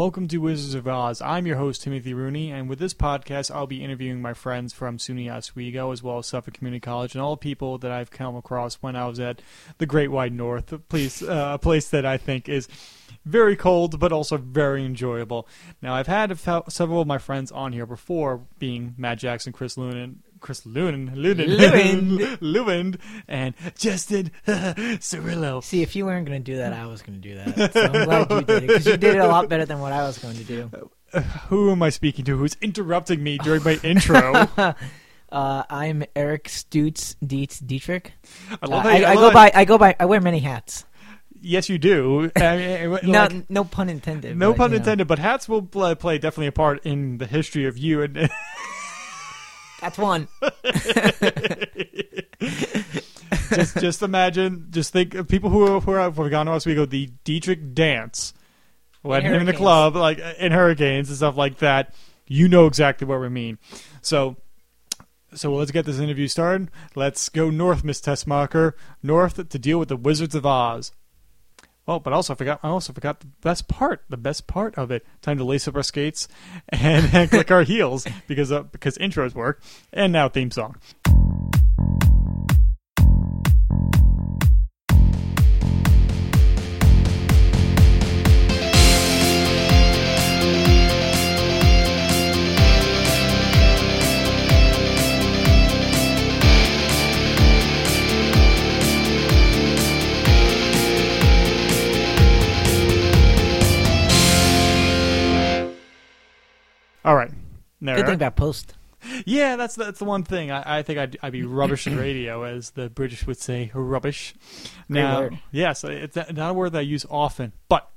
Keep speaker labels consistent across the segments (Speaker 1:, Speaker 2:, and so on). Speaker 1: Welcome to Wizards of Oz. I'm your host, Timothy Rooney, and with this podcast, I'll be interviewing my friends from SUNY Oswego, as well as Suffolk Community College, and all people that I've come across when I was at the Great Wide North, a place, uh, a place that I think is very cold, but also very enjoyable. Now, I've had a fe- several of my friends on here before, being Matt Jackson, Chris Lunan, Chris Lunan, Lunan,
Speaker 2: Lewin.
Speaker 1: Lewin, and Justin Cirillo.
Speaker 2: See, if you weren't going to do that, I was going to do that. So I'm glad you did it because you did it a lot better than what I was going to do.
Speaker 1: Who am I speaking to? Who's interrupting me during my intro?
Speaker 2: Uh, I'm Eric Stutz Dietz Dietrich.
Speaker 1: I
Speaker 2: Uh,
Speaker 1: love how
Speaker 2: I,
Speaker 1: you-
Speaker 2: I go
Speaker 1: love-
Speaker 2: by. I go by. I wear many hats.
Speaker 1: Yes, you do. I mean, like,
Speaker 2: No,
Speaker 1: no,
Speaker 2: no pun intended. but,
Speaker 1: pun
Speaker 2: you know.
Speaker 1: intended, but hats will pl- play definitely a part in the history of you. And
Speaker 2: That's one.
Speaker 1: just, just imagine, just think of people who are, who are who have gone to Oswego, the Dietrich dance when
Speaker 2: In
Speaker 1: him in the
Speaker 2: hurricanes.
Speaker 1: club, like uh, in hurricanes and stuff like that. You know exactly what we mean. So, so let's get this interview started. Let's go north, Miss Tessmacher, north to deal with the Wizards of Oz. Oh, but also I forgot. I also forgot the best part. The best part of it. Time to lace up our skates and, and click our heels because uh, because intros work. And now theme song. All right. There.
Speaker 2: Good thing about post.
Speaker 1: Yeah, that's that's the one thing. I, I think I'd, I'd be rubbish in radio, as the British would say, rubbish.
Speaker 2: Great
Speaker 1: now,
Speaker 2: word.
Speaker 1: yes, it's not a word that I use often. But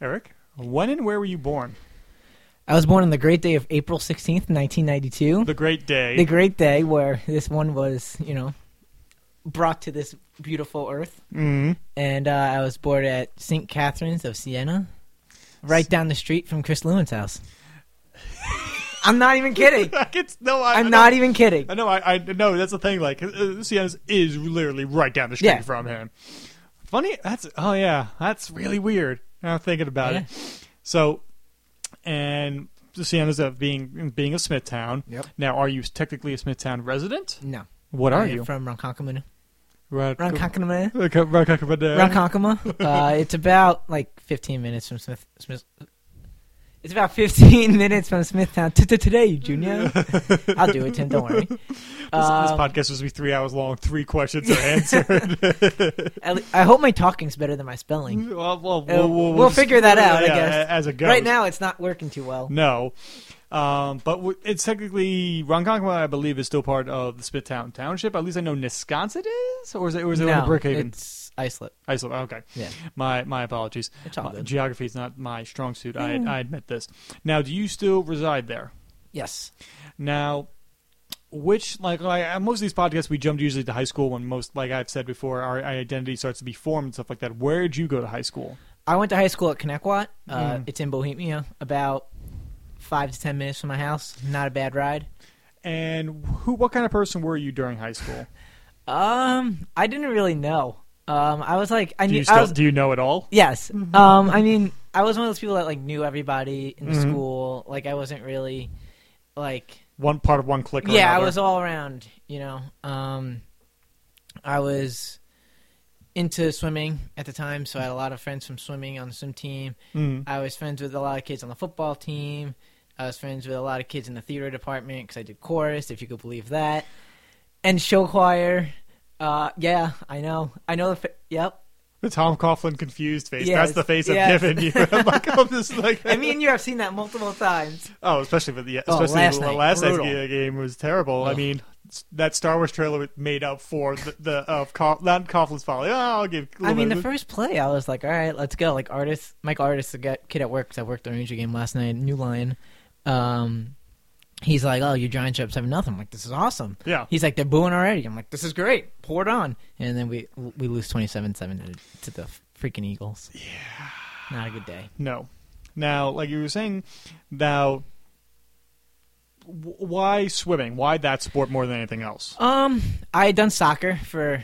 Speaker 1: Eric, when and where were you born?
Speaker 2: I was born on the great day of April sixteenth, nineteen ninety-two.
Speaker 1: The great day.
Speaker 2: the great day where this one was, you know, brought to this beautiful earth.
Speaker 1: mm.
Speaker 2: And uh, I was born at St. Catherine's of Siena, right down the street from Chris Lewin's house. I'm not even kidding.
Speaker 1: it's, no, I,
Speaker 2: I'm
Speaker 1: I
Speaker 2: not
Speaker 1: know-
Speaker 2: even kidding.
Speaker 1: I know. I, I know. That's the thing. Like, uh, Sienna's is literally right down the street
Speaker 2: Yeah.
Speaker 1: from him. Funny. That's. Oh yeah. That's really weird. Now thinking about
Speaker 2: Yeah.
Speaker 1: it. So, and Sienna's up being being a Smithtown.
Speaker 2: Yep.
Speaker 1: Now, are you technically a Smithtown resident?
Speaker 2: No.
Speaker 1: What are
Speaker 2: I am
Speaker 1: you?
Speaker 2: From Ronkonkoma.
Speaker 1: Right. uh,
Speaker 2: Ronkonkoma.
Speaker 1: Ronkonkoma.
Speaker 2: Ronkonkoma. Uh, it's about like 15 minutes from Smith. Smith it's about 15 minutes from Smithtown to to today, Junior. I'll do it, Tim. Don't worry.
Speaker 1: This, this
Speaker 2: Um,
Speaker 1: podcast was be three hours long. Three questions are answered.
Speaker 2: At le- I hope my talking's better than my spelling.
Speaker 1: well, well,
Speaker 2: we'll figure that out, I
Speaker 1: yeah,
Speaker 2: guess.
Speaker 1: As it goes.
Speaker 2: Right now, it's not working too well.
Speaker 1: No. Um, but w- it's technically Ronkonkoma, I believe, is still part of the Spittown Township. At least I know Wisconsin is, or is it, or is it
Speaker 2: no,
Speaker 1: over Brookhaven?
Speaker 2: it's Iceland.
Speaker 1: Iceland. Okay,
Speaker 2: Yeah,
Speaker 1: my my apologies.
Speaker 2: It's all
Speaker 1: Uh,
Speaker 2: good. Mm.
Speaker 1: Geography is not my strong suit. I I admit this. Now, do you still reside there?
Speaker 2: yes.
Speaker 1: Now, which like, like uh, most of these podcasts, we jumped usually to high school when most, like I've said before, our identity starts to be formed and stuff like that. Where did you go to high school?
Speaker 2: I went to high school at Connecticut. Uh,
Speaker 1: Mm.
Speaker 2: It's in Bohemia, about five to ten minutes from my house. Not a bad ride.
Speaker 1: And who? What kind of person were you during high school?
Speaker 2: Um, I didn't really know. Um, I was like, I
Speaker 1: Do
Speaker 2: knew.
Speaker 1: you Mm-hmm. still,
Speaker 2: I was,
Speaker 1: do you know it all?
Speaker 2: yes. Um, I mean, I was one of those people that like knew everybody in the
Speaker 1: Mhm.
Speaker 2: school. Like, I wasn't really like.
Speaker 1: One part of one click. Or
Speaker 2: yeah i
Speaker 1: another?
Speaker 2: was all around you know um i was into swimming at the time so i had a lot of friends from swimming on the swim team
Speaker 1: Mm.
Speaker 2: i was friends with a lot of kids on the football team i was friends with a lot of kids in the theater department because i did chorus if you could believe that and show choir uh yeah i know i know the fa- yep
Speaker 1: The Tom Coughlin confused face.
Speaker 2: Yes,
Speaker 1: That's the face
Speaker 2: yes.
Speaker 1: I'm giving you. I'm like, I'm just like,
Speaker 2: i mean you have seen that multiple times
Speaker 1: oh, especially for the
Speaker 2: Oh,
Speaker 1: especially
Speaker 2: last
Speaker 1: the
Speaker 2: night,
Speaker 1: last night's
Speaker 2: brutal.
Speaker 1: ga- game was terrible. I
Speaker 2: Ugh.
Speaker 1: mean, s- that Star Wars trailer made up for the, the of Cough, not Coughlin's folly. Oh, I'll give. a
Speaker 2: I
Speaker 1: little
Speaker 2: mean, the
Speaker 1: bit-
Speaker 2: first play, I was like, "All right, let's go." Like artist, Mike Artist, the guy, kid at work, 'cause I worked the Ranger game last night, New Line. Um, he's like, "Oh, your Giant Jumps have nothing." I'm like, "This is awesome."
Speaker 1: yeah.
Speaker 2: He's like, "They're booing already." I'm like, "This is great. Pour it on." And then we we lose 27-7 to- to the freaking Eagles. Yeah, not a good day.
Speaker 1: No. Now, like you were saying, now w- why swimming? Why that sport more than anything else?
Speaker 2: Um, I had done soccer for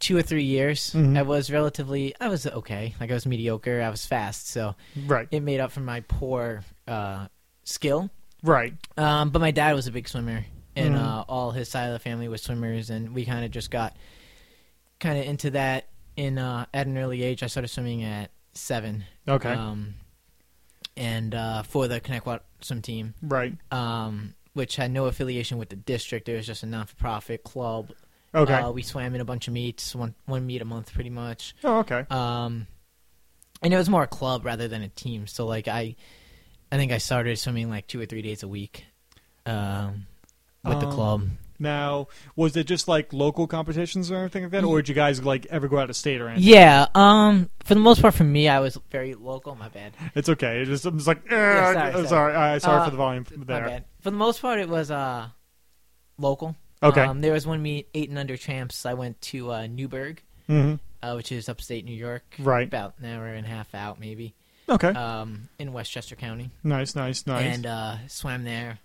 Speaker 2: two or three years.
Speaker 1: Mhm.
Speaker 2: I was relatively, I was okay. Like I was mediocre. I was fast, so
Speaker 1: Right.
Speaker 2: it made up for my poor uh, skill.
Speaker 1: Right.
Speaker 2: Um, but my dad was a big swimmer, and
Speaker 1: Mhm.
Speaker 2: uh, all his side of the family was swimmers, and we kind of just got kind of into that in uh, at an early age. I started swimming at seven,
Speaker 1: Okay.
Speaker 2: um, and uh, for the Connect Wa- swim team,
Speaker 1: right.
Speaker 2: um, which had no affiliation with the district. It was just a non-for-profit club.
Speaker 1: Okay.
Speaker 2: Uh, we swam in a bunch of meets, one one meet a month, pretty much.
Speaker 1: oh, okay.
Speaker 2: Um, and it was more a club rather than a team. So like I, I think I started swimming like two or three days a week, um, with the
Speaker 1: Um,
Speaker 2: club.
Speaker 1: Now, was it just like local competitions or anything like that,
Speaker 2: Mm-hmm.
Speaker 1: or did you guys like ever go out of state or anything?
Speaker 2: Yeah. Um, for the most part, for me, I was very local. My bad.
Speaker 1: It's okay. It just, I'm just like, eh,
Speaker 2: Yeah, sorry,
Speaker 1: I'm
Speaker 2: sorry.
Speaker 1: sorry. I, sorry
Speaker 2: Uh,
Speaker 1: for the volume
Speaker 2: My
Speaker 1: there.
Speaker 2: bad. For the most part, it was uh, local.
Speaker 1: Okay.
Speaker 2: Um, there was one meet, eight and under champs. I went to uh, Newburgh,
Speaker 1: mm-hmm.
Speaker 2: uh, which is upstate New York,
Speaker 1: Right.
Speaker 2: About an hour and a half out, maybe.
Speaker 1: Okay.
Speaker 2: Um, in Westchester County,
Speaker 1: nice, nice, nice.
Speaker 2: and uh, swam there.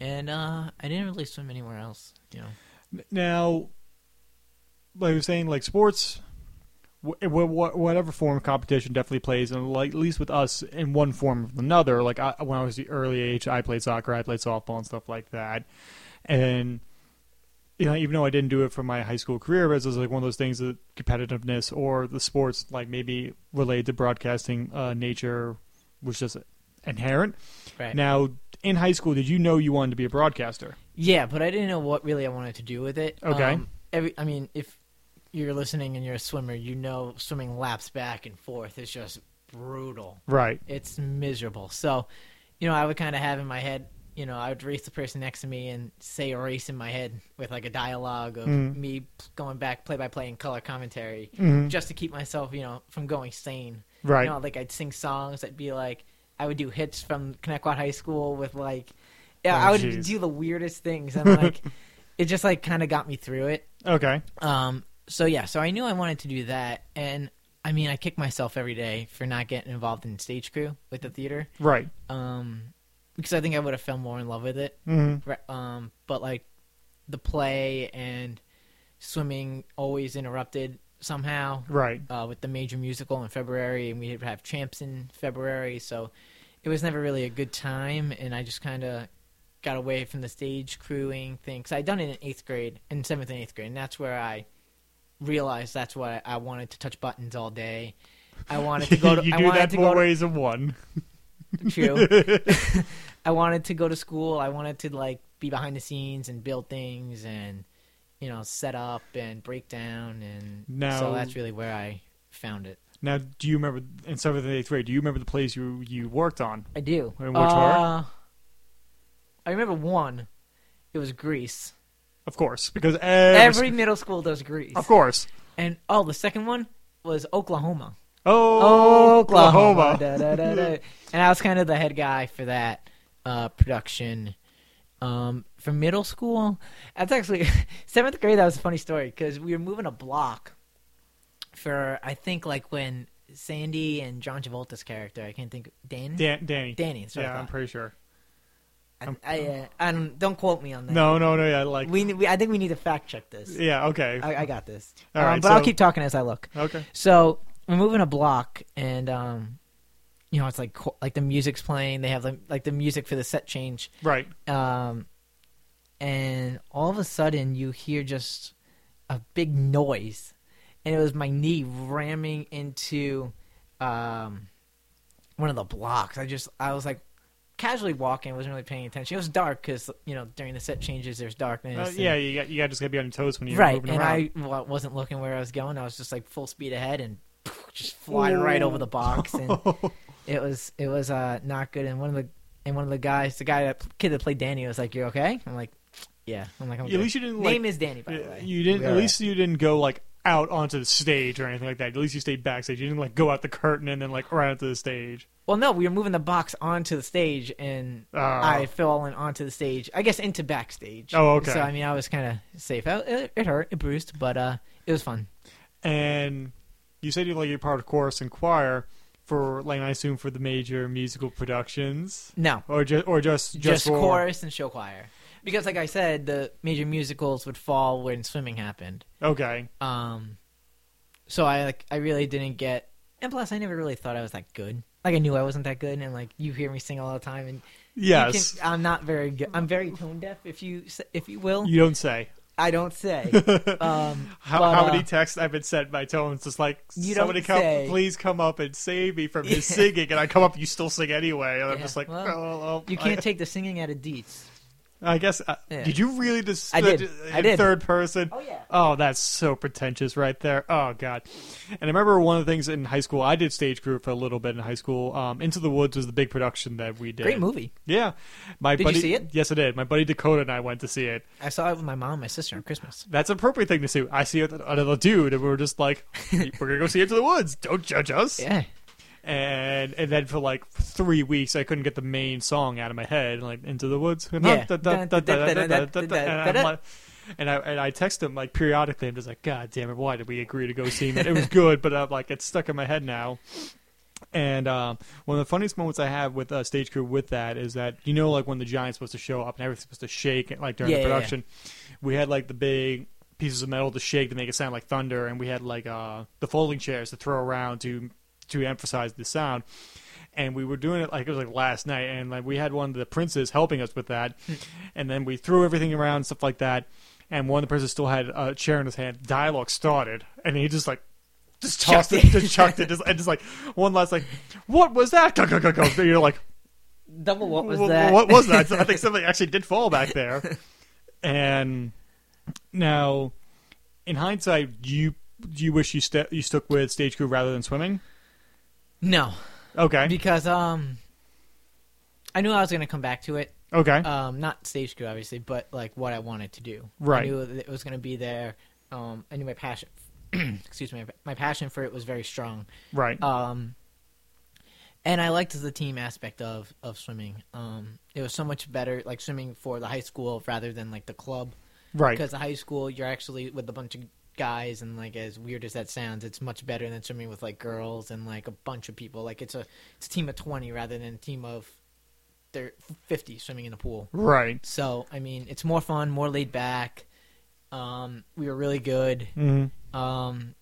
Speaker 2: And uh, I didn't really swim anywhere else. You know.
Speaker 1: now, like I was saying, like sports, wh- wh- wh- whatever form of competition definitely plays, and like at least with us, in one form or another. Like I, when I was the early age, I played soccer, I played softball, and stuff like that, and. You know, even though I didn't do it for my high school career, but it was like one of those things that competitiveness or the sports, like maybe related to broadcasting uh, nature, was just inherent.
Speaker 2: Right.
Speaker 1: Now, in high school, did you know you wanted to be a broadcaster?
Speaker 2: yeah, but I didn't know what really I wanted to do with it.
Speaker 1: Okay.
Speaker 2: Um, every, I mean, if you're listening and you're a swimmer, you know swimming laps back and forth is just brutal.
Speaker 1: Right.
Speaker 2: It's miserable. So, you know, I would kind of have in my head, you know, I would race the person next to me and say a race in my head with like a dialogue of
Speaker 1: Mm.
Speaker 2: me going back play by play and color commentary
Speaker 1: Mhm.
Speaker 2: just to keep myself, you know, from going sane.
Speaker 1: Right.
Speaker 2: You know, like I'd sing songs. I'd be like, I would do hits from Connecticut High School with like, yeah,
Speaker 1: Oh,
Speaker 2: I would
Speaker 1: jeez.
Speaker 2: do the weirdest things, and like, it just like kind of got me through it.
Speaker 1: Okay.
Speaker 2: Um, so yeah, so I knew I wanted to do that, and I mean, I kick myself every day for not getting involved in stage crew with the theater,
Speaker 1: Right.
Speaker 2: um, because I think I would have fell more in love with it.
Speaker 1: hmm
Speaker 2: Re- Um, but like, the play and swimming always interrupted somehow
Speaker 1: Right.
Speaker 2: uh, with the major musical in February, and we would have champs in February, so it was never really a good time. And I just kind of got away from the stage crewing thing 'cause I'd done it in eighth grade, in seventh and eighth grade, and that's where I realized that's why I wanted to touch buttons all day. I wanted to go to.
Speaker 1: you
Speaker 2: I
Speaker 1: do
Speaker 2: wanted
Speaker 1: that
Speaker 2: to
Speaker 1: more
Speaker 2: go
Speaker 1: ways than one.
Speaker 2: to true. I wanted to go to school. I wanted to like be behind the scenes and build things and you know set up and break down and
Speaker 1: Now-
Speaker 2: so that's really where I found it.
Speaker 1: Now, do you remember in seventh and eighth grade? Do you remember the plays you you worked on?
Speaker 2: I do. Uh,
Speaker 1: And which were?
Speaker 2: I remember one. It was Greece.
Speaker 1: Of course, because every,
Speaker 2: Every middle school does Greece.
Speaker 1: of course.
Speaker 2: And oh, the second one was Oklahoma.
Speaker 1: Oh, Oklahoma.
Speaker 2: Da, da, da, da. and I was kind of the head guy for that uh, production. Um, for middle school, that's actually seventh grade. That was a funny story because we were moving a block for I think like when Sandy and John Travolta's character. I can't think. Dan.
Speaker 1: Dan- Danny.
Speaker 2: Danny. That's what I
Speaker 1: yeah,
Speaker 2: thought.
Speaker 1: I'm pretty sure.
Speaker 2: I, I, uh, I don't, don't quote me on that.
Speaker 1: No, no, no. Yeah, like
Speaker 2: we, ne- we I think we need to fact check this.
Speaker 1: yeah. Okay.
Speaker 2: I, I got this.
Speaker 1: All
Speaker 2: Um,
Speaker 1: right,
Speaker 2: but I'll
Speaker 1: so-
Speaker 2: keep talking as I look.
Speaker 1: okay.
Speaker 2: So we're moving a block, and um, you know it's like qu- like the music's playing. They have like, like the music for the set change,
Speaker 1: Right.
Speaker 2: um, and all of a sudden you hear just a big noise, and it was my knee ramming into um, one of the blocks. I just I was like casually walking, wasn't really paying attention. It was dark because you know during the set changes there's darkness.
Speaker 1: Uh,
Speaker 2: and-
Speaker 1: yeah, you got you got just gotta be on your toes when you're
Speaker 2: right,
Speaker 1: moving
Speaker 2: and
Speaker 1: around.
Speaker 2: I wa- wasn't looking where I was going. I was just like full speed ahead and just flying right over the box, and
Speaker 1: Oh,
Speaker 2: it was it was uh, not good. And one of the and one of the guys, the guy that kid that played Danny, was like, "You okay?" I'm like, "Yeah." I'm like, "I'm
Speaker 1: At
Speaker 2: good."
Speaker 1: least you didn't like
Speaker 2: Name is Danny, by the way.
Speaker 1: you didn't.
Speaker 2: We
Speaker 1: At
Speaker 2: are-
Speaker 1: least you didn't go like out onto the stage or anything like that. At least you stayed backstage. You didn't like go out the curtain and then like right onto the stage.
Speaker 2: Well, no, we were moving the box onto the stage, and
Speaker 1: Oh.
Speaker 2: I fell in onto the stage. I guess into backstage.
Speaker 1: Oh, okay.
Speaker 2: So I mean, I was kind of safe. I, it, it hurt, it bruised, but uh, it was fun.
Speaker 1: and you said you like you're part of chorus and choir for like I assume for the major musical productions
Speaker 2: No,
Speaker 1: or just or just
Speaker 2: just,
Speaker 1: just, for
Speaker 2: chorus and show choir. because, like I said, the major musicals would fall when swimming happened.
Speaker 1: Okay.
Speaker 2: Um, so I like I really didn't get, and plus I never really thought I was that good. Like I knew I wasn't that good, and like you hear me sing all the time, and you can-
Speaker 1: Yes. You,
Speaker 2: I'm not very good. I'm very tone deaf, if you s- if you will.
Speaker 1: don't say.
Speaker 2: I don't say. Um,
Speaker 1: How,
Speaker 2: but,
Speaker 1: how
Speaker 2: uh,
Speaker 1: many texts I've been sent by Tones? Just like
Speaker 2: You don't
Speaker 1: somebody come,
Speaker 2: say.
Speaker 1: please come up and save me from his
Speaker 2: Yeah.
Speaker 1: singing, and I come up, you still sing anyway, and I'm
Speaker 2: Yeah,
Speaker 1: just like,
Speaker 2: well,
Speaker 1: oh, oh,
Speaker 2: You
Speaker 1: I-
Speaker 2: can't take the singing out of Deets.
Speaker 1: I, guess. Uh,
Speaker 2: Yeah.
Speaker 1: Did you really just?
Speaker 2: I did.
Speaker 1: in
Speaker 2: I did.
Speaker 1: Third person.
Speaker 2: Oh yeah.
Speaker 1: Oh, that's so pretentious right there. Oh god. And I remember one of the things in high school I did stage group for a little bit in high school. Um, Into the Woods was the big production that we did.
Speaker 2: Great movie.
Speaker 1: Yeah. My
Speaker 2: Did you
Speaker 1: buddy
Speaker 2: see it?
Speaker 1: Yes, I did. My buddy Dakota and I went to see it.
Speaker 2: I saw it with my mom, and my sister on Christmas.
Speaker 1: That's an appropriate thing to see. I see it with another dude and we were just like we're going to go see Into the Woods. Don't judge us.
Speaker 2: Yeah.
Speaker 1: And and then for like 3 weeks I couldn't get the main song out of my head like Into the Woods. And
Speaker 2: Yeah.
Speaker 1: I'm like- and I and I text him like periodically. I'm just like, God damn it! Why did we agree to go see that? It was good, but I'm like, it's stuck in my head now. And um, one of the funniest moments I have with uh, stage crew with that is that you know, like when the giant's supposed to show up and everything's supposed to shake, like during
Speaker 2: Yeah,
Speaker 1: the
Speaker 2: yeah, yeah.
Speaker 1: production, we had like the big pieces of metal to shake to make it sound like thunder, and we had like uh, the folding chairs to throw around to to emphasize the sound. And we were doing it like it was like last night, and like we had one of the princes helping us with that,
Speaker 2: Hmm.
Speaker 1: and then we threw everything around stuff like that. And one of the princes still had a chair in his hand. Dialogue started, and he just like just tossed it,
Speaker 2: Chucked it.
Speaker 1: just chucked it, just, and just like one last like, what was that? Go go go go! And You're like,
Speaker 2: Double what was
Speaker 1: "Wha-
Speaker 2: that?
Speaker 1: What was that? I think something actually did fall back there. And now, in hindsight, do you do you wish you st- you stuck with stage crew rather than swimming?
Speaker 2: No,
Speaker 1: Okay,
Speaker 2: because um, I knew I was gonna come back to it.
Speaker 1: okay,
Speaker 2: Um, not stage crew, obviously, but like what I wanted to do.
Speaker 1: Right.
Speaker 2: I knew that it was gonna be there. Um, I knew my passion. excuse me, my passion for it was very strong.
Speaker 1: right,
Speaker 2: Um, and I liked the team aspect of of swimming. Um, it was so much better, like swimming for the high school rather than like the club.
Speaker 1: right,
Speaker 2: Because the high school, you're actually with a bunch of guys, and like as weird as that sounds, it's much better than swimming with like girls and like a bunch of people. Like it's a it's a team of twenty rather than a team of thir- fifty swimming in the pool.
Speaker 1: right.
Speaker 2: So I mean, it's more fun, more laid back. Um, we were really good.
Speaker 1: Mm-hmm.
Speaker 2: Um,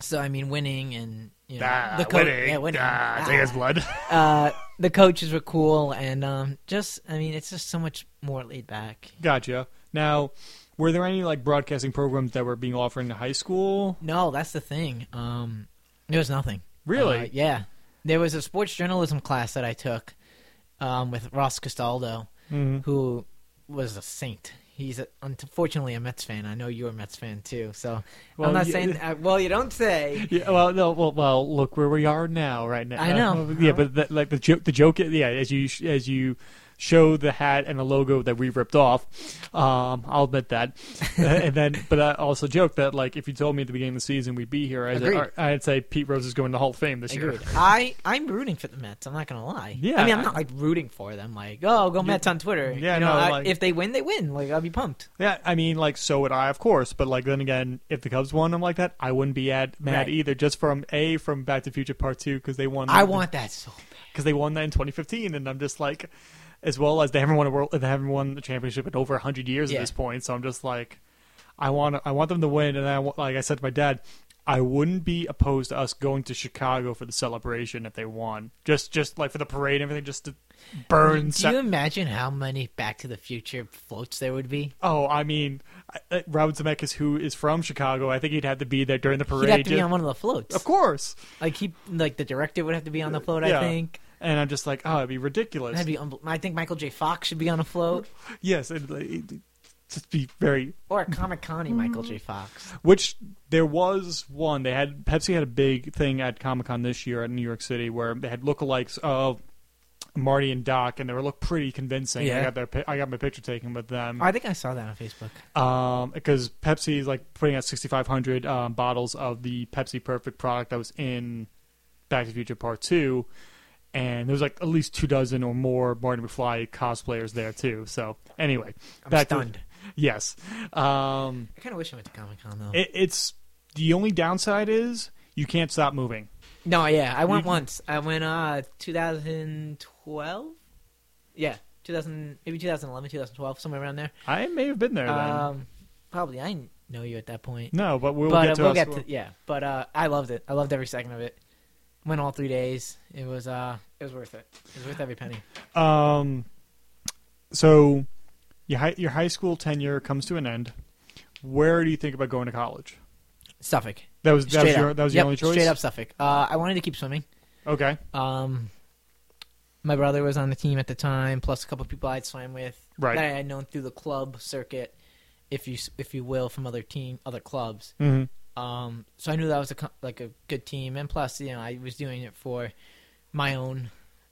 Speaker 2: so I mean, winning and you know
Speaker 1: Ah,
Speaker 2: the co-
Speaker 1: winning.
Speaker 2: yeah, winning.
Speaker 1: Ah,
Speaker 2: Ah.
Speaker 1: take his blood.
Speaker 2: Uh, the coaches were cool, and um, just I mean, it's just so much more laid back.
Speaker 1: Gotcha. Now, were there any like broadcasting programs that were being offered in high school?
Speaker 2: No, that's the thing. Um, there was nothing.
Speaker 1: Really?
Speaker 2: Uh, yeah. There was a sports journalism class that I took um, with Ross Castaldo,
Speaker 1: Mhm.
Speaker 2: who was a saint. He's a, unfortunately a Mets fan. I know you're a Mets fan too, so
Speaker 1: Well,
Speaker 2: I'm not
Speaker 1: you-
Speaker 2: saying. Uh, well, you don't say.
Speaker 1: Yeah, well, no, well, well, look where we are now, right now.
Speaker 2: I know.
Speaker 1: Uh, yeah, but the, like the joke, the joke, yeah, as you as you show the hat and the logo that we ripped off, um, I'll admit that. Uh, and then, but I also joke that like if you told me at the beginning of the season we'd be here, I'd,
Speaker 2: Agreed.
Speaker 1: I'd say Pete Rose is going to Hall of Fame this year.
Speaker 2: Agreed. I I'm rooting for the Mets. I'm not gonna lie.
Speaker 1: Yeah,
Speaker 2: I mean, I'm
Speaker 1: I-
Speaker 2: not like rooting for them. Like, oh, go Mets on Twitter.
Speaker 1: Yeah,
Speaker 2: You
Speaker 1: no,
Speaker 2: know, I-
Speaker 1: like-
Speaker 2: if they win, they win. Like, I'll be pumped.
Speaker 1: Yeah, I mean, like, so would I, of course. But like, then again, if the Cubs won, I'm like that. I wouldn't be ad- mad
Speaker 2: Right.
Speaker 1: either. Just from a from Back to the Future Part Two because they won.
Speaker 2: I want that so bad.
Speaker 1: because they won that in 2015, and I'm just like, as well as they haven't won a world, they haven't won the championship in over 100 years
Speaker 2: Yeah.
Speaker 1: at this point. So I'm just like, I want, I want them to win, and I wa- like I said to my dad, I wouldn't be opposed to us going to Chicago for the celebration if they won, just just like for the parade and everything, just to burn.
Speaker 2: Do
Speaker 1: sa-
Speaker 2: you imagine how many Back to the Future floats there would be?
Speaker 1: Oh, I mean, I- I- Robin Zemeckis, who is from Chicago, I think he'd have to be there during the
Speaker 2: He'd
Speaker 1: parade.
Speaker 2: have to be
Speaker 1: just-
Speaker 2: on one of the floats.
Speaker 1: of course.
Speaker 2: Like he, like the director would have to be on the float.
Speaker 1: yeah.
Speaker 2: I think
Speaker 1: And I'm just like, oh, it'd be ridiculous.
Speaker 2: that'd be. Unbel- I think Michael J. Fox should be on a float
Speaker 1: yes, it'd, it'd just be very
Speaker 2: or a Comic Con Michael J. Fox.
Speaker 1: Which there was one. They had Pepsi had a big thing at Comic Con this year at New York City where they had lookalikes of Marty and Doc, and they were looked pretty convincing. I
Speaker 2: Yeah.
Speaker 1: got their pi- I got my picture taken with them
Speaker 2: I think I saw that on Facebook.
Speaker 1: um, because Pepsi is like putting out 6,500 um, bottles of the Pepsi Perfect product that was in Back to the Future Part Two, and there was like at least two dozen or more Marty McFly cosplayers there too. So anyway,
Speaker 2: I'm
Speaker 1: back to-
Speaker 2: stunned.
Speaker 1: yes. Um,
Speaker 2: I kind of wish I went to Comic Con though.
Speaker 1: it, it's the only downside is you can't stop moving.
Speaker 2: No, yeah, I went
Speaker 1: You-
Speaker 2: once. I went uh 2012. Yeah, 2000, maybe 2011, 2012, somewhere around there.
Speaker 1: I may have been there then.
Speaker 2: Um, probably I didn't know you at that point.
Speaker 1: no, but we'll
Speaker 2: but
Speaker 1: get
Speaker 2: uh,
Speaker 1: to
Speaker 2: we'll
Speaker 1: us.
Speaker 2: get to yeah. But uh, I loved it. I loved every second of it. Went all three days. It was uh, it was worth it. It was worth every penny.
Speaker 1: Um, so your high, your high school tenure comes to an end. Where do you think about going to college?
Speaker 2: Suffolk.
Speaker 1: That was that was
Speaker 2: Straight
Speaker 1: your
Speaker 2: up.
Speaker 1: that was
Speaker 2: Yep,
Speaker 1: your only choice.
Speaker 2: Straight up Suffolk. Uh, I wanted to keep swimming.
Speaker 1: Okay.
Speaker 2: Um, my brother was on the team at the time, plus a couple people I'd swam with
Speaker 1: Right.
Speaker 2: that I had known through the club circuit, if you s- if you will, from other team, other clubs.
Speaker 1: hmm
Speaker 2: Um, so I knew that was a co- like a good team, and plus, you know, I was doing it for my own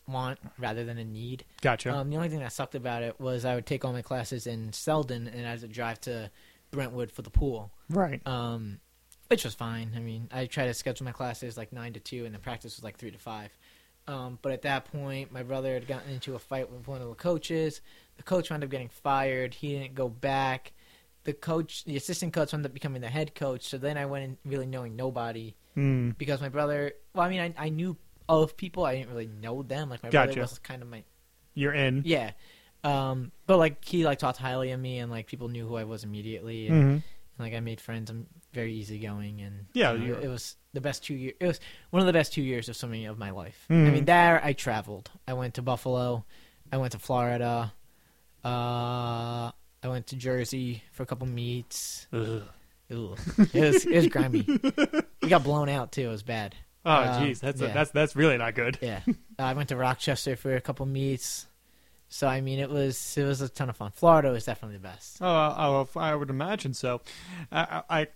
Speaker 2: want rather than a need.
Speaker 1: Gotcha.
Speaker 2: Um, the only thing that sucked about it was I would take all my classes in Selden, and I had to drive to Brentwood for the pool,
Speaker 1: right.
Speaker 2: um, which was fine. I mean, I tried to schedule my classes like nine to two, and the practice was like three to five. Um, but at that point, my brother had gotten into a fight with one of the coaches. The coach wound up getting fired. He didn't go back. The coach, the assistant coach, wound up becoming the head coach. So then I went in really knowing nobody
Speaker 1: Mm.
Speaker 2: because my brother. Well, I mean, I, I knew of people. I didn't really know them. Like my
Speaker 1: Gotcha.
Speaker 2: brother was kind of my
Speaker 1: You're in.
Speaker 2: yeah. Um, but like he like talked highly of me and like people knew who I was immediately and,
Speaker 1: hmm
Speaker 2: like I made friends. I'm very easygoing and
Speaker 1: Yeah,
Speaker 2: you know,
Speaker 1: you're-
Speaker 2: it was the best two years. It was one of the best two years of swimming of my life. I
Speaker 1: Mhm.
Speaker 2: mean, there I traveled. I went to Buffalo, I went to Florida, uh, I went to Jersey for a couple meets. Ew. It was it was grimy. we got blown out too. It was bad.
Speaker 1: Oh,
Speaker 2: Uh,
Speaker 1: jeez, that's
Speaker 2: yeah.
Speaker 1: that's that's really not good.
Speaker 2: Yeah, uh, I went to Rochester for a couple meets. So I mean, it was it was a ton of fun. Florida was definitely the best.
Speaker 1: Oh, I, I would imagine so. I, I,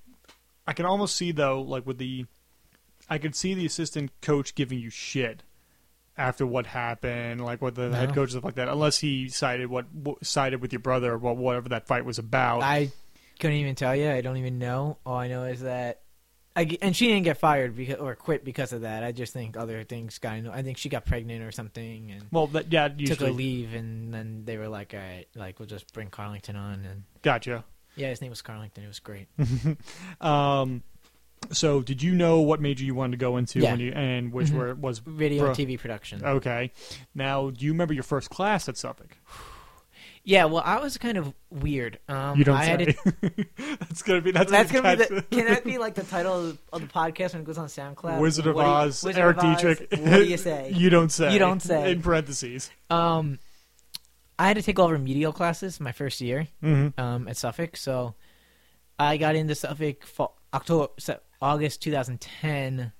Speaker 1: I can almost see though, like with the, I could see the assistant coach giving you shit after what happened, like what the head
Speaker 2: No.
Speaker 1: coach stuff like that. Unless he sided what, what sided with your brother or what, whatever that fight was about.
Speaker 2: I couldn't even tell you. I don't even know. All I know is that, I g and she didn't get fired because or quit because of that. I just think other things got. in- I think she got pregnant or something and
Speaker 1: well, that yeah,
Speaker 2: took a
Speaker 1: usually
Speaker 2: leave, and then they were like, all right, like we'll just bring Carlington on, and
Speaker 1: gotcha.
Speaker 2: yeah, his name was Carlington. It was great.
Speaker 1: Um, so did you know what major you wanted to go into
Speaker 2: Yeah.
Speaker 1: when you and which
Speaker 2: Mhm.
Speaker 1: were was
Speaker 2: Radio
Speaker 1: Bruh. Uh,
Speaker 2: and TV production.
Speaker 1: okay? Now, do you remember your first class at Suffolk?
Speaker 2: Yeah, well, I was kind of weird. Um,
Speaker 1: you don't
Speaker 2: I had a
Speaker 1: say. that's gonna be that's,
Speaker 2: That's
Speaker 1: gonna,
Speaker 2: gonna be
Speaker 1: catch
Speaker 2: the, can that be like the title of, of the podcast when it goes on SoundCloud?
Speaker 1: Wizard of
Speaker 2: What do you-
Speaker 1: Oz,
Speaker 2: Wizard
Speaker 1: Eric
Speaker 2: of Oz,
Speaker 1: Dietrich.
Speaker 2: What do you say?
Speaker 1: You don't say.
Speaker 2: You don't say.
Speaker 1: In parentheses.
Speaker 2: um, I had to take all remedial classes my first year
Speaker 1: Mm-hmm.
Speaker 2: um, at Suffolk, so I got into Suffolk for October Se- August 2010,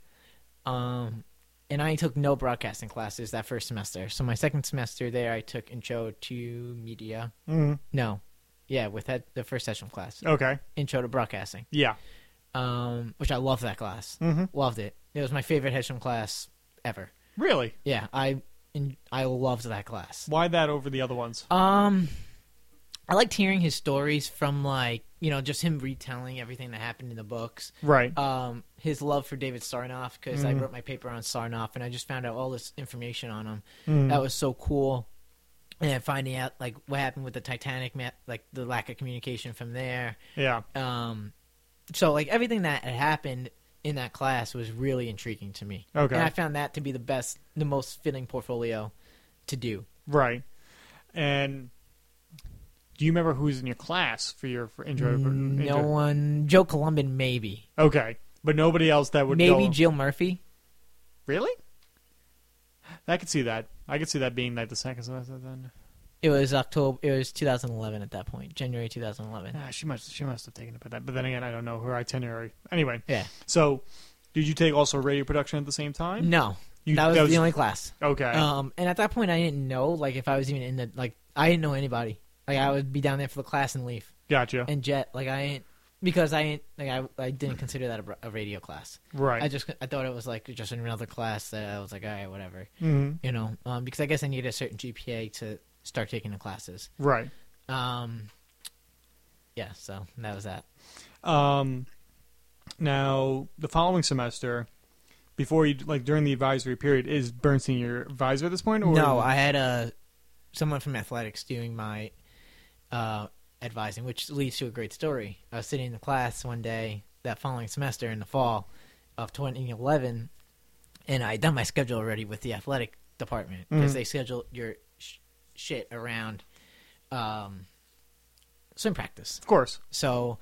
Speaker 2: um, and I took no broadcasting classes that first semester. So my second semester there, I took Intro to Media.
Speaker 1: Mm-hmm.
Speaker 2: No, yeah, with that, the first session class,
Speaker 1: Okay.
Speaker 2: Intro to Broadcasting,
Speaker 1: Yeah.
Speaker 2: um, which I love that class.
Speaker 1: Mm-hmm.
Speaker 2: Loved it. It was my favorite Hedgehog class ever.
Speaker 1: Really?
Speaker 2: Yeah, I in, I loved that class.
Speaker 1: Why that over the other ones?
Speaker 2: Um, I liked hearing his stories from like you know just him retelling everything that happened in the books.
Speaker 1: Right.
Speaker 2: Um, his love for David Sarnoff because I
Speaker 1: Mhm.
Speaker 2: wrote my paper on Sarnoff and I just found out all this information on him.
Speaker 1: Mhm.
Speaker 2: That was so cool. And then finding out like what happened with the Titanic, ma- like the lack of communication from there.
Speaker 1: yeah.
Speaker 2: Um, so like everything that had happened in that class was really intriguing to me.
Speaker 1: Okay.
Speaker 2: And I found that to be the best, the most fitting portfolio to do.
Speaker 1: Right. And do you remember who's in your class for your for intro?
Speaker 2: Mm, No
Speaker 1: intro?
Speaker 2: one, Joe Columban, maybe,
Speaker 1: Okay. But nobody else that would
Speaker 2: maybe
Speaker 1: go-
Speaker 2: Jill Murphy.
Speaker 1: really. I could see that. I could see that being like the second semester. Then
Speaker 2: It was October. It was 2011 at that point, January 2011.
Speaker 1: ah, she must she must have taken it, but that. But then again, I don't know her itinerary. Anyway,
Speaker 2: Yeah.
Speaker 1: so did you take also radio production at the same time?
Speaker 2: No,
Speaker 1: Hmm. You-
Speaker 2: that was the only class.
Speaker 1: Okay.
Speaker 2: Um, and at that point, I didn't know like if I was even in the like I didn't know anybody. Like I would be down there for the class and leave
Speaker 1: gotcha.
Speaker 2: and jet. Like I ain't because I ain't like I I didn't consider that a, bro- a radio class.
Speaker 1: right.
Speaker 2: I just I thought it was like just another class that I was like all right whatever.
Speaker 1: Mhm.
Speaker 2: you know, um, because I guess I needed a certain GPA to start taking the classes.
Speaker 1: Right.
Speaker 2: Um, yeah, so that was that.
Speaker 1: Um, now the following semester, before you like during the advisory period, is Bernstein your advisor at this point? Or
Speaker 2: No, I had a someone from athletics doing my uh, advising, which leads to a great story. I was sitting in the class one day that following semester in the fall of 2011, and I had done my schedule already with the athletic department because
Speaker 1: Mhm.
Speaker 2: they schedule your sh- shit around um, swim practice.
Speaker 1: Of course.
Speaker 2: So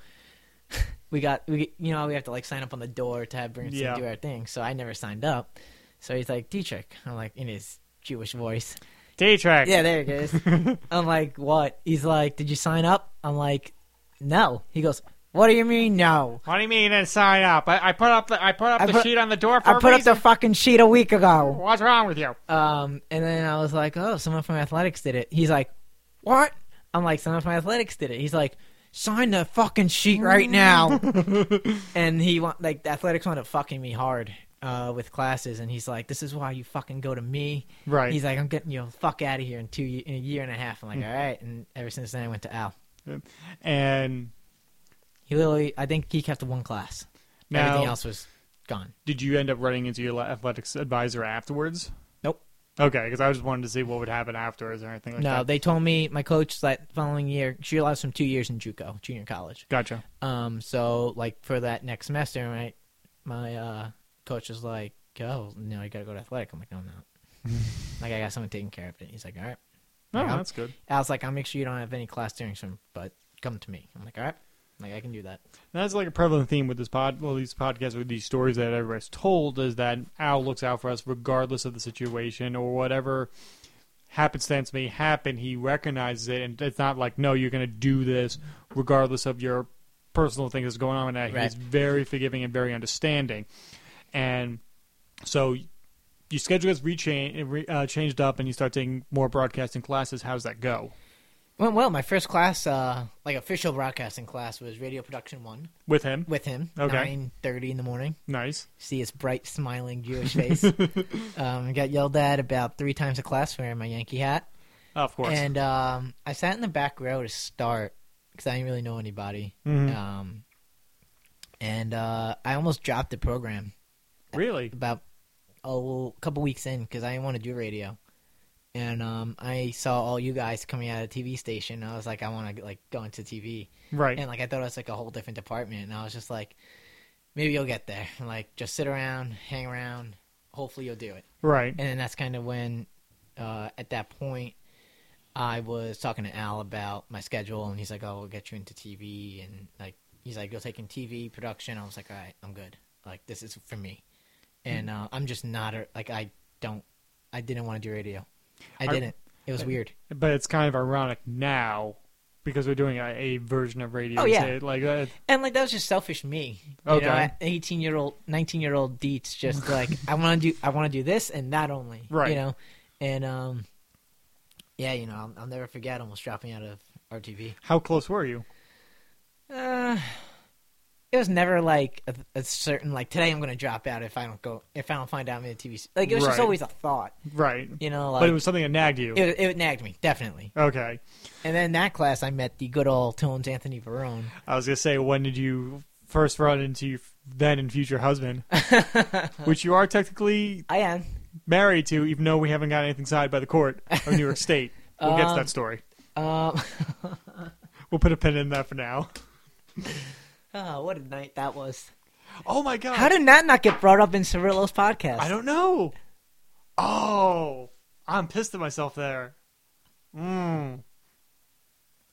Speaker 2: we got we you know we have to like sign up on the door to have Bernstein
Speaker 1: Yeah.
Speaker 2: do our thing. So I never signed up. So he's like Dietrich. I'm like in his Jewish voice.
Speaker 1: Day track.
Speaker 2: Yeah, there it is. I'm like, what? He's like, did you sign up? I'm like, no. He goes, what do you mean no?
Speaker 1: What do you mean and sign up? I, I put up the I put up
Speaker 2: I
Speaker 1: the
Speaker 2: put-
Speaker 1: sheet on the door for
Speaker 2: I
Speaker 1: a
Speaker 2: put up
Speaker 1: reason.
Speaker 2: the fucking sheet a week ago.
Speaker 1: What's wrong with you?
Speaker 2: Um, and then I was like, oh, someone from athletics did it. He's like, what? I'm like, someone from athletics did it. He's like, sign the fucking sheet right now. and he want like the athletics wanted fucking me hard uh, with classes, and he's like, this is why you fucking go to me.
Speaker 1: Right.
Speaker 2: He's like, I'm getting you the fuck out of here in two ye- in a year and a half. I'm like, all right. And ever since then, I went to Al.
Speaker 1: and
Speaker 2: He literally, I think he kept one class.
Speaker 1: now,
Speaker 2: Everything else was gone.
Speaker 1: did you end up running into your athletics advisor afterwards?
Speaker 2: Nope.
Speaker 1: Okay, because I just wanted to see what would happen afterwards or anything like
Speaker 2: no,
Speaker 1: that.
Speaker 2: they told me my coach that following year she allows him two years in JUCO, junior college.
Speaker 1: Gotcha.
Speaker 2: Um, so like for that next semester, my my uh, coach was like, "Oh, no, you gotta go to athletic." I'm like, "No, I'm not." like I got someone taking care of it. He's like, "All right."
Speaker 1: No,
Speaker 2: Yeah.
Speaker 1: that's good.
Speaker 2: I was like, "I'll make sure you don't have any class during swim, but come to me." I'm like, "All right." Like I can do that.
Speaker 1: That's like a prevalent theme with this pod, well, these podcasts, with these stories that everybody's told, is that Al looks out for us regardless of the situation or whatever happenstance may happen. He recognizes it, and it's not like, no, you're going to do this regardless of your personal thing that's going on. And that
Speaker 2: Right.
Speaker 1: he's very forgiving and very understanding. And so your schedule gets rechan- re- uh, changed up, and you start taking more broadcasting classes. How's that go
Speaker 2: Went well. My first class, uh, like official broadcasting class, was radio production one
Speaker 1: with him?
Speaker 2: with him.
Speaker 1: Okay.
Speaker 2: Nine thirty in the morning.
Speaker 1: Nice.
Speaker 2: see his bright, smiling Jewish face. um, got yelled at about three times a class for wearing my Yankee hat.
Speaker 1: Of course.
Speaker 2: And um, I sat in the back row to start because I didn't really know anybody.
Speaker 1: Mhm.
Speaker 2: Um, and uh, I almost dropped the program
Speaker 1: really?
Speaker 2: about a couple weeks in because I didn't want to do radio. And um, I saw all you guys coming out of the TV station. And I was like, I want to like go into TV.
Speaker 1: Right.
Speaker 2: And like I thought it was like a whole different department, and I was just like, maybe you'll get there. And, like just sit around, hang around. Hopefully you'll do it.
Speaker 1: right.
Speaker 2: And then that's kind of when, uh, at that point, I was talking to Al about my schedule, and he's like, "Oh, we'll get you into TV," and like he's like, "You'll take in TV production." I was like, "All right, I'm good. Like this is for me." And
Speaker 1: Hmm.
Speaker 2: uh, I'm just not a, like I don't, I didn't want to do radio. I
Speaker 1: Are-
Speaker 2: didn't. It was weird.
Speaker 1: but it's kind of ironic now because we're doing a, a version of radio.
Speaker 2: Oh, yeah.
Speaker 1: say, like uh,
Speaker 2: And like that was just selfish me. You
Speaker 1: Okay.
Speaker 2: know, eighteen year old, nineteen year old Deets just like I want to do, I want to do this and that only.
Speaker 1: Right.
Speaker 2: You know, and um, yeah, you know, I'll, I'll never forget almost dropping out of RTV.
Speaker 1: how close were you?
Speaker 2: Uh, it was never like a, a certain like today I'm going to drop out if I don't go if I don't find out I'm in a TV. se-" Like it was just
Speaker 1: Right.
Speaker 2: always a thought.
Speaker 1: Right.
Speaker 2: You know, like
Speaker 1: but it was something that nagged you.
Speaker 2: it, it nagged me definitely.
Speaker 1: okay.
Speaker 2: And then that class I met the good old Tones Anthony Verone.
Speaker 1: I was gonna say, when did you first run into your f- then and future husband, which you are technically
Speaker 2: I am.
Speaker 1: married to, even though we haven't got anything signed by the court of New York State. We'll get to
Speaker 2: Um,
Speaker 1: that story.
Speaker 2: Um,
Speaker 1: We'll put a pin in that for now.
Speaker 2: oh, what a night that was.
Speaker 1: Oh my god!
Speaker 2: How did that not get brought up in Cirillo's podcast?
Speaker 1: I don't know. Oh, I'm pissed at myself there. Mm.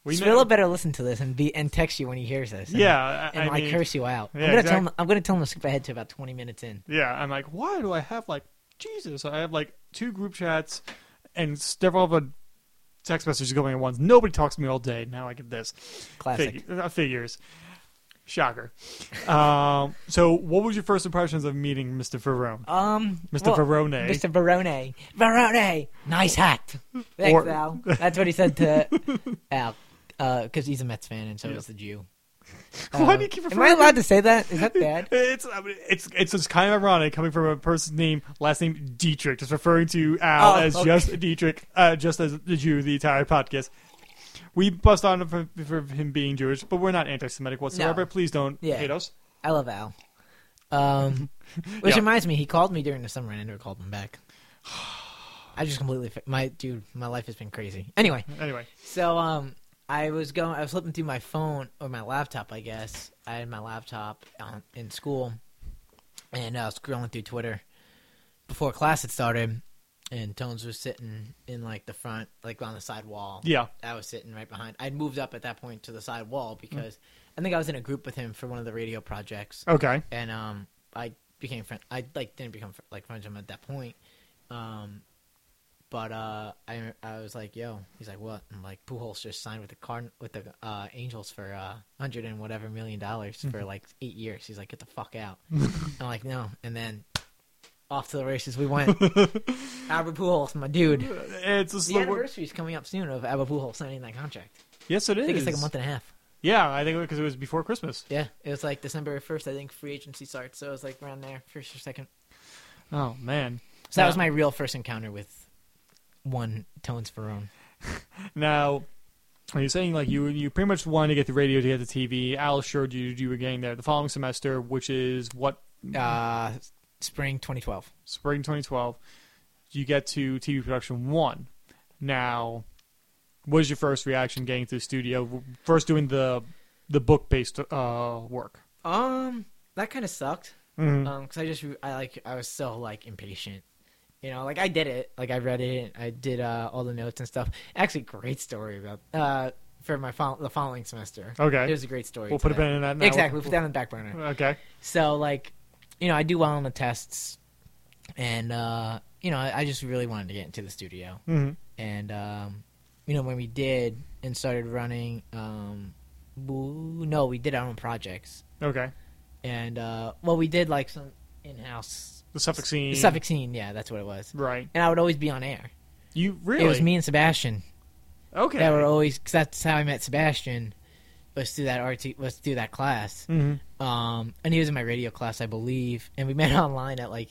Speaker 1: We
Speaker 2: Cirillo
Speaker 1: know-
Speaker 2: better listen to this and be and text you when he hears this. and-
Speaker 1: Yeah, I-
Speaker 2: and
Speaker 1: I
Speaker 2: like
Speaker 1: mean,
Speaker 2: curse you out.
Speaker 1: yeah,
Speaker 2: I'm gonna tell
Speaker 1: exact-
Speaker 2: him. I'm gonna tell him to skip ahead to about 20 minutes in.
Speaker 1: Yeah, I'm like, why do I have like Jesus? I have like two group chats and several of the text messages going at once. Nobody talks to me all day. Now I get this.
Speaker 2: Classic.
Speaker 1: Figu- uh, figures. Shocker. um, so, what was your first impressions of meeting Mr. Ferrone?
Speaker 2: Um,
Speaker 1: Mr.
Speaker 2: well,
Speaker 1: Verone.
Speaker 2: Mr. Verone. Verone. Nice hat. Thanks,
Speaker 1: Or-
Speaker 2: Al. That's what he said to Al, because he's a Mets fan and so is the Jew.
Speaker 1: Why
Speaker 2: Uh,
Speaker 1: do you keep
Speaker 2: Am I
Speaker 1: referring?
Speaker 2: allowed to say that? Is that bad?
Speaker 1: It's I mean, it's it's just kind of ironic coming from a person's name last name Dietrich, just referring to Al
Speaker 2: Oh,
Speaker 1: as
Speaker 2: okay.
Speaker 1: just Dietrich, uh, just as the Jew the entire podcast. We bust on him for, for him being Jewish, but we're not anti-Semitic whatsoever.
Speaker 2: No.
Speaker 1: Please don't
Speaker 2: Yeah.
Speaker 1: hate us.
Speaker 2: I love Al. Um, which
Speaker 1: Yeah.
Speaker 2: reminds me, he called me during the summer and I never called him back. I just completely fa- my dude. My life has been crazy. Anyway,
Speaker 1: Anyway,
Speaker 2: so um, I was going. I was flipping through my phone or my laptop. I guess I had my laptop on, in school, and I was scrolling through Twitter before class had started, and Tones was sitting in like the front, like on the side wall.
Speaker 1: Yeah.
Speaker 2: I was sitting right behind. I'd moved up at that point to the side wall
Speaker 1: Mm.
Speaker 2: because I think I was in a group with him for one of the radio projects,
Speaker 1: Okay.
Speaker 2: and um, I became friend. I like didn't become fr- like friends with him at that point, um, but uh, I I was like, "Yo," he's like, "What?" I'm like, "Pujols just signed with the Card with the uh, Angels for uh, hundred and whatever million dollars
Speaker 1: Mm-hmm.
Speaker 2: for like eight years." He's like, "Get the fuck out!" I'm like, "No," and then. Off to the races we went. Albert Pujols, my dude.
Speaker 1: It's a
Speaker 2: The
Speaker 1: slow.
Speaker 2: anniversary is coming up soon of Abba Pujols signing that contract.
Speaker 1: yes, it is.
Speaker 2: I think it's like a month and a half.
Speaker 1: Yeah, I think because it was before Christmas.
Speaker 2: Yeah, it was like December first. I think free agency starts, so it was like around there, first or second.
Speaker 1: Oh man.
Speaker 2: So that was
Speaker 1: Yeah.
Speaker 2: my real first encounter with one Tones Verone.
Speaker 1: Now, are you saying like you you pretty much wanted to get the radio to get the TV? Al assured you you were getting there the following semester, which is what
Speaker 2: Uh, spring 2012.
Speaker 1: spring 2012. You get to TV production one. Now, what was your first reaction getting to the studio? First doing the the book based uh, work.
Speaker 2: Um, that kind of sucked.
Speaker 1: Mm-hmm.
Speaker 2: Um, cause I just re- I like I was so like impatient. You know, like I did it. Like I read it. I did uh, all the notes and stuff. Actually, great story about uh for my fol- the following semester.
Speaker 1: Okay.
Speaker 2: it was a great story.
Speaker 1: We'll
Speaker 2: to
Speaker 1: put a
Speaker 2: that.
Speaker 1: pin in that now.
Speaker 2: Exactly, we'll put that on the back burner.
Speaker 1: Okay.
Speaker 2: So like, you know, I do well on the tests, and uh, you know, I, I just really wanted to get into the studio.
Speaker 1: Mm-hmm.
Speaker 2: And um, you know, when we did and started running, um, boo- no, we did our own projects,
Speaker 1: Okay.
Speaker 2: and uh, well, we did like some in-house
Speaker 1: The Suffolk scene.
Speaker 2: the Suffolk scene. Yeah, that's what it was.
Speaker 1: Right.
Speaker 2: And I would always be on air.
Speaker 1: You really?
Speaker 2: It was me and Sebastian
Speaker 1: Okay.
Speaker 2: that were always. Cause that's how I met Sebastian. Was through that RT. Was through that class.
Speaker 1: hmm
Speaker 2: um, and he was in my radio class, I believe, and we met online at like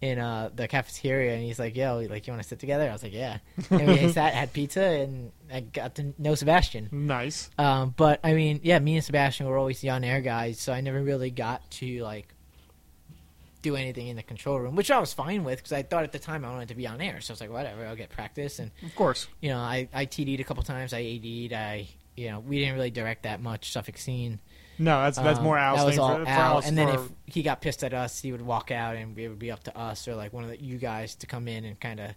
Speaker 2: in uh, the cafeteria, and he's like, "Yo, like you want to sit together?" I was like, "Yeah," and we sat, had pizza, and I got to know Sebastian.
Speaker 1: Nice.
Speaker 2: Um, but I mean, yeah, me and Sebastian were always the on-air guys, so I never really got to like do anything in the control room, which I was fine with because I thought at the time I wanted to be on air, so I was like, "Whatever, I'll get practice." And
Speaker 1: Of course.
Speaker 2: you know, I I TD'd a couple times, I AD'd, I you know, we didn't really direct that much Suffolk scene.
Speaker 1: No, that's that's
Speaker 2: Um,
Speaker 1: more Al's
Speaker 2: that was
Speaker 1: thing
Speaker 2: all
Speaker 1: for, for
Speaker 2: Al,
Speaker 1: us
Speaker 2: and then
Speaker 1: for-
Speaker 2: if he got pissed at us, he would walk out, and it would be up to us or like one of the, you guys to come in and kind of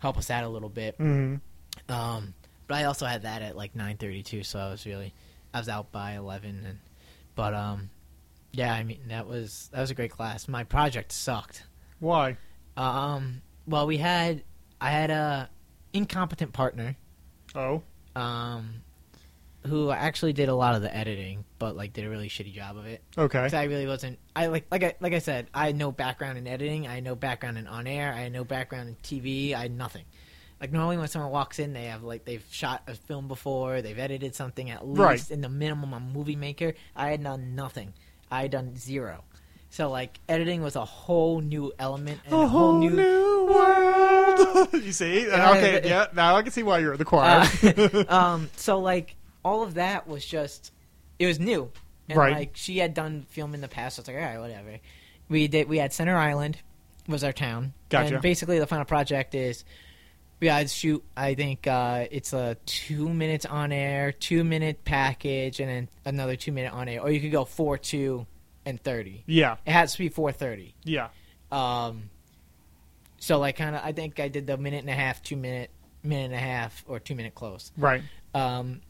Speaker 2: help us out a little bit.
Speaker 1: Mhm.
Speaker 2: Um, but I also had that at like nine thirty two, so I was really I was out by eleven. And but um, yeah, I mean that was that was a great class. My project sucked.
Speaker 1: why?
Speaker 2: Um, well, we had I had a incompetent partner
Speaker 1: Oh,
Speaker 2: um, who actually did a lot of the editing, but like did a really shitty job of it.
Speaker 1: okay.
Speaker 2: 'Cause I really wasn't. I like like I like I said. I had no background in editing. I had no background in on air. I had no background in TV. I had nothing. Like normally when someone walks in, they have like they've shot a film before. They've edited something at least
Speaker 1: Right.
Speaker 2: in the minimum. A movie maker. I had done nothing. I had done zero. So like editing was a whole new element and a whole new.
Speaker 1: world. you see?
Speaker 2: Yeah,
Speaker 1: okay,
Speaker 2: it-
Speaker 1: yeah. Now I can see why you're at the choir.
Speaker 2: Uh, um. So like all of that was just it was new. And,
Speaker 1: Right.
Speaker 2: Like she had done film in the past. So it's like all right, whatever. We did. We had Center Island was our town.
Speaker 1: Gotcha.
Speaker 2: And basically, the final project is we had to shoot. I think uh, it's a two minutes on air, two minute package, and then another two minute on air. Or you could go four two and thirty.
Speaker 1: yeah,
Speaker 2: It has to be four thirty.
Speaker 1: yeah.
Speaker 2: Um, so like kind of, I think I did the minute and a half, two minute, minute and a half, or two minute close
Speaker 1: Right.
Speaker 2: um,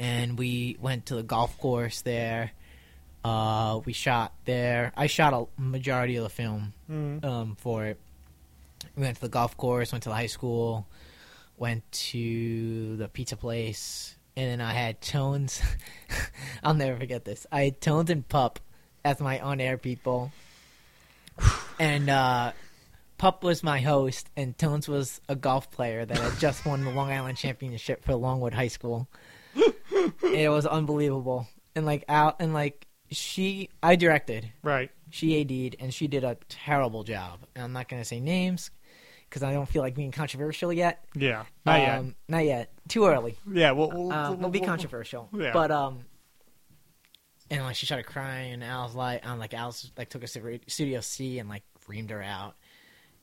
Speaker 2: and we went to the golf course there. Uh, we shot there. I shot a majority of the film
Speaker 1: Mhm.
Speaker 2: um, for it. We went to the golf course, went to the high school, went to the pizza place, and then I had Tones. I'll never forget this. I had Tones and Pup as my on-air people, and uh, Pup was my host, and Tones was a golf player that had just won the Long Island Championship for Longwood High School. it was unbelievable, and like out, and like she, I directed,
Speaker 1: Right.
Speaker 2: she AD'd, and she did a terrible job. And I'm not gonna say names because I don't feel like being controversial yet.
Speaker 1: Yeah. Not yet.
Speaker 2: um, Not yet. Too early.
Speaker 1: Yeah. We'll, we'll,
Speaker 2: Um,
Speaker 1: we'll-
Speaker 2: we'll be
Speaker 1: we'll-
Speaker 2: controversial.
Speaker 1: Yeah.
Speaker 2: But um, and like she started crying, and Al's like, I'm like, Al's like took us to ra- Studio C and like reamed her out,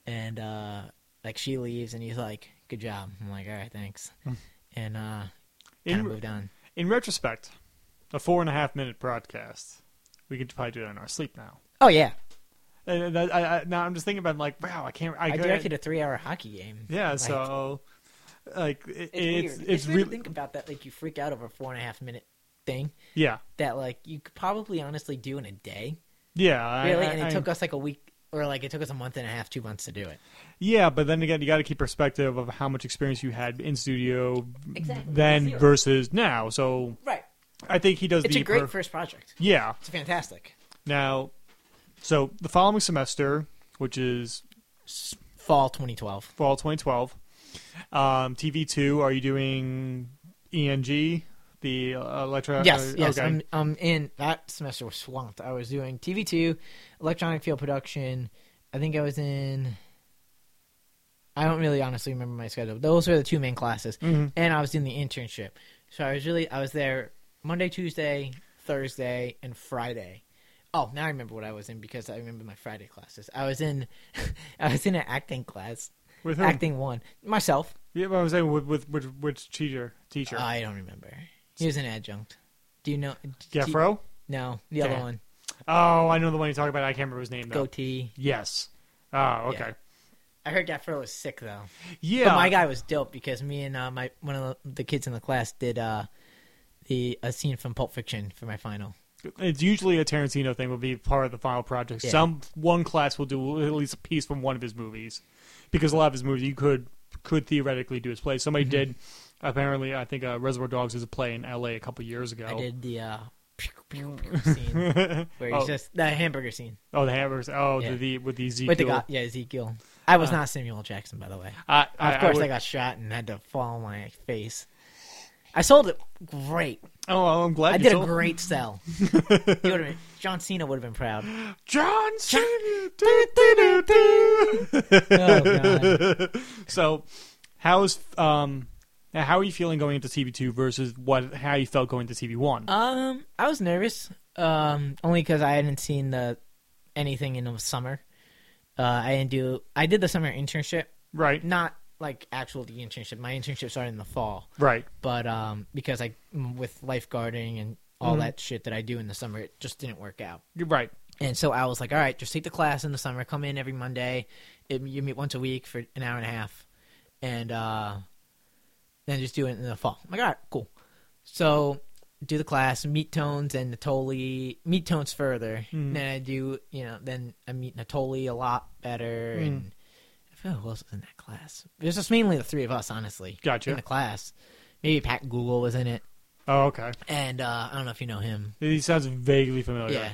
Speaker 2: and uh, like she leaves, and he's like, "Good job." I'm like, "All right, thanks," and uh, kind of
Speaker 1: Hmm. In,
Speaker 2: moved on.
Speaker 1: in retrospect, a four and a half minute broadcast. We could probably do it in our sleep now.
Speaker 2: Oh yeah,
Speaker 1: And that, I, I, now I'm just thinking about it, like, wow, I can't. I,
Speaker 2: I
Speaker 1: could-
Speaker 2: directed a three-hour hockey game.
Speaker 1: Yeah,
Speaker 2: Like,
Speaker 1: so like it,
Speaker 2: it's
Speaker 1: it's
Speaker 2: weird.
Speaker 1: it's,
Speaker 2: It's, weird to
Speaker 1: really
Speaker 2: think about that. Like you freak out over a four and a half minute thing
Speaker 1: yeah
Speaker 2: that like you could probably honestly do in a day.
Speaker 1: yeah
Speaker 2: Really,
Speaker 1: I,
Speaker 2: and it
Speaker 1: I-
Speaker 2: took us like a week or like it took us a month and a half, two months to do it.
Speaker 1: yeah, but then again, you got to keep perspective of how much experience you had in studio
Speaker 2: Exactly.
Speaker 1: then
Speaker 2: Zero.
Speaker 1: versus now. So
Speaker 2: Right.
Speaker 1: I think he does
Speaker 2: It's
Speaker 1: the
Speaker 2: a great
Speaker 1: per-
Speaker 2: first project.
Speaker 1: yeah
Speaker 2: It's fantastic.
Speaker 1: now. So the following semester, which is
Speaker 2: S- Fall 2012.
Speaker 1: fall 2012, um, TV2. Are you doing ENG? The uh, electro?
Speaker 2: Yes,
Speaker 1: uh,
Speaker 2: yes.
Speaker 1: okay.
Speaker 2: I'm, I'm in. That semester was swamped. I was doing TV2, electronic field production. I think I was in. I don't really honestly remember my schedule. Those were the two main classes,
Speaker 1: Mhm.
Speaker 2: and I was doing the internship. So I was really I was there Monday, Tuesday, Thursday, and Friday. Oh, now I remember what I was in because I remember my Friday classes. I was in, I was in an acting class,
Speaker 1: with whom?
Speaker 2: acting one myself.
Speaker 1: Yeah, but I was saying with with which, which teacher? Teacher
Speaker 2: I don't remember. He was an adjunct. Do you know? do you-
Speaker 1: Gefro.
Speaker 2: no, the other
Speaker 1: Yeah.
Speaker 2: one.
Speaker 1: Oh, I know the one you talk about. I can't remember his name though.
Speaker 2: Goatee.
Speaker 1: Yes. Oh, okay.
Speaker 2: I heard Gaffro was sick though.
Speaker 1: Yeah.
Speaker 2: But my guy was dope because me and uh, my one of the, the kids in the class did uh, the a scene from Pulp Fiction for my final.
Speaker 1: It's usually a Tarantino thing. Will be part of the final project.
Speaker 2: Yeah.
Speaker 1: Some one class will do at least a piece from one of his movies, because a lot of his movies you could could theoretically do his play. Somebody
Speaker 2: Mm-hmm.
Speaker 1: did. Apparently, I think uh, Reservoir Dogs is a play in L.A. a couple years ago.
Speaker 2: I did the uh, pew, pew, pew scene where he's
Speaker 1: Oh. Oh.
Speaker 2: just the hamburger scene
Speaker 1: Oh, the hamburgers. Oh,
Speaker 2: Yeah.
Speaker 1: the, the with the Ezekiel.
Speaker 2: with the guy. Yeah, Ezekiel. I was
Speaker 1: Uh.
Speaker 2: not Samuel Jackson, by the way.
Speaker 1: I, I,
Speaker 2: Of course, I,
Speaker 1: would-
Speaker 2: got shot and had to fall on my face. I sold it great.
Speaker 1: Oh, I'm glad
Speaker 2: I
Speaker 1: you
Speaker 2: did a
Speaker 1: told-
Speaker 2: great sell. He would've been- John Cena would have been proud.
Speaker 1: John Cena. Do, do, do, do.
Speaker 2: Oh, God.
Speaker 1: so how's um now how are you feeling going into TV2 versus what how you felt going to TV1?
Speaker 2: Um, I was nervous. Um, only because I hadn't seen the anything in the summer. Uh, I didn't do. I did the summer internship,
Speaker 1: right.
Speaker 2: not like actual the internship. My internship started in the fall,
Speaker 1: Right.
Speaker 2: but um, because I with lifeguarding and all
Speaker 1: Mhm.
Speaker 2: that shit that I do in the summer, it just didn't work out.
Speaker 1: You're right.
Speaker 2: And so I was like, all right, just take the class in the summer. Come in every Monday. It, you meet once a week for an hour and a half, and uh, then just do it in the fall. I'm like, all right, cool. So do the class, meet tones and Natoli. Meet tones further.
Speaker 1: Mhm.
Speaker 2: Then I do, you know, then I meet Natoli a lot better. And I feel who else was in that class? It was just mainly the three of us, honestly.
Speaker 1: Gotcha.
Speaker 2: In the class, maybe Pat Google was in it,
Speaker 1: Oh, okay.
Speaker 2: and uh, I don't know if you know him.
Speaker 1: He sounds vaguely familiar.
Speaker 2: yeah,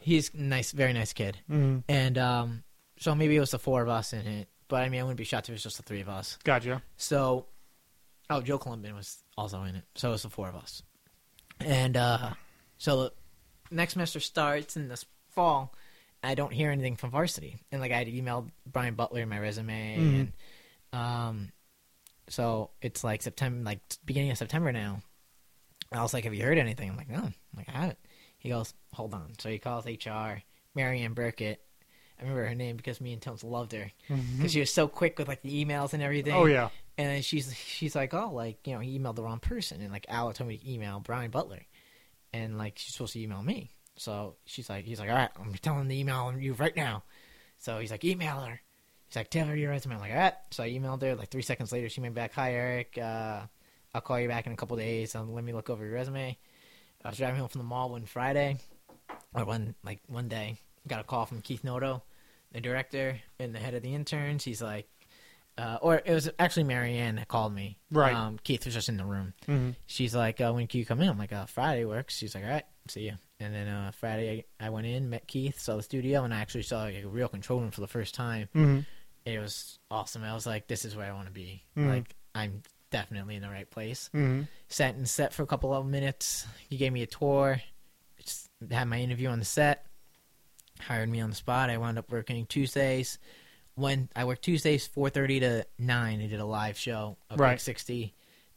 Speaker 2: he's nice, very nice kid.
Speaker 1: Mhm.
Speaker 2: And um, so maybe it was the four of us in it, but I mean, I wouldn't be shocked if it was just the three of us.
Speaker 1: Gotcha.
Speaker 2: So, oh, Joe Columbin was also in it, so it was the four of us. And uh, so the next semester starts in this fall. I don't hear anything from varsity, and like I had emailed Brian Butler my resume,
Speaker 1: Mhm.
Speaker 2: and um, so it's like September, like beginning of September now. I was like, "Have you heard anything?" I'm like, "No." I'm like, "I haven't." He goes, "Hold on." So he calls HR, Marianne Burkett. I remember her name because me and Tones loved her because she was so quick with like the emails and everything.
Speaker 1: Oh yeah.
Speaker 2: And then she's she's like, "Oh, like you know, he emailed the wrong person." And like Al told me to email Brian Butler, and like she's supposed to email me. So she's like, he's like, "All right, I'm telling him to email you right now." So he's like, "Email her." He's like, "Tell her your resume." I'm like, "All right." So I emailed her. Like three seconds later, she came back. Hi, Eric. Uh, I'll call you back in a couple days. Um, let me look over your resume. I was driving home from the mall one Friday, or one like one day. Got a call from Keith Noto, the director and the head of the interns. He's like, uh, or it was actually Marianne that called me.
Speaker 1: Right.
Speaker 2: Um, Keith was just in the room.
Speaker 1: Mhm.
Speaker 2: She's like, uh, when can you come in? I'm like, uh, Friday works. She's like, all right, see you. And then uh, Friday, I went in, met Keith, saw the studio, and I actually saw like, a real control room for the first time.
Speaker 1: Mhm.
Speaker 2: It was awesome. I was like, this is where I want to be.
Speaker 1: Mhm.
Speaker 2: Like, I'm definitely in the right place.
Speaker 1: Mhm.
Speaker 2: Sat and set for a couple of minutes. He gave me a tour. Just had my interview on the set. Hired me on the spot. I wound up working Tuesdays. When I worked Tuesdays, four thirty to nine, I did a live show of
Speaker 1: Right.
Speaker 2: Quick Sixty,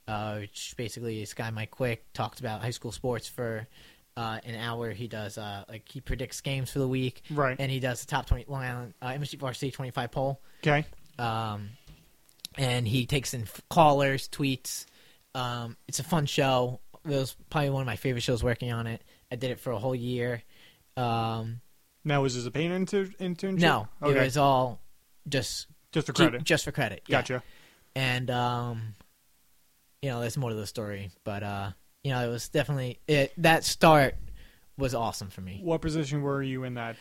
Speaker 2: uh, which basically this guy Mike Quick talks about high school sports for uh, an hour. He does uh, like he predicts games for the week,
Speaker 1: Right.
Speaker 2: and he does the top twenty Long Island uh, MSG varsity twenty five poll
Speaker 1: Okay.
Speaker 2: um, and he takes in f- callers, tweets. Um, it's a fun show. It was probably one of my favorite shows working on it. I did it for a whole year. Um,
Speaker 1: Now, was this a paid inter- internship?
Speaker 2: No,
Speaker 1: Okay.
Speaker 2: it was all just
Speaker 1: Just for
Speaker 2: ju-
Speaker 1: credit.
Speaker 2: just for credit. yeah.
Speaker 1: Gotcha.
Speaker 2: and um you know there's more to the story but uh you know it was definitely it that start was awesome for me
Speaker 1: What position were you in that?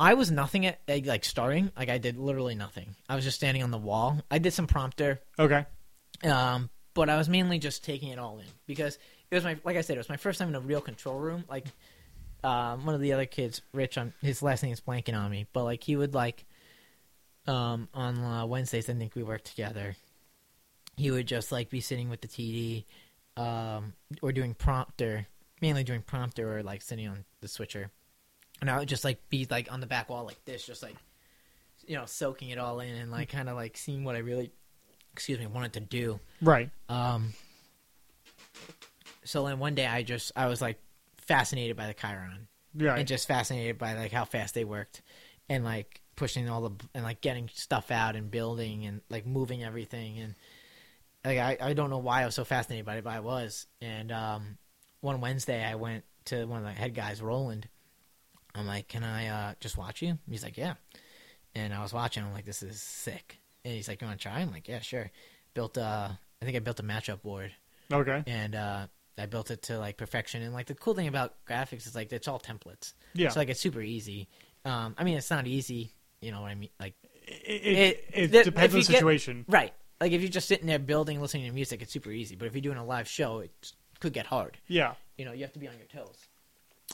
Speaker 2: i was nothing at at, like starting like i did literally nothing i was just standing on the wall i did some prompter
Speaker 1: Okay.
Speaker 2: um but i was mainly just taking it all in because it was my like i said it was my first time in a real control room like um one of the other kids rich on his last name is blanking on me but like he would like um on uh, wednesdays i think we worked together he would just like be sitting with the td um or doing prompter mainly doing prompter or like sitting on the switcher and i would just like be like on the back wall like this just like you know soaking it all in and like kind of like seeing what i really excuse me wanted to do
Speaker 1: Right.
Speaker 2: um, so then one day I just I was like fascinated by the Chiron
Speaker 1: Right.
Speaker 2: and just fascinated by like how fast they worked and like pushing all the and like getting stuff out and building and like moving everything and like I, I don't know why I was so fascinated by it but I was and um one Wednesday I went to one of the head guys Roland I'm like can I uh just watch you he's like yeah and I was watching I'm like this is sick and he's like you want to try I'm like yeah sure built uh I think I built a matchup board
Speaker 1: okay.
Speaker 2: and uh, I built it to like perfection. And like the cool thing about graphics is like it's all templates,
Speaker 1: Yeah.
Speaker 2: so like it's super easy. Um, I mean, it's not easy, you know what I mean? Like
Speaker 1: it, it, it
Speaker 2: th-
Speaker 1: depends
Speaker 2: if
Speaker 1: on
Speaker 2: you
Speaker 1: the
Speaker 2: get-
Speaker 1: situation.
Speaker 2: right, like if you're just sitting there building, listening to music, it's super easy. But if you're doing a live show, it could get hard.
Speaker 1: Yeah.
Speaker 2: You know, you have to be on your toes.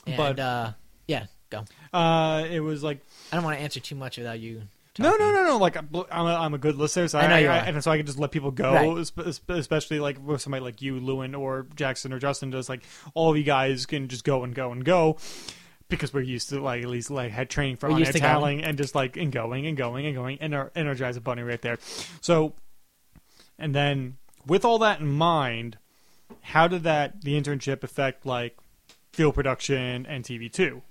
Speaker 2: And,
Speaker 1: But-
Speaker 2: uh, yeah, go.
Speaker 1: Uh, it was like
Speaker 2: I don't want to answer too much without you.
Speaker 1: no,
Speaker 2: talking.
Speaker 1: no, no, no. Like I'm a, I'm a good listener, so I,
Speaker 2: I know
Speaker 1: I,
Speaker 2: you are.
Speaker 1: and so I can just let people go.
Speaker 2: Right.
Speaker 1: espe- espe- Especially like with somebody like you, Lewin, or Jackson, or Justin. Just like all of you guys can just go and go and go because we're used to like at least like had training for
Speaker 2: We're
Speaker 1: on
Speaker 2: used to going.
Speaker 1: tallying and just like and going and going and going and our energize a bunny right there. So, and then with all that in mind, how did that the internship affect like field production and TV two?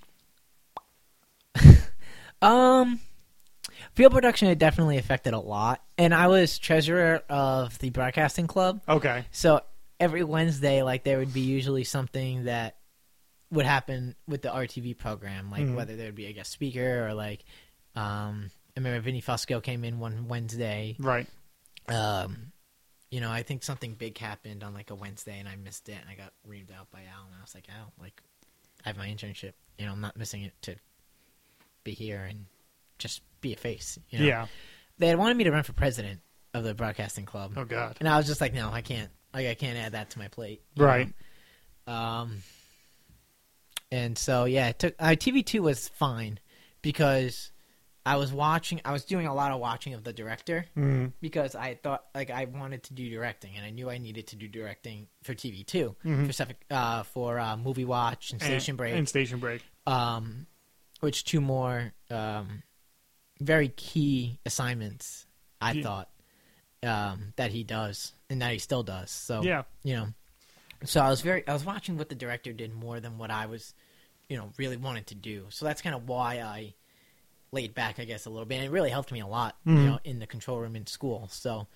Speaker 2: Um, field production it definitely affected a lot, and I was treasurer of the broadcasting club.
Speaker 1: Okay,
Speaker 2: So every Wednesday, like there would be usually something that would happen with the RTV program, like
Speaker 1: Mhm.
Speaker 2: whether there would be a guest speaker or like um, I remember Vinny Fusco came in one Wednesday.
Speaker 1: right.
Speaker 2: Um, you know, I think something big happened on like a Wednesday, and I missed it, and I got reamed out by Al, and I was like, Al, like I have my internship, you know, I'm not missing it to be here and just be a face. You know?
Speaker 1: Yeah.
Speaker 2: they had wanted me to run for president of the broadcasting club.
Speaker 1: Oh God.
Speaker 2: And I was just like, no, I can't. Like, I can't add that to my plate. you
Speaker 1: Right.
Speaker 2: know? Um. And so yeah, it took uh, TV two was fine because I was watching. I was doing a lot of watching of the director
Speaker 1: Mm.
Speaker 2: because I thought like I wanted to do directing and I knew I needed to do directing for TV 2
Speaker 1: Mhm.
Speaker 2: for stuff uh, for uh, movie watch and station
Speaker 1: and,
Speaker 2: break
Speaker 1: and station break.
Speaker 2: um, which two more um, very key assignments I
Speaker 1: Yeah.
Speaker 2: thought um, that he does and that he still does. So
Speaker 1: Yeah,
Speaker 2: you know, so I was very I was watching what the director did more than what I was, you know, really wanted to do. So that's kind of why I laid back, I guess, a little bit. And it really helped me a lot,
Speaker 1: Mhm.
Speaker 2: you know, in the control room in school. So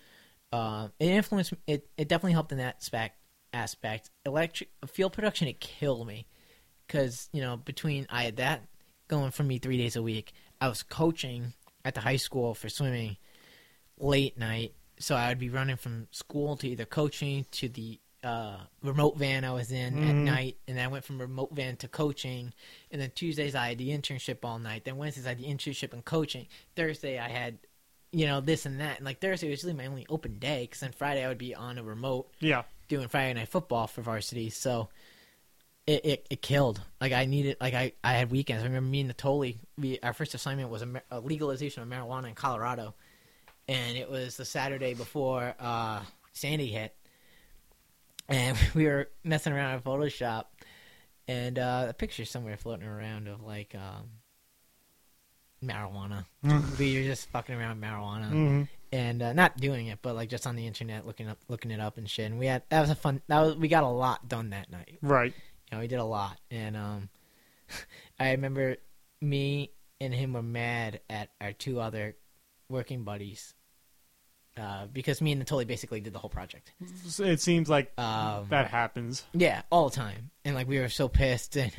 Speaker 2: uh, it influenced. It it definitely helped in that aspect. Aspect electric field production, it killed me because you know between I had that going for me three days a week. I was coaching at the high school for swimming late night, so I would be running from school to either coaching to the uh, remote van I was in at
Speaker 1: Mhm.
Speaker 2: night, and then I went from remote van to coaching, and then Tuesdays I had the internship all night. Then Wednesdays I had the internship and coaching. Thursday I had, you know, this and that, and like Thursday was really my only open day because then Friday I would be on a remote
Speaker 1: yeah,
Speaker 2: doing Friday night football for varsity, so it, it, it killed. Like I needed, like I, I had weekends. I remember me and Natoli, we our first assignment was a, ma- a legalization of marijuana in Colorado, and it was the Saturday before uh, Sandy hit, and we were messing around in Photoshop, and uh, a picture somewhere floating around of like um, marijuana. we were just fucking around with marijuana
Speaker 1: hmm
Speaker 2: and uh, not doing it, but like just on the internet looking up, looking it up and shit. And we had that was a fun. That was we got a lot done that night.
Speaker 1: right.
Speaker 2: You know, we did a lot, and um, I remember me and him were mad at our two other working buddies uh, because me and Natoli basically did the whole project.
Speaker 1: So It seems like
Speaker 2: Um,
Speaker 1: that happens.
Speaker 2: yeah, all the time. And like we were so pissed and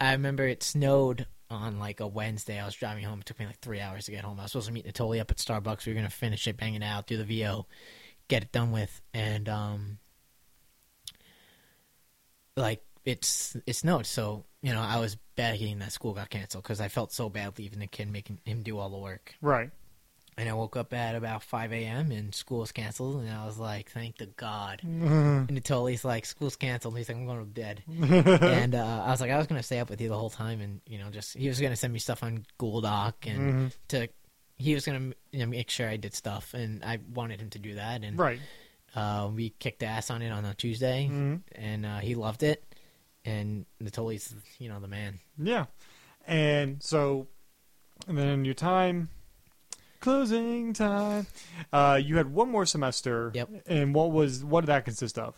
Speaker 2: I remember it snowed on like a Wednesday. I was driving home. It took me like three hours to get home. I was supposed to meet Natoli up at Starbucks. We were gonna finish it, bang it out, do the VO, get it done with, and um, like it's it snowed. So you know, I was begging that school got canceled because I felt so bad leaving the kid, making him do all the work.
Speaker 1: Right.
Speaker 2: And I woke up at about 5 a.m. and school was canceled. And I was like, thank the God. And Natoli's like, school's canceled. He's like, I'm going to bed. and uh, I was like, I was going to stay up with you the whole time. And, you know, just, he was going to send me stuff on Google Doc and
Speaker 1: Mhm.
Speaker 2: to, he was going to you know, make sure I did stuff. And I wanted him to do that. And
Speaker 1: right.
Speaker 2: uh, we kicked ass on it on a Tuesday.
Speaker 1: Mhm.
Speaker 2: And uh, he loved it. And Natoli's, you know, the man.
Speaker 1: Yeah. And so, and then your time, closing time. Uh, you had one more semester.
Speaker 2: Yep.
Speaker 1: And what was what did that consist of?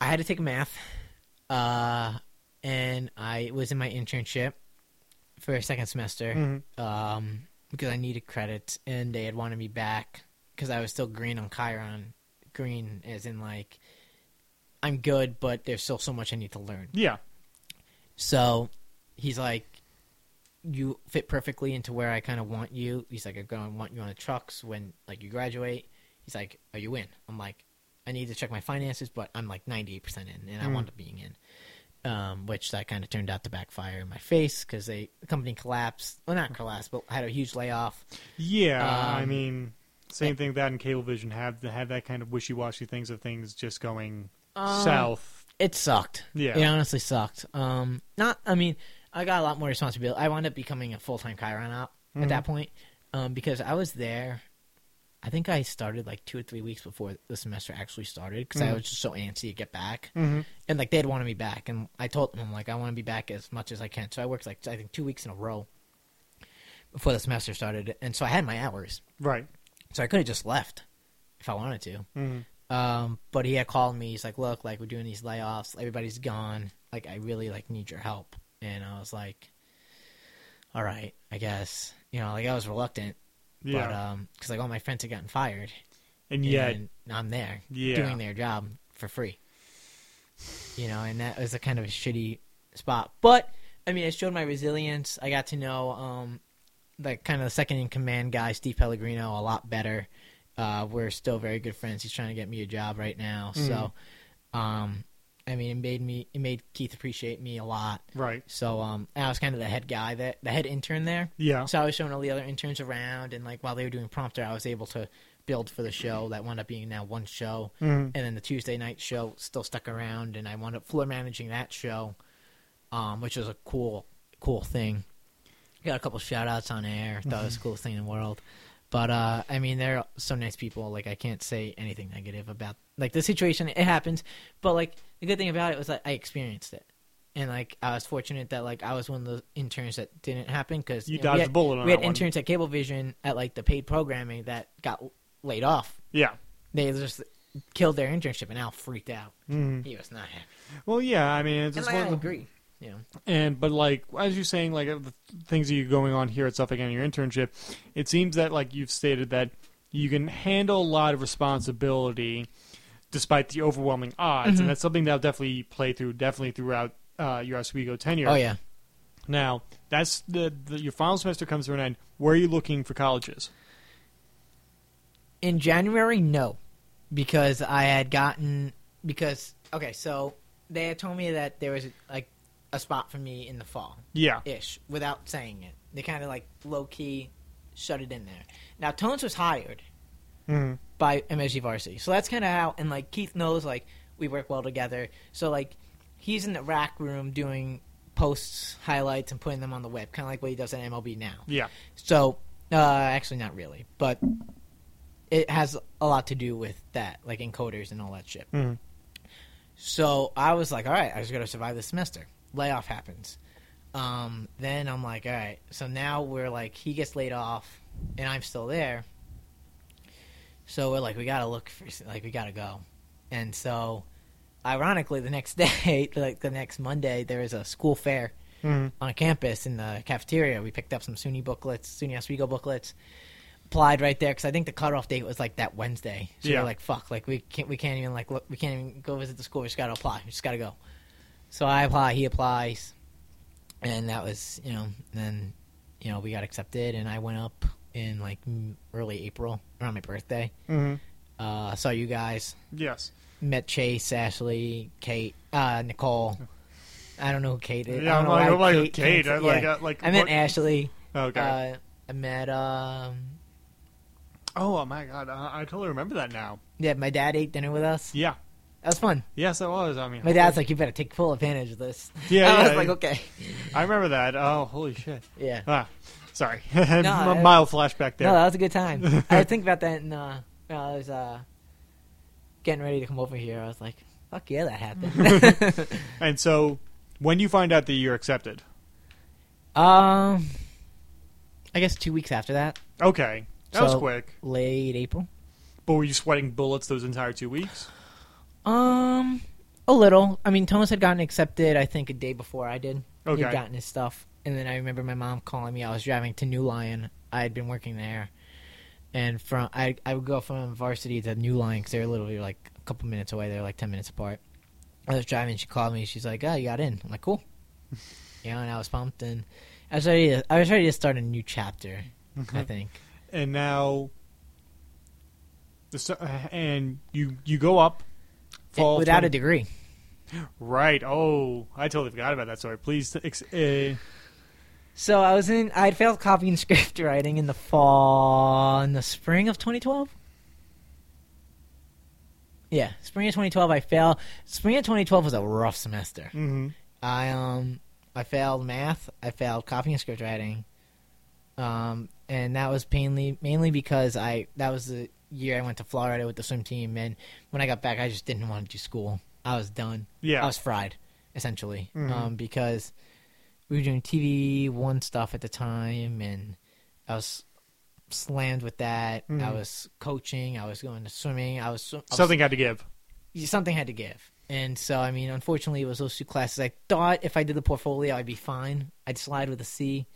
Speaker 2: I had to take math, uh, and I was in my internship for a second semester
Speaker 1: Mhm.
Speaker 2: um, because I needed credits, and they had wanted me back because I was still green on Chiron. Green, as in like I'm good, but there's still so much I need to learn.
Speaker 1: Yeah.
Speaker 2: So he's like, you fit perfectly into where I kind of want you. He's like, I'm going to want you on the trucks when like you graduate. He's like, are you in? I'm like, I need to check my finances, but I'm like 98% in, and I
Speaker 1: Mm.
Speaker 2: wound up being in. Um, which that kind of turned out to backfire in my face because they the company collapsed. Well, not collapsed, but had a huge layoff.
Speaker 1: Yeah. I
Speaker 2: Um,
Speaker 1: mean, same thing with that and Cablevision have have that kind of wishy washy things of things just going
Speaker 2: Um,
Speaker 1: south.
Speaker 2: It sucked.
Speaker 1: Yeah.
Speaker 2: It honestly sucked. Um, not. I mean, I got a lot more responsibility. I wound up becoming a full time Chiron op
Speaker 1: Mhm.
Speaker 2: at that point, um, because I was there. I think I started like two or three weeks before the semester actually started because I
Speaker 1: Mhm.
Speaker 2: was just so antsy to get back,
Speaker 1: Mhm.
Speaker 2: and like they had wanted me back, and I told them like I want to be back as much as I can. So I worked like I think two weeks in a row before the semester started, and so I had my hours,
Speaker 1: Right.
Speaker 2: so I could have just left if I wanted to.
Speaker 1: Mhm.
Speaker 2: Um, but he had called me. He's like, "Look, like we're doing these layoffs. Everybody's gone. Like I really like need your help." And I was like, "All right, I guess." You know, like I was reluctant,
Speaker 1: Yeah.
Speaker 2: but um, because like all my friends had gotten fired,
Speaker 1: and yet,
Speaker 2: and I'm there
Speaker 1: yeah.
Speaker 2: doing their job for free. You know, and that was a kind of a shitty spot. But I mean, it showed my resilience. I got to know um, the kind of the second in command guy, Steve Pellegrino, a lot better. Uh, we're still very good friends. He's trying to get me a job right now, so um, I mean, it made me it made Keith appreciate me a lot.
Speaker 1: right.
Speaker 2: So um, I was kind of the head guy, that the head intern there.
Speaker 1: Yeah.
Speaker 2: So I was showing all the other interns around, and like while they were doing prompter, I was able to build for the show that wound up being now one show,
Speaker 1: Mhm.
Speaker 2: and then the Tuesday night show still stuck around, and I wound up floor managing that show, um, which was a cool, cool thing. Got a couple shout outs on air. Thought it
Speaker 1: Mm-hmm.
Speaker 2: was the coolest thing in the world. But uh, I mean, they're so nice people. Like I can't say anything negative about like the situation. It happens, but like the good thing about it was that I experienced it. And like I was fortunate that like I was one of the interns that didn't happen because
Speaker 1: You dodged the bullet on
Speaker 2: we had
Speaker 1: that one.
Speaker 2: interns at Cablevision at like the paid programming that got laid off.
Speaker 1: Yeah.
Speaker 2: They just killed their internship, and Al freaked out.
Speaker 1: Mhm.
Speaker 2: He was not happy.
Speaker 1: Well, yeah. I mean, it's
Speaker 2: And
Speaker 1: just
Speaker 2: like,
Speaker 1: one
Speaker 2: I
Speaker 1: of the-
Speaker 2: agree. You know,
Speaker 1: And but like as you're saying, like the things that you're going on here at Suffolk and your internship, it seems that like you've stated that you can handle a lot of responsibility despite the overwhelming odds,
Speaker 2: Mm-hmm.
Speaker 1: and that's something that'll definitely play through definitely throughout uh, your Oswego tenure.
Speaker 2: oh yeah.
Speaker 1: Now that's the, the your final semester comes to an end. Where are you looking for colleges?
Speaker 2: in January, no, because I had gotten because okay, so they had told me that there was like a spot for me in the fall
Speaker 1: Yeah.
Speaker 2: ish without saying it. They kind of like low key shut it in there. Now Tones was hired
Speaker 1: hmm
Speaker 2: by MSG Varsity, so that's kind of how and like Keith knows like we work well together. So like he's in the rack room doing posts, highlights, and putting them on the web, kind of like what he does at MLB now.
Speaker 1: Yeah.
Speaker 2: So, uh, actually, not really, but it has a lot to do with that, like encoders and all that shit.
Speaker 1: Mhm.
Speaker 2: So I was like, all right, I just got to survive this semester. Layoff happens. Um, then I'm like, all right, so now we're like, he gets laid off, and I'm still there. So we're like, we gotta look for, like, we gotta go. And so, ironically, the next day, like the next Monday, there is a school fair
Speaker 1: Mhm.
Speaker 2: on campus in the cafeteria. We picked up some SUNY booklets, SUNY Oswego booklets, applied right there because I think the cutoff date was like that Wednesday. So
Speaker 1: Yeah.
Speaker 2: we're like, fuck, like we can't, we can't even like look, we can't even go visit the school. We just gotta apply. We just gotta go. So I apply, he applies, and that was you know then you know we got accepted and i went up in like m- early april around my birthday
Speaker 1: Mm-hmm.
Speaker 2: uh saw you guys
Speaker 1: Yes.
Speaker 2: met chase ashley kate uh nicole i don't know who kate is
Speaker 1: Yeah,
Speaker 2: I
Speaker 1: I'm
Speaker 2: don't
Speaker 1: like,
Speaker 2: know
Speaker 1: I'm
Speaker 2: why
Speaker 1: like Kate.
Speaker 2: came
Speaker 1: I
Speaker 2: to-
Speaker 1: like,
Speaker 2: yeah.
Speaker 1: I, like,
Speaker 2: i met
Speaker 1: what- Oh,
Speaker 2: ashley
Speaker 1: Okay.
Speaker 2: uh i met um
Speaker 1: oh, oh my God, I, I totally remember that now.
Speaker 2: yeah my dad ate dinner with us
Speaker 1: Yeah.
Speaker 2: that was fun
Speaker 1: Yes, it was. I mean,
Speaker 2: my dad's like you better take full advantage of this
Speaker 1: Yeah,
Speaker 2: i was
Speaker 1: yeah,
Speaker 2: like
Speaker 1: yeah.
Speaker 2: okay
Speaker 1: I remember that. Oh, holy shit.
Speaker 2: yeah
Speaker 1: Ah, sorry.
Speaker 2: I-
Speaker 1: Mild flashback there.
Speaker 2: No, that was a good time. I would think about that in, uh, when I was uh, getting ready to come over here. I was like, fuck yeah, that happened.
Speaker 1: And so, when you find out that you're accepted,
Speaker 2: um, I guess two weeks after that,
Speaker 1: okay, that was
Speaker 2: So-
Speaker 1: quick.
Speaker 2: late April.
Speaker 1: But were you sweating bullets those entire two weeks?
Speaker 2: Um, a little. I mean, Thomas had gotten accepted, I think, a day before I did.
Speaker 1: Okay.
Speaker 2: He'd gotten his stuff. And then I remember my mom calling me. I was driving to New Lion. I had been working there. And from I, I would go from varsity to New Lion because they were literally like a couple minutes away. They were like 10 minutes apart. I was driving. She called me. She's like, oh, you got in. I'm like, cool. you know, and I was pumped. And I was ready to, I was ready to start a new chapter, I think.
Speaker 1: and now, the s- and you you go up. Fall
Speaker 2: Without
Speaker 1: 20
Speaker 2: a degree.
Speaker 1: right. Oh, I totally forgot about that story. Please, ex- uh,
Speaker 2: So I was in. I had failed copy and script writing in the fall, in the spring of 2012. Yeah, spring of 2012. I failed. Spring of 2012 was a rough semester.
Speaker 1: mhm.
Speaker 2: I um, I failed math. I failed copy and script writing. Um, and that was mainly mainly because I that was the year I went to Florida with the swim team, and when I got back, I just didn't want to do school. I was done.
Speaker 1: yeah,
Speaker 2: I was fried, essentially,
Speaker 1: Mhm.
Speaker 2: um, because we were doing TV one stuff at the time, and I was slammed with that. I
Speaker 1: Mhm.
Speaker 2: was coaching. I was going to swimming. I was, sw- I was-
Speaker 1: something had to give.
Speaker 2: something had to give, and so I mean, unfortunately, it was those two classes. I thought if I did the portfolio, I'd be fine. I'd slide with a C.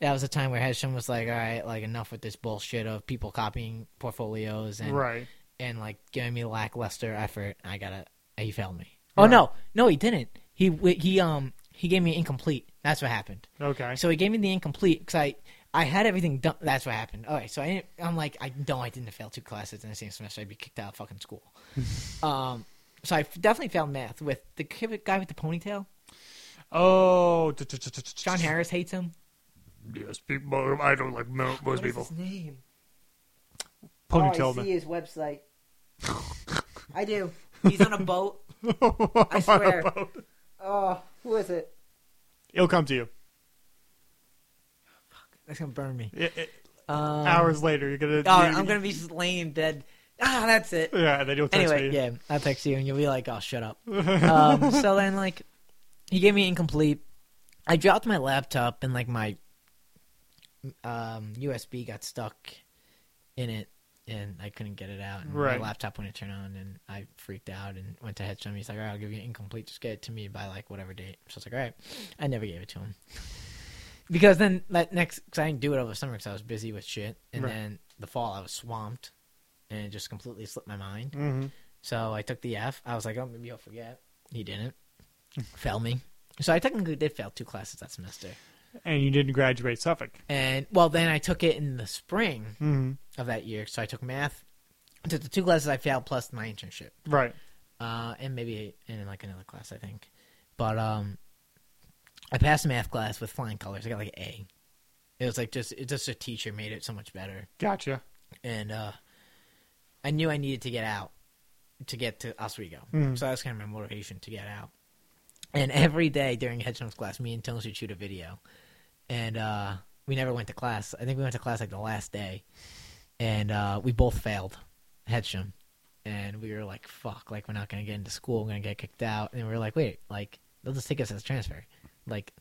Speaker 2: That was a time where Hedgeham was like, "All right, like enough with this bullshit of people copying portfolios and
Speaker 1: Right.
Speaker 2: and like giving me lackluster effort. I gotta. He failed me. Oh
Speaker 1: Right.
Speaker 2: no, no, he didn't. He w- he um he gave me incomplete. That's what happened.
Speaker 1: Okay.
Speaker 2: So he gave me the incomplete because I I had everything done. That's what happened. All right, so I didn't, I'm like I no, I didn't fail two classes in the same semester. I'd be kicked out of fucking school. um, so I f- definitely failed math with the kid- guy with the ponytail.
Speaker 1: oh,
Speaker 2: John Harris hates him.
Speaker 1: Yes, people. I don't like mo- most
Speaker 2: What is
Speaker 1: people.
Speaker 2: his name? Oh,
Speaker 1: Ponytail man.
Speaker 2: his website. I do. He's on a boat. I
Speaker 1: On a
Speaker 2: swear.
Speaker 1: boat.
Speaker 2: Oh, who is it?
Speaker 1: It'll come to you.
Speaker 2: That's gonna burn me.
Speaker 1: It- it-
Speaker 2: Um,
Speaker 1: hours later, you're gonna.
Speaker 2: Oh,
Speaker 1: you-
Speaker 2: I'm gonna be just laying dead. Ah, that's it.
Speaker 1: Yeah, and then you'll text
Speaker 2: Anyway,
Speaker 1: me.
Speaker 2: yeah, I'll text you and you'll be like, "Oh, shut up." um, so then, like, he gave me incomplete. I dropped my laptop and like my um, USB got stuck in it, and I couldn't get it out. And
Speaker 1: Right.
Speaker 2: My laptop wouldn't turn on, and I freaked out and went to Hedgehog. He's like, "All right, I'll give you an incomplete. Just get it to me by like whatever date." So I was like, "All right." I never gave it to him because then that next because I didn't do it over summer because I was busy with shit, and
Speaker 1: Right.
Speaker 2: then the fall I was swamped, and it just completely slipped my mind.
Speaker 1: Mm-hmm.
Speaker 2: So I took the F. I was like, oh, maybe I'll forget. He didn't. Fail me. So I technically did fail two classes that semester.
Speaker 1: And you didn't graduate Suffolk.
Speaker 2: And, well, then I took it in the spring
Speaker 1: Mm-hmm.
Speaker 2: of that year. So I took math. I took the two classes I failed plus my internship.
Speaker 1: Right.
Speaker 2: Uh, and maybe in like another class, I think. But um, I passed math class with flying colors. I got like an A. It was like just, it just a teacher made it so much better.
Speaker 1: Gotcha.
Speaker 2: and uh, I knew I needed to get out to get to Oswego.
Speaker 1: Mhm.
Speaker 2: So that was kind of my motivation to get out. And every day during Hedgehog's class, me and Tones would shoot a video, and uh, we never went to class. I think we went to class like the last day, and uh, we both failed Hedgehog. And we were like, "Fuck! Like we're not gonna get into school. We're gonna get kicked out." And we were like, "Wait, like they'll just take us as transfer. Like,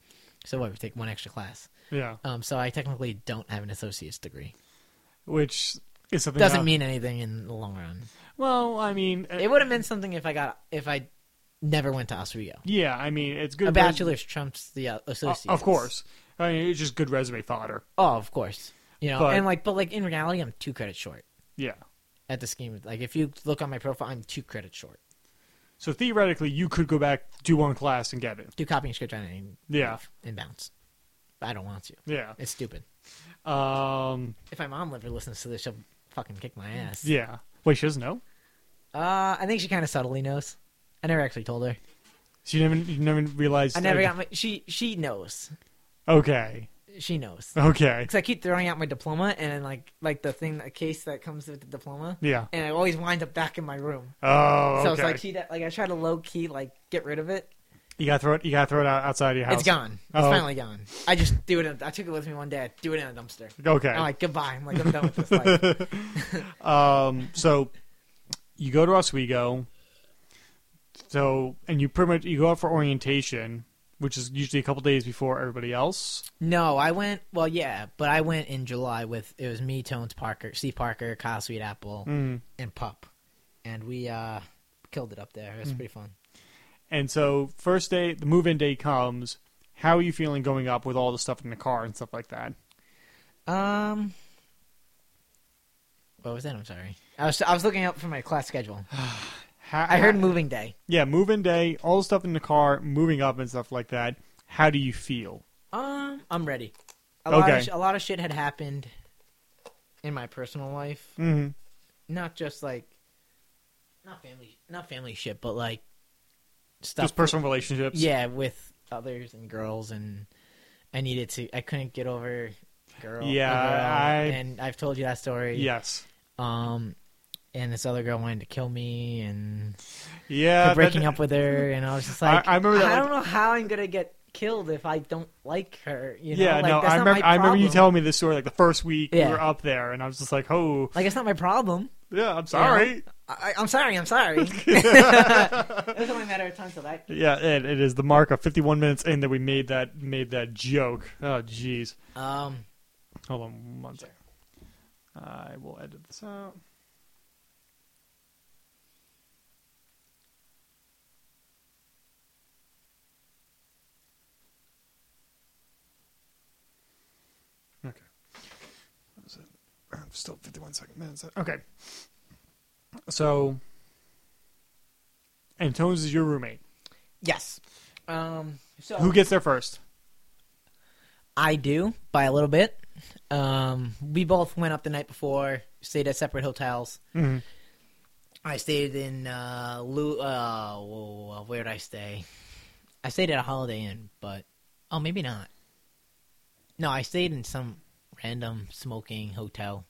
Speaker 2: so what? We take one extra class.
Speaker 1: Yeah.
Speaker 2: Um, so I technically don't have an associate's degree.
Speaker 1: Which is something
Speaker 2: Doesn't
Speaker 1: that-
Speaker 2: mean anything in the long run.
Speaker 1: Well, I mean, uh,
Speaker 2: It would have meant something if I got if I never went to Oswego.
Speaker 1: yeah. I mean, it's good.
Speaker 2: A
Speaker 1: res-
Speaker 2: bachelor's trumps the uh,
Speaker 1: Uh,
Speaker 2: associate.
Speaker 1: of course. I mean, it's just good resume fodder.
Speaker 2: Oh, of course. You know,
Speaker 1: But-
Speaker 2: and like, but like in reality, I'm two credits short
Speaker 1: Yeah.
Speaker 2: at the scheme. Like, if you look on my profile, I'm two credits short.
Speaker 1: So theoretically, you could go back, do one class, and get it.
Speaker 2: Do copying script editing.
Speaker 1: Yeah.
Speaker 2: And bounce. But I don't want to.
Speaker 1: Yeah.
Speaker 2: It's stupid.
Speaker 1: Um.
Speaker 2: If my mom ever listens to this, she'll fucking kick my ass.
Speaker 1: Yeah. Wait, she doesn't know.
Speaker 2: Uh, I think she kind of subtly knows. I never actually told her.
Speaker 1: She never, you never realized.
Speaker 2: I never got my. She she knows.
Speaker 1: Okay.
Speaker 2: She knows.
Speaker 1: Okay.
Speaker 2: Because I keep throwing out my diploma and then like like the thing a case that comes with the diploma,
Speaker 1: Yeah.
Speaker 2: and I always wind up back in my room.
Speaker 1: Oh. Okay.
Speaker 2: So it's like she like I try to low key like get rid of it.
Speaker 1: you gotta throw it. You gotta throw it out outside of your house.
Speaker 2: It's gone. It's
Speaker 1: Oh.
Speaker 2: finally gone. I just do it. In, I took it with me one day. I threw it in a dumpster.
Speaker 1: Okay.
Speaker 2: I'm like goodbye. I'm like I'm done with this life.
Speaker 1: um, so you go to Oswego. So and you pretty much you go out for orientation, which is usually a couple days before everybody else.
Speaker 2: No, I went. Well, yeah, but I went in July with it was me, Tones Parker, Steve Parker, Kyle Sweet Apple,
Speaker 1: Mm.
Speaker 2: and Pup, and we uh killed it up there. It
Speaker 1: Mm.
Speaker 2: was pretty fun.
Speaker 1: And so first day, the move-in day comes. How are you feeling going up with all the stuff in the car and stuff like that?
Speaker 2: Um, what was that? I'm sorry. I was I was looking up for my class schedule.
Speaker 1: How,
Speaker 2: I heard moving day.
Speaker 1: yeah, move-in day, all the stuff in the car, moving up and stuff like that. How do you feel?
Speaker 2: Um, I'm ready. A lot
Speaker 1: Okay.
Speaker 2: of sh- a lot of shit had happened in my personal life,
Speaker 1: Mm-hmm.
Speaker 2: not just like not family, not family shit, but like stuff.
Speaker 1: Just personal relationships.
Speaker 2: Yeah, with others and girls, and I needed to. I couldn't get over girl. a
Speaker 1: Yeah,
Speaker 2: girl,
Speaker 1: I-
Speaker 2: and I've told you that story.
Speaker 1: Yes.
Speaker 2: Um, and this other girl wanted to kill me, and
Speaker 1: Yeah.
Speaker 2: kept breaking
Speaker 1: that-
Speaker 2: up with her, and I was just like,
Speaker 1: I remember that,
Speaker 2: I
Speaker 1: like-
Speaker 2: don't know how I'm gonna get killed if I don't like her. You know?
Speaker 1: yeah,
Speaker 2: like,
Speaker 1: no,
Speaker 2: that's
Speaker 1: I
Speaker 2: not my
Speaker 1: remember. I remember you
Speaker 2: problem.
Speaker 1: telling me this story like the first week
Speaker 2: Yeah.
Speaker 1: we were up there, and I was just like, "Oh,
Speaker 2: Like it's not my problem.
Speaker 1: yeah, I'm sorry."
Speaker 2: I, I- I'm sorry. I'm sorry. it was only a matter of time till that.
Speaker 1: Yeah, it, it is the mark of 51 minutes in that we made that made that joke. Oh, jeez.
Speaker 2: Um,
Speaker 1: Hold on one second. I will edit this out. Okay. What is it? I'm still 51 second minutes. Okay. So, and Tones is your roommate.
Speaker 2: yes. Um, so
Speaker 1: Who gets there first?
Speaker 2: I do by a little bit. Um, we both went up the night before, stayed at separate hotels.
Speaker 1: Mm-hmm.
Speaker 2: I stayed in uh, Lou. Uh, whoa, where would I stay? I stayed at a Holiday Inn, but oh, maybe not. No, I stayed in some random smoking hotel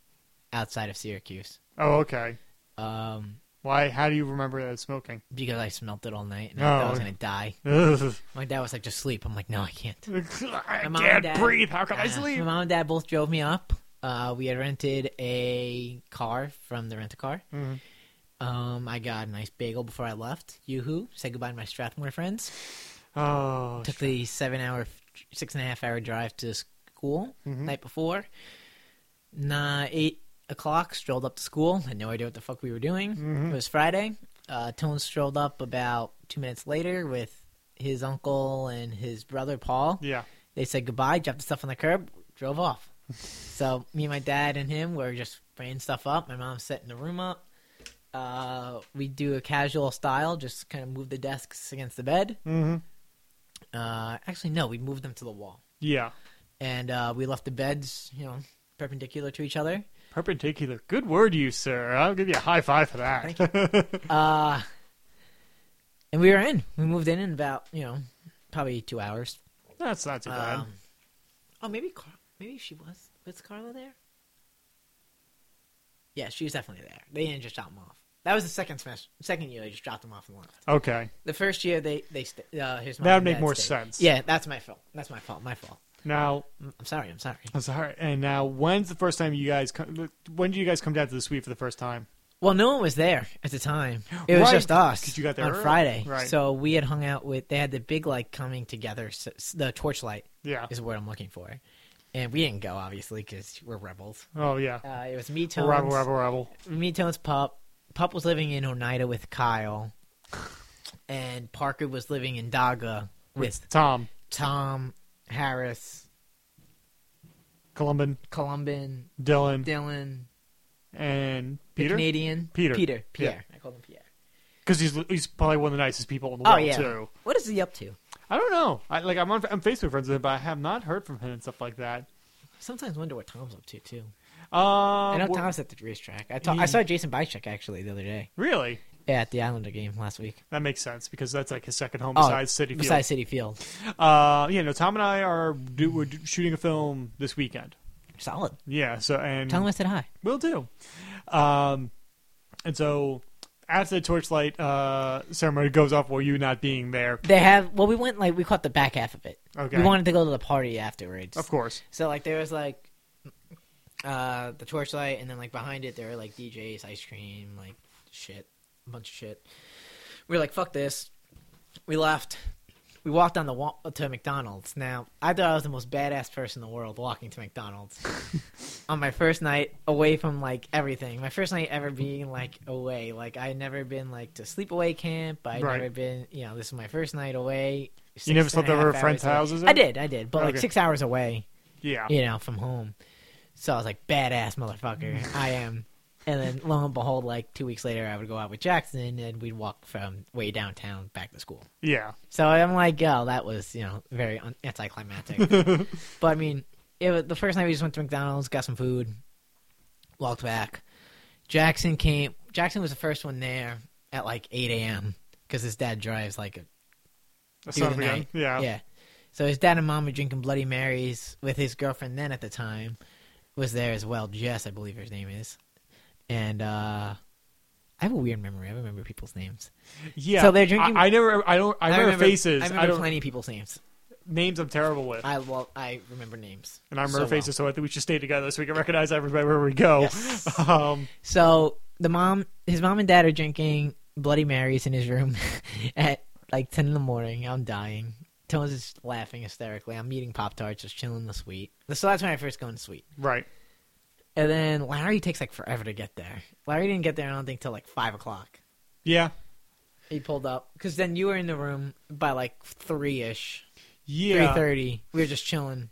Speaker 2: outside of Syracuse.
Speaker 1: Oh, okay.
Speaker 2: Um,
Speaker 1: Why? How do you remember that smoking?
Speaker 2: because I smelt it all night and I thought I was
Speaker 1: Oh.
Speaker 2: gonna die.
Speaker 1: Ugh.
Speaker 2: My dad was like, "Just sleep." I'm like, "No, I can't."
Speaker 1: I
Speaker 2: mom
Speaker 1: can't
Speaker 2: and dad-
Speaker 1: breathe. How can I
Speaker 2: Uh,
Speaker 1: sleep?
Speaker 2: My mom and dad both drove me up. Uh, we had rented a car from the rent a car.
Speaker 1: Mhm.
Speaker 2: Um, I got a nice bagel before I left. Yoo-hoo! Said goodbye to my Strathmore friends.
Speaker 1: Oh,
Speaker 2: Took the seven-hour, six and a half-hour drive to school
Speaker 1: Mhm.
Speaker 2: night before. Nah, eight o'clock. Strolled up to school. Had no idea what the fuck we were doing.
Speaker 1: Mhm.
Speaker 2: It was Friday. Uh, Tone strolled up about two minutes later with his uncle and his brother Paul.
Speaker 1: yeah.
Speaker 2: They said goodbye, dropped the stuff on the curb, drove off. so me and my dad and him were just bringing stuff up. My mom's setting the room up. Uh, we do a casual style, just kind of move the desks against the bed.
Speaker 1: Mm-hmm.
Speaker 2: Uh, actually, no, we moved them to the wall,
Speaker 1: Yeah.
Speaker 2: and uh, we left the beds, you know, perpendicular to each other.
Speaker 1: Perpendicular. Good word, you sir. I'll give you a high five for that.
Speaker 2: Uh, and we were in. We moved in in about you know probably two hours.
Speaker 1: That's not too bad.
Speaker 2: Um, oh, maybe Car- maybe she was. Was Carla there? Yeah, she was definitely there. They didn't just drop them off. That was the second smash, second year they just dropped them off and left.
Speaker 1: okay.
Speaker 2: The first year they they sta uh, his mom
Speaker 1: That would
Speaker 2: and
Speaker 1: make
Speaker 2: dad
Speaker 1: more
Speaker 2: stayed.
Speaker 1: sense.
Speaker 2: Yeah, that's my fault. That's my fault. My fault.
Speaker 1: Now,
Speaker 2: I'm I'm sorry. I'm sorry.
Speaker 1: I'm sorry. And now, when's the first time you guys? Come, when did you guys come down to the suite for the first time?
Speaker 2: Well, no one was there at the time. It was
Speaker 1: Right,
Speaker 2: just us.
Speaker 1: 'cause you got there
Speaker 2: on
Speaker 1: early.
Speaker 2: Friday,
Speaker 1: Right.
Speaker 2: So we had hung out with. They had the big like coming together. s s- the torchlight
Speaker 1: Yeah.
Speaker 2: is what I'm looking for, and we didn't go obviously because we're rebels.
Speaker 1: Oh yeah.
Speaker 2: Uh, it was me, Tones,
Speaker 1: Rebel, rebel, rebel.
Speaker 2: me, Tones, Pup. Pup was living in Oneida with Kyle, and Parker was living in Daga with
Speaker 1: Tom,
Speaker 2: Tom, Harris,
Speaker 1: Columban,
Speaker 2: Columban,
Speaker 1: Dylan,
Speaker 2: Dylan,
Speaker 1: and
Speaker 2: the
Speaker 1: Peter.
Speaker 2: Canadian,
Speaker 1: Peter.
Speaker 2: Peter,
Speaker 1: Yeah.
Speaker 2: Pierre. I called him Pierre.
Speaker 1: because he's he's probably one of the nicest people in the world too.
Speaker 2: Oh, What is he up to?
Speaker 1: I don't know. I like I'm on I'm Facebook friends with him, but I have not heard from him and stuff like that.
Speaker 2: I sometimes wonder what Tom's up to too.
Speaker 1: Um,
Speaker 2: I know
Speaker 1: wh-
Speaker 2: Tom's at the racetrack. I, ta-
Speaker 1: He-
Speaker 2: I saw Jason Bychek actually the other day.
Speaker 1: really,
Speaker 2: Yeah, at the Islander game last week.
Speaker 1: that makes sense because that's like his second home
Speaker 2: Oh,
Speaker 1: besides City Field.
Speaker 2: Besides City Field,
Speaker 1: Uh, yeah, no. Tom and I are do, we're do- shooting a film this weekend.
Speaker 2: solid.
Speaker 1: Yeah, so and
Speaker 2: Tell him I said hi.
Speaker 1: Will do. Um, and so after the torchlight uh, ceremony goes off, well, you not being there,
Speaker 2: They have well, we went like we caught the back half of it.
Speaker 1: Okay.
Speaker 2: We wanted to go to the party afterwards.
Speaker 1: of course.
Speaker 2: So like there was like uh the torchlight and then like behind it there were like DJs, ice cream, like shit, a bunch of shit. We were like fuck this. We left. We walked on the wa- to McDonald's. Now, I thought I was the most badass person in the world walking to McDonald's on my first night away from like everything. My first night ever being like away. Like I had never been like to sleepaway camp. I would
Speaker 1: Right.
Speaker 2: never been, you know, this is my first night away.
Speaker 1: You never
Speaker 2: six and
Speaker 1: slept
Speaker 2: a
Speaker 1: over
Speaker 2: half
Speaker 1: at friends'
Speaker 2: hours away.
Speaker 1: houses.
Speaker 2: I did, I did, but like
Speaker 1: Okay.
Speaker 2: 6 hours away
Speaker 1: Yeah.
Speaker 2: you know, from home. So I was like, badass motherfucker, I am. And then lo and behold, like two weeks later, I would go out with Jackson and we'd walk from way downtown back to school.
Speaker 1: Yeah.
Speaker 2: So I'm like, oh, that was, you know, very un- anticlimactic. but I mean, it was, the first night we just went to McDonald's, got some food, walked back. Jackson came, Jackson was the first one there at like 8 a.m. because his dad drives like a
Speaker 1: That's
Speaker 2: through
Speaker 1: not
Speaker 2: the
Speaker 1: bad.
Speaker 2: night.
Speaker 1: Yeah.
Speaker 2: Yeah. So his dad and mom were drinking Bloody Marys with his girlfriend then at the time was there as well. Jess, I believe her name is. And uh I have a weird memory. I remember people's names.
Speaker 1: Yeah.
Speaker 2: So they're drinking-
Speaker 1: I, I never. I don't. I remember, faces.
Speaker 2: I
Speaker 1: I,
Speaker 2: remember
Speaker 1: don't.
Speaker 2: plenty of people's names.
Speaker 1: Names I'm terrible with,
Speaker 2: I well, I remember names.
Speaker 1: and I remember
Speaker 2: so well.
Speaker 1: faces. So I think we should stay together so we can recognize everybody where we go.
Speaker 2: Yes.
Speaker 1: Um,
Speaker 2: So the mom, his mom and dad are drinking Bloody Marys in his room at like ten in the morning. I'm dying. Tones is laughing hysterically. I'm eating Pop Tarts, just chilling in the suite. So that's when I first go in the suite.
Speaker 1: right.
Speaker 2: And then Larry takes like forever to get there. Larry didn't get there, I don't think, till like five o'clock.
Speaker 1: Yeah.
Speaker 2: He pulled up because then you were in the room by like three ish, three
Speaker 1: Yeah.
Speaker 2: thirty. We were just chilling,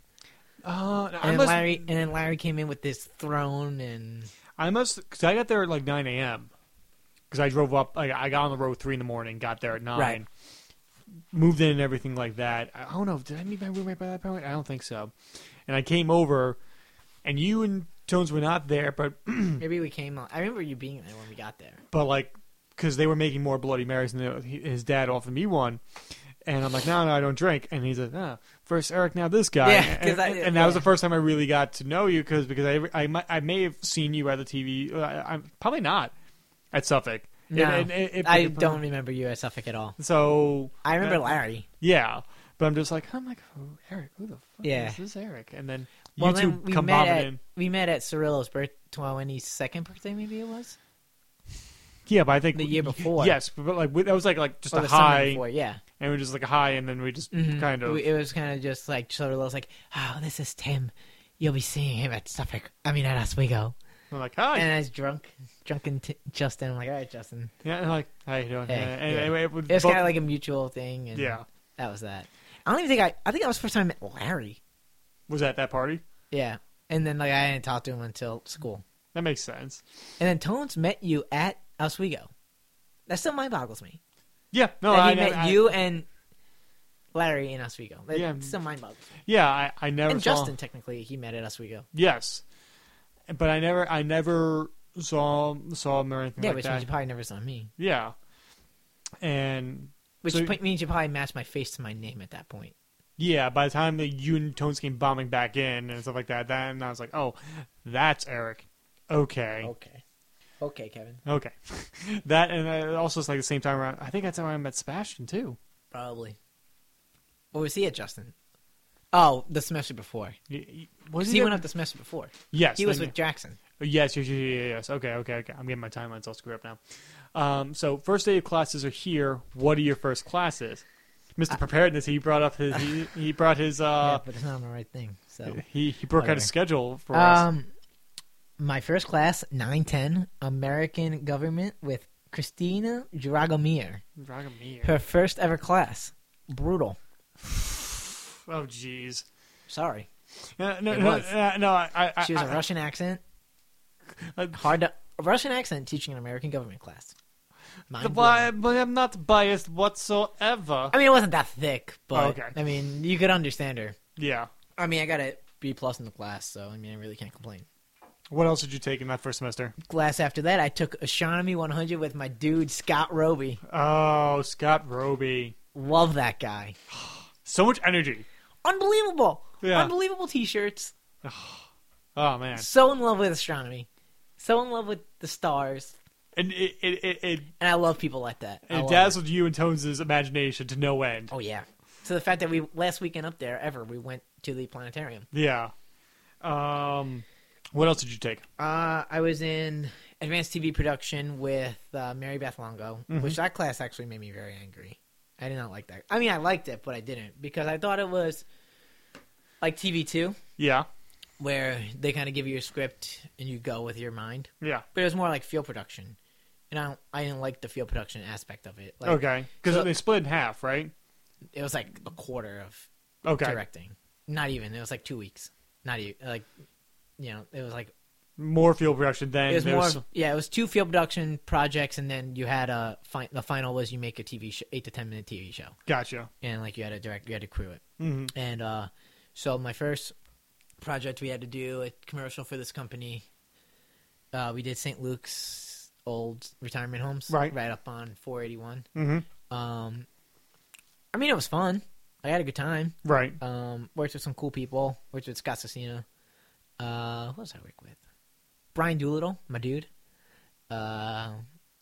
Speaker 1: Uh,
Speaker 2: and
Speaker 1: I
Speaker 2: then
Speaker 1: must.
Speaker 2: Larry and then Larry came in with this throne and
Speaker 1: I must. Because I got there at like 9 a.m. Because I drove up. I, I got on the road three in the morning. Got there at nine.
Speaker 2: Right.
Speaker 1: Moved in and everything like that. I I don't know. Did I meet my roommate by that point? I don't think so. And I came over, and you and Tones were not there, but
Speaker 2: maybe we came. On, I remember you being there when we got there.
Speaker 1: but like because they were making more Bloody Marys and they- he- his dad offered me one. And I'm like, no, no, I don't drink. And he's like, oh, first Eric, now this guy.
Speaker 2: Yeah, 'cause
Speaker 1: and,
Speaker 2: I-
Speaker 1: and that was
Speaker 2: yeah.
Speaker 1: the first time I really got to know you because because I, I, mi- I may have seen you at the TV. uh, I, I'm probably not at Suffolk. It-
Speaker 2: No,
Speaker 1: it- it- it-
Speaker 2: I don't remember you at Suffolk at all.
Speaker 1: So
Speaker 2: I remember
Speaker 1: that-
Speaker 2: Larry.
Speaker 1: Yeah, but I'm just like, I'm like, who Eric? Who the fuck
Speaker 2: Yeah.
Speaker 1: is this Eric? And then you
Speaker 2: Well,
Speaker 1: two
Speaker 2: then we
Speaker 1: come
Speaker 2: met
Speaker 1: bobbing
Speaker 2: at
Speaker 1: in.
Speaker 2: we met at Cirillo's birth twenty second birthday, maybe it was
Speaker 1: Yeah, but I think
Speaker 2: the year before.
Speaker 1: Yes, but like we- that was like like just
Speaker 2: or
Speaker 1: a
Speaker 2: the summer
Speaker 1: high,
Speaker 2: before, yeah.
Speaker 1: and we just like a high, and then we just
Speaker 2: Mhm.
Speaker 1: kind of
Speaker 2: We- It was kind of just like sort of was like, oh, this is Tim. You'll be seeing him at Suffolk. I mean, at Oswego.
Speaker 1: I'm like, hi.
Speaker 2: And I was drunk, drunken t- Justin. I'm like, all right, Justin.
Speaker 1: Yeah, and like how you doing?
Speaker 2: Hey,
Speaker 1: Yeah, and
Speaker 2: yeah.
Speaker 1: anyway, it was
Speaker 2: It was
Speaker 1: both-
Speaker 2: kind of like a mutual thing. And
Speaker 1: Yeah.
Speaker 2: That was that. I don't even think I. I think that was the first time I met Larry.
Speaker 1: was at that party.
Speaker 2: Yeah. And then like I didn't talk to him until school.
Speaker 1: That makes sense.
Speaker 2: And then Tones met you at Oswego. That still mind boggles me.
Speaker 1: Yeah, no,
Speaker 2: that
Speaker 1: Oh, I
Speaker 2: he met
Speaker 1: never- I-
Speaker 2: you and Larry in Oswego. That
Speaker 1: Yeah.
Speaker 2: still mind boggles. me.
Speaker 1: Yeah, I, I never
Speaker 2: And
Speaker 1: saw,
Speaker 2: Justin, technically, he met at Oswego.
Speaker 1: Yes, but I never, I never saw saw him or anything
Speaker 2: Yeah,
Speaker 1: like
Speaker 2: which
Speaker 1: that.
Speaker 2: means you probably never saw me.
Speaker 1: yeah, and
Speaker 2: Which
Speaker 1: So-
Speaker 2: po- means you probably matched my face to my name at that point.
Speaker 1: yeah, by the time the you and Tones came bombing back in and stuff like that, then I was like, oh, that's Eric. Okay.
Speaker 2: Okay. Okay, Kevin.
Speaker 1: Okay, that and I, also it's like the same time around. I think that's how I met Sebastian too.
Speaker 2: Probably. What was he at, Justin? Oh, the semester before.
Speaker 1: Y- y-
Speaker 2: 'Cause
Speaker 1: Was
Speaker 2: he
Speaker 1: at-
Speaker 2: went up the semester before.
Speaker 1: Yes,
Speaker 2: he was
Speaker 1: then-
Speaker 2: with Jackson.
Speaker 1: Yes, yes, yes, yes, yes. Okay, okay, okay. I'm getting my timelines all screwed up now. Um, so first day of classes are here. What are your first classes? Mr. Preparedness, he brought up his he, he brought his
Speaker 2: yeah,
Speaker 1: uh
Speaker 2: but it's not on the right thing. So,
Speaker 1: he he broke out
Speaker 2: Whatever.
Speaker 1: his schedule for us.
Speaker 2: um, my first class, nine ten, American government with Christina Dragomir.
Speaker 1: Um, Ragamir.
Speaker 2: Her first ever class. Brutal.
Speaker 1: Oh jeez.
Speaker 2: Sorry,
Speaker 1: No, no,
Speaker 2: It
Speaker 1: no,
Speaker 2: was.
Speaker 1: no, no, I, I,
Speaker 2: she was a
Speaker 1: I-
Speaker 2: Russian accent.
Speaker 1: I-
Speaker 2: Hard to a Russian accent teaching an American government class. Mind
Speaker 1: Why, but I'm not biased whatsoever.
Speaker 2: I mean, it wasn't that thick, but
Speaker 1: Okay.
Speaker 2: I mean, you could understand her.
Speaker 1: Yeah.
Speaker 2: I mean, I got a B plus in the class, so I mean, I really can't complain.
Speaker 1: What else did you take in that first semester?
Speaker 2: Class after that, I took astronomy 100 with my dude Scott Roby.
Speaker 1: Oh, Scott Roby.
Speaker 2: Love that guy.
Speaker 1: So much energy.
Speaker 2: Unbelievable.
Speaker 1: Yeah.
Speaker 2: Unbelievable t-shirts.
Speaker 1: Oh man.
Speaker 2: So in love with astronomy. So in love with the stars.
Speaker 1: And it it it, it,
Speaker 2: And I love people like that. I
Speaker 1: it
Speaker 2: love
Speaker 1: dazzled you and Tones' imagination to no end.
Speaker 2: Oh yeah. So the fact that we last weekend up there ever we went to the planetarium.
Speaker 1: Yeah. Um what else did you take?
Speaker 2: Uh, I was in advanced TV production with uh, Mary Beth Longo, which that class actually made me very angry. I did not like that. I mean, I liked it, but I didn't because I thought it was like TV two,
Speaker 1: Yeah.
Speaker 2: where they kind of give you a script and you go with your mind.
Speaker 1: Yeah.
Speaker 2: But it was more like field production, and I don't, I didn't like the field production aspect of it. Like,
Speaker 1: okay. Because
Speaker 2: so-
Speaker 1: they split in half, right?
Speaker 2: it was like a quarter of
Speaker 1: Okay.
Speaker 2: directing. Not even. It was like two weeks. Not even like, you know, it was like
Speaker 1: More field production than
Speaker 2: it was
Speaker 1: there
Speaker 2: more of- yeah it was two field production projects and then you had a fi- the final was you make a tv show eight to ten minute tv show
Speaker 1: Gotcha.
Speaker 2: and like you had to direct you had to crew it
Speaker 1: Mm-hmm.
Speaker 2: and uh so my first project we had to do a commercial for this company uh we did st luke's old retirement homes
Speaker 1: Right.
Speaker 2: right up on 481
Speaker 1: Mm-hmm.
Speaker 2: um i mean it was fun i had a good time
Speaker 1: Right.
Speaker 2: um worked with some cool people worked with scott Cecina. uh who else did i work with brian doolittle my dude uh,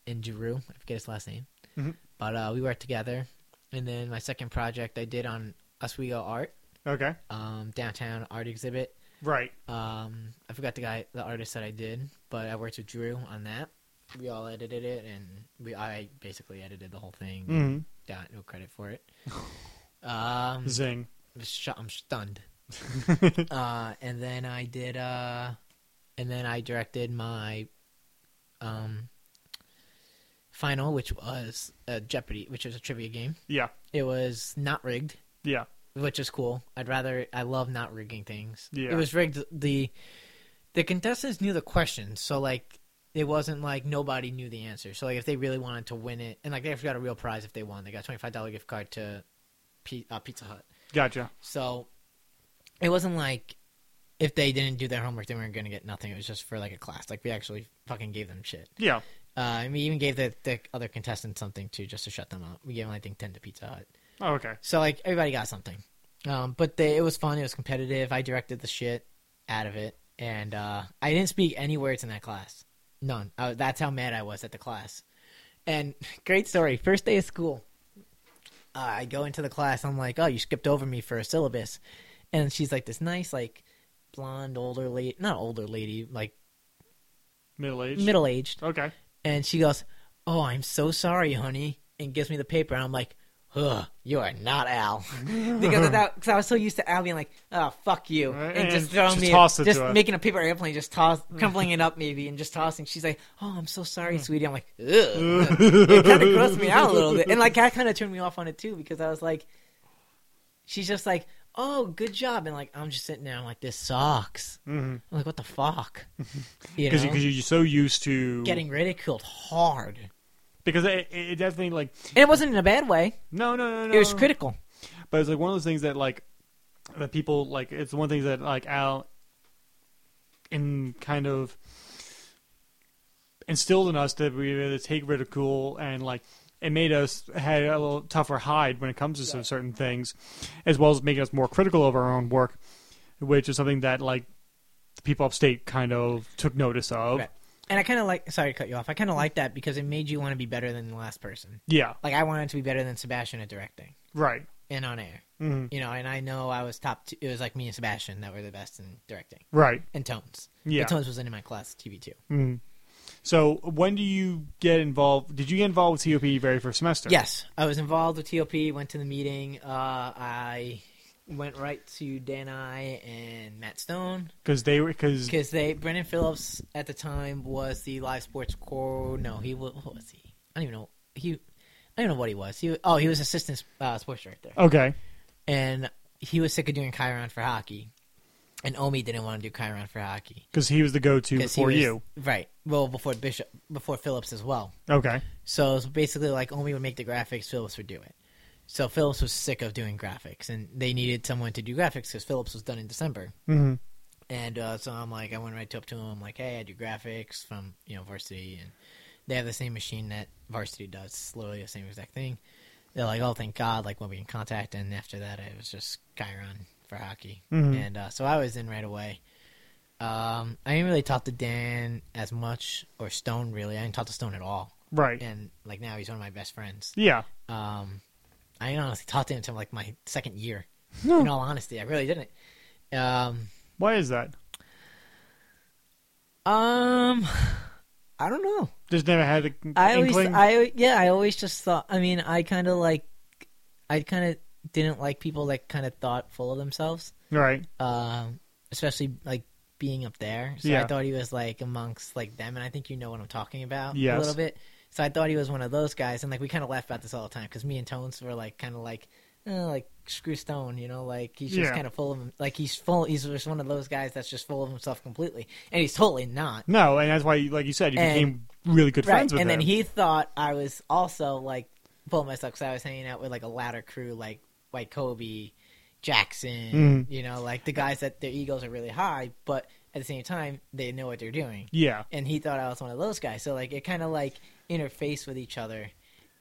Speaker 2: and Giroux. I forget his last name.
Speaker 1: Mhm.
Speaker 2: But uh, we worked together. And then my second project I did on Oswego Art,
Speaker 1: Okay.
Speaker 2: um, downtown art exhibit.
Speaker 1: Right.
Speaker 2: Um, I forgot the guy, the artist that I did, but I worked with Drew on that. We all edited it, and we I basically edited the whole thing.
Speaker 1: Mm-hmm.
Speaker 2: Got no credit for it. um,
Speaker 1: Zing.
Speaker 2: sh- I'm stunned. uh, and then I did, uh, and then I directed my um, final, which was uh, Jeopardy, which was a trivia game.
Speaker 1: Yeah.
Speaker 2: It was not rigged,
Speaker 1: Yeah.
Speaker 2: which is cool. I'd rather I love not rigging things.
Speaker 1: Yeah.
Speaker 2: It was rigged. The the contestants knew the questions, so like it wasn't like nobody knew the answer. So like if they really wanted to win it, and like they got a real prize if they won, they got twenty five dollar gift card to P- uh, Pizza Hut.
Speaker 1: Gotcha.
Speaker 2: So it wasn't like if they didn't do their homework, they weren't going to get nothing. It was just for like a class. Like we actually fucking gave them shit.
Speaker 1: Yeah.
Speaker 2: Uh, and we even gave the, the other contestants something too, just to shut them up. We gave them, I think, ten to Pizza Hut.
Speaker 1: Oh, okay.
Speaker 2: So like everybody got something. Um, but they, it was fun. It was competitive. I directed the shit out of it, and uh, I didn't speak any words in that class. None. I, that's how mad I was at the class. And great story. First day of school, uh, I go into the class. I'm like, "Oh, you skipped over me for a syllabus," and she's like, "This nice, like, blonde older lady, not older lady, like
Speaker 1: Middle age.
Speaker 2: middle aged."
Speaker 1: Okay.
Speaker 2: And she goes, "Oh, I'm so sorry, honey," and gives me the paper. And I'm like, "Ugh, you are not Al," because of that, because I was so used to Al being like, "Oh, fuck you," and,
Speaker 1: And
Speaker 2: just throwing
Speaker 1: just
Speaker 2: me,
Speaker 1: toss it
Speaker 2: just
Speaker 1: to her.
Speaker 2: making a paper airplane, just toss, crumpling it up maybe, and just tossing. She's like, "Oh, I'm so
Speaker 1: Hmm.
Speaker 2: sorry, sweetie." I'm like, "Ugh," it kind of grossed me out a little bit, and like that kind of turned me off on it too because I was like, she's just like, "Oh, good job," and like I'm just sitting there, I'm like, "This sucks."
Speaker 1: Mm-hmm.
Speaker 2: I'm like, what the fuck? You
Speaker 1: Because
Speaker 2: know?
Speaker 1: you, are so used to
Speaker 2: getting ridiculed hard.
Speaker 1: because it, it definitely like
Speaker 2: And it wasn't in a bad way.
Speaker 1: no no no no
Speaker 2: It was critical.
Speaker 1: but it's like one of those things that like that people like it's one of the things that like Al in kind of instilled in us that we were to take ridicule and like it made us had a little tougher hide when it comes to some certain things as well as making us more critical of our own work which is something that like the people upstate kind of took notice of
Speaker 2: Right. And I kind of like, sorry to cut you off. I kind of like that because it made you want to be better than the last person.
Speaker 1: yeah
Speaker 2: Like, I wanted to be better than Sebastian at directing
Speaker 1: right
Speaker 2: and on air,
Speaker 1: hmm
Speaker 2: you know, and I know I was top two. It was like me and Sebastian that were the best in directing
Speaker 1: right
Speaker 2: and Tones.
Speaker 1: Yeah.
Speaker 2: But Tones was in my class, TV2.
Speaker 1: Mhm. So when do you get involved? Did you get involved with TOP very first semester?
Speaker 2: Yes. I was involved with TLP, went to the meeting. Uh, I went right to Dan I and Matt Stone.
Speaker 1: because they were because
Speaker 2: Because they Brendan Phillips at the time was the live sports core. No, he was. What was he? I don't even know. He, I don't know what he was. He was- oh, he was assistant uh, sports director,
Speaker 1: okay,
Speaker 2: and he was sick of doing Chiron for hockey. and Omi didn't want to do Chiron for hockey
Speaker 1: Because he was the go-to
Speaker 2: 'cause he
Speaker 1: before
Speaker 2: was-
Speaker 1: you.
Speaker 2: Right. Well, before Bishop, before Phillips as well.
Speaker 1: Okay.
Speaker 2: So it's basically like Omi would make the graphics, Phillips would do it. So Phillips was sick of doing graphics, and they needed someone to do graphics because Phillips was done in December.
Speaker 1: Mm-hmm.
Speaker 2: And uh, so I'm like, I went right up to him, I'm like, hey, I do graphics from you know varsity, and they have the same machine that varsity does, It's literally the same exact thing. They're like, oh, thank God, like when we in contact. And after that, it was just Chiron for hockey,
Speaker 1: Mhm.
Speaker 2: and uh, so I was in right away. Um, I didn't really talk to Dan as much or Stone really. I didn't talk to Stone at all
Speaker 1: Right.
Speaker 2: and like now he's one of my best friends.
Speaker 1: Yeah.
Speaker 2: Um, I didn't honestly talk to him until like my second year. In all honesty, I really didn't. Um,
Speaker 1: Why is that?
Speaker 2: um, I don't know.
Speaker 1: Just never had the
Speaker 2: I always,
Speaker 1: inkling.
Speaker 2: I yeah, I always just thought. I mean, I kind of like, I kind of didn't like people that kind of thought full of themselves.
Speaker 1: Right.
Speaker 2: Um, especially like being up there. So I
Speaker 1: Yeah.
Speaker 2: thought he was like amongst like them, and I think you know what I'm talking about a
Speaker 1: Yes.
Speaker 2: little bit. So I thought he was one of those guys, and like we kind of laugh about this all the time because me and Tones were like kind of like, eh, like screw Stone, you know, like he's just
Speaker 1: Yeah.
Speaker 2: kind of full of him, like he's full. He's just one of those guys that's just full of himself completely, and he's totally not.
Speaker 1: No, and that's why, like you said, you
Speaker 2: And-
Speaker 1: became really good friends with
Speaker 2: and
Speaker 1: him.
Speaker 2: then he thought I was also like full of myself because I was hanging out with like a louder crew, like like Kobe, Jackson,
Speaker 1: Mm-hmm.
Speaker 2: you know, like the guys that their egos are really high, but at the same time they know what they're doing.
Speaker 1: yeah.
Speaker 2: And he thought I was one of those guys, so like it kind of like interfaced with each other,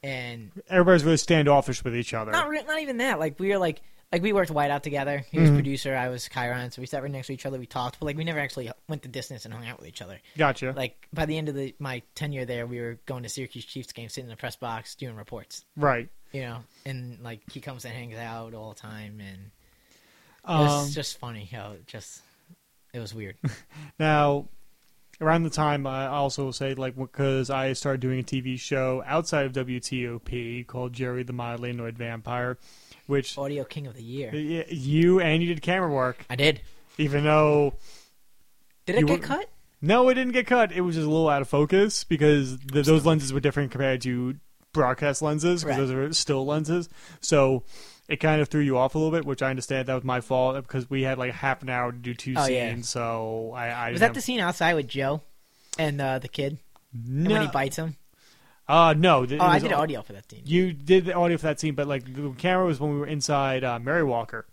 Speaker 2: and
Speaker 1: Everybody's really standoffish with each other.
Speaker 2: not re- not even that. Like we were like like we worked Whiteout together. He
Speaker 1: Mm-hmm.
Speaker 2: was producer, I was Chiron, so we sat right next to each other. We talked, but like we never actually went the distance and hung out with each other
Speaker 1: Gotcha.
Speaker 2: like by the end of the, my tenure there, we were going to Syracuse Chiefs games, sitting in the press box doing reports.
Speaker 1: right.
Speaker 2: You know, and like he comes and hangs out all the time, and it's
Speaker 1: Um,
Speaker 2: just funny how it just it was weird.
Speaker 1: Now, around the time, I also will say, like, because I started doing a TV show outside of WTOP called Jerry the Mildly Annoyed Vampire, which
Speaker 2: Audio King of the Year.
Speaker 1: y- you and you did camera work,
Speaker 2: I did.
Speaker 1: even though
Speaker 2: Did it
Speaker 1: You
Speaker 2: get
Speaker 1: were-
Speaker 2: cut?
Speaker 1: no, it didn't get cut. It was just a little out of focus because th those lenses were different compared to broadcast lenses because
Speaker 2: Right.
Speaker 1: those are still lenses. So. It kind of threw you off a little bit, which I understand. That was my fault because we had like half an hour to do two
Speaker 2: Oh,
Speaker 1: scenes.
Speaker 2: yeah.
Speaker 1: So I, I
Speaker 2: Was
Speaker 1: didn't
Speaker 2: that
Speaker 1: have-
Speaker 2: the scene outside with Joe and uh, the kid? And when he
Speaker 1: no,
Speaker 2: bites him.
Speaker 1: uh, no. th- it
Speaker 2: Oh, I
Speaker 1: was
Speaker 2: did
Speaker 1: all-
Speaker 2: audio for that scene.
Speaker 1: You did the audio for that scene, but like the camera was when we were inside uh, Mary Walker.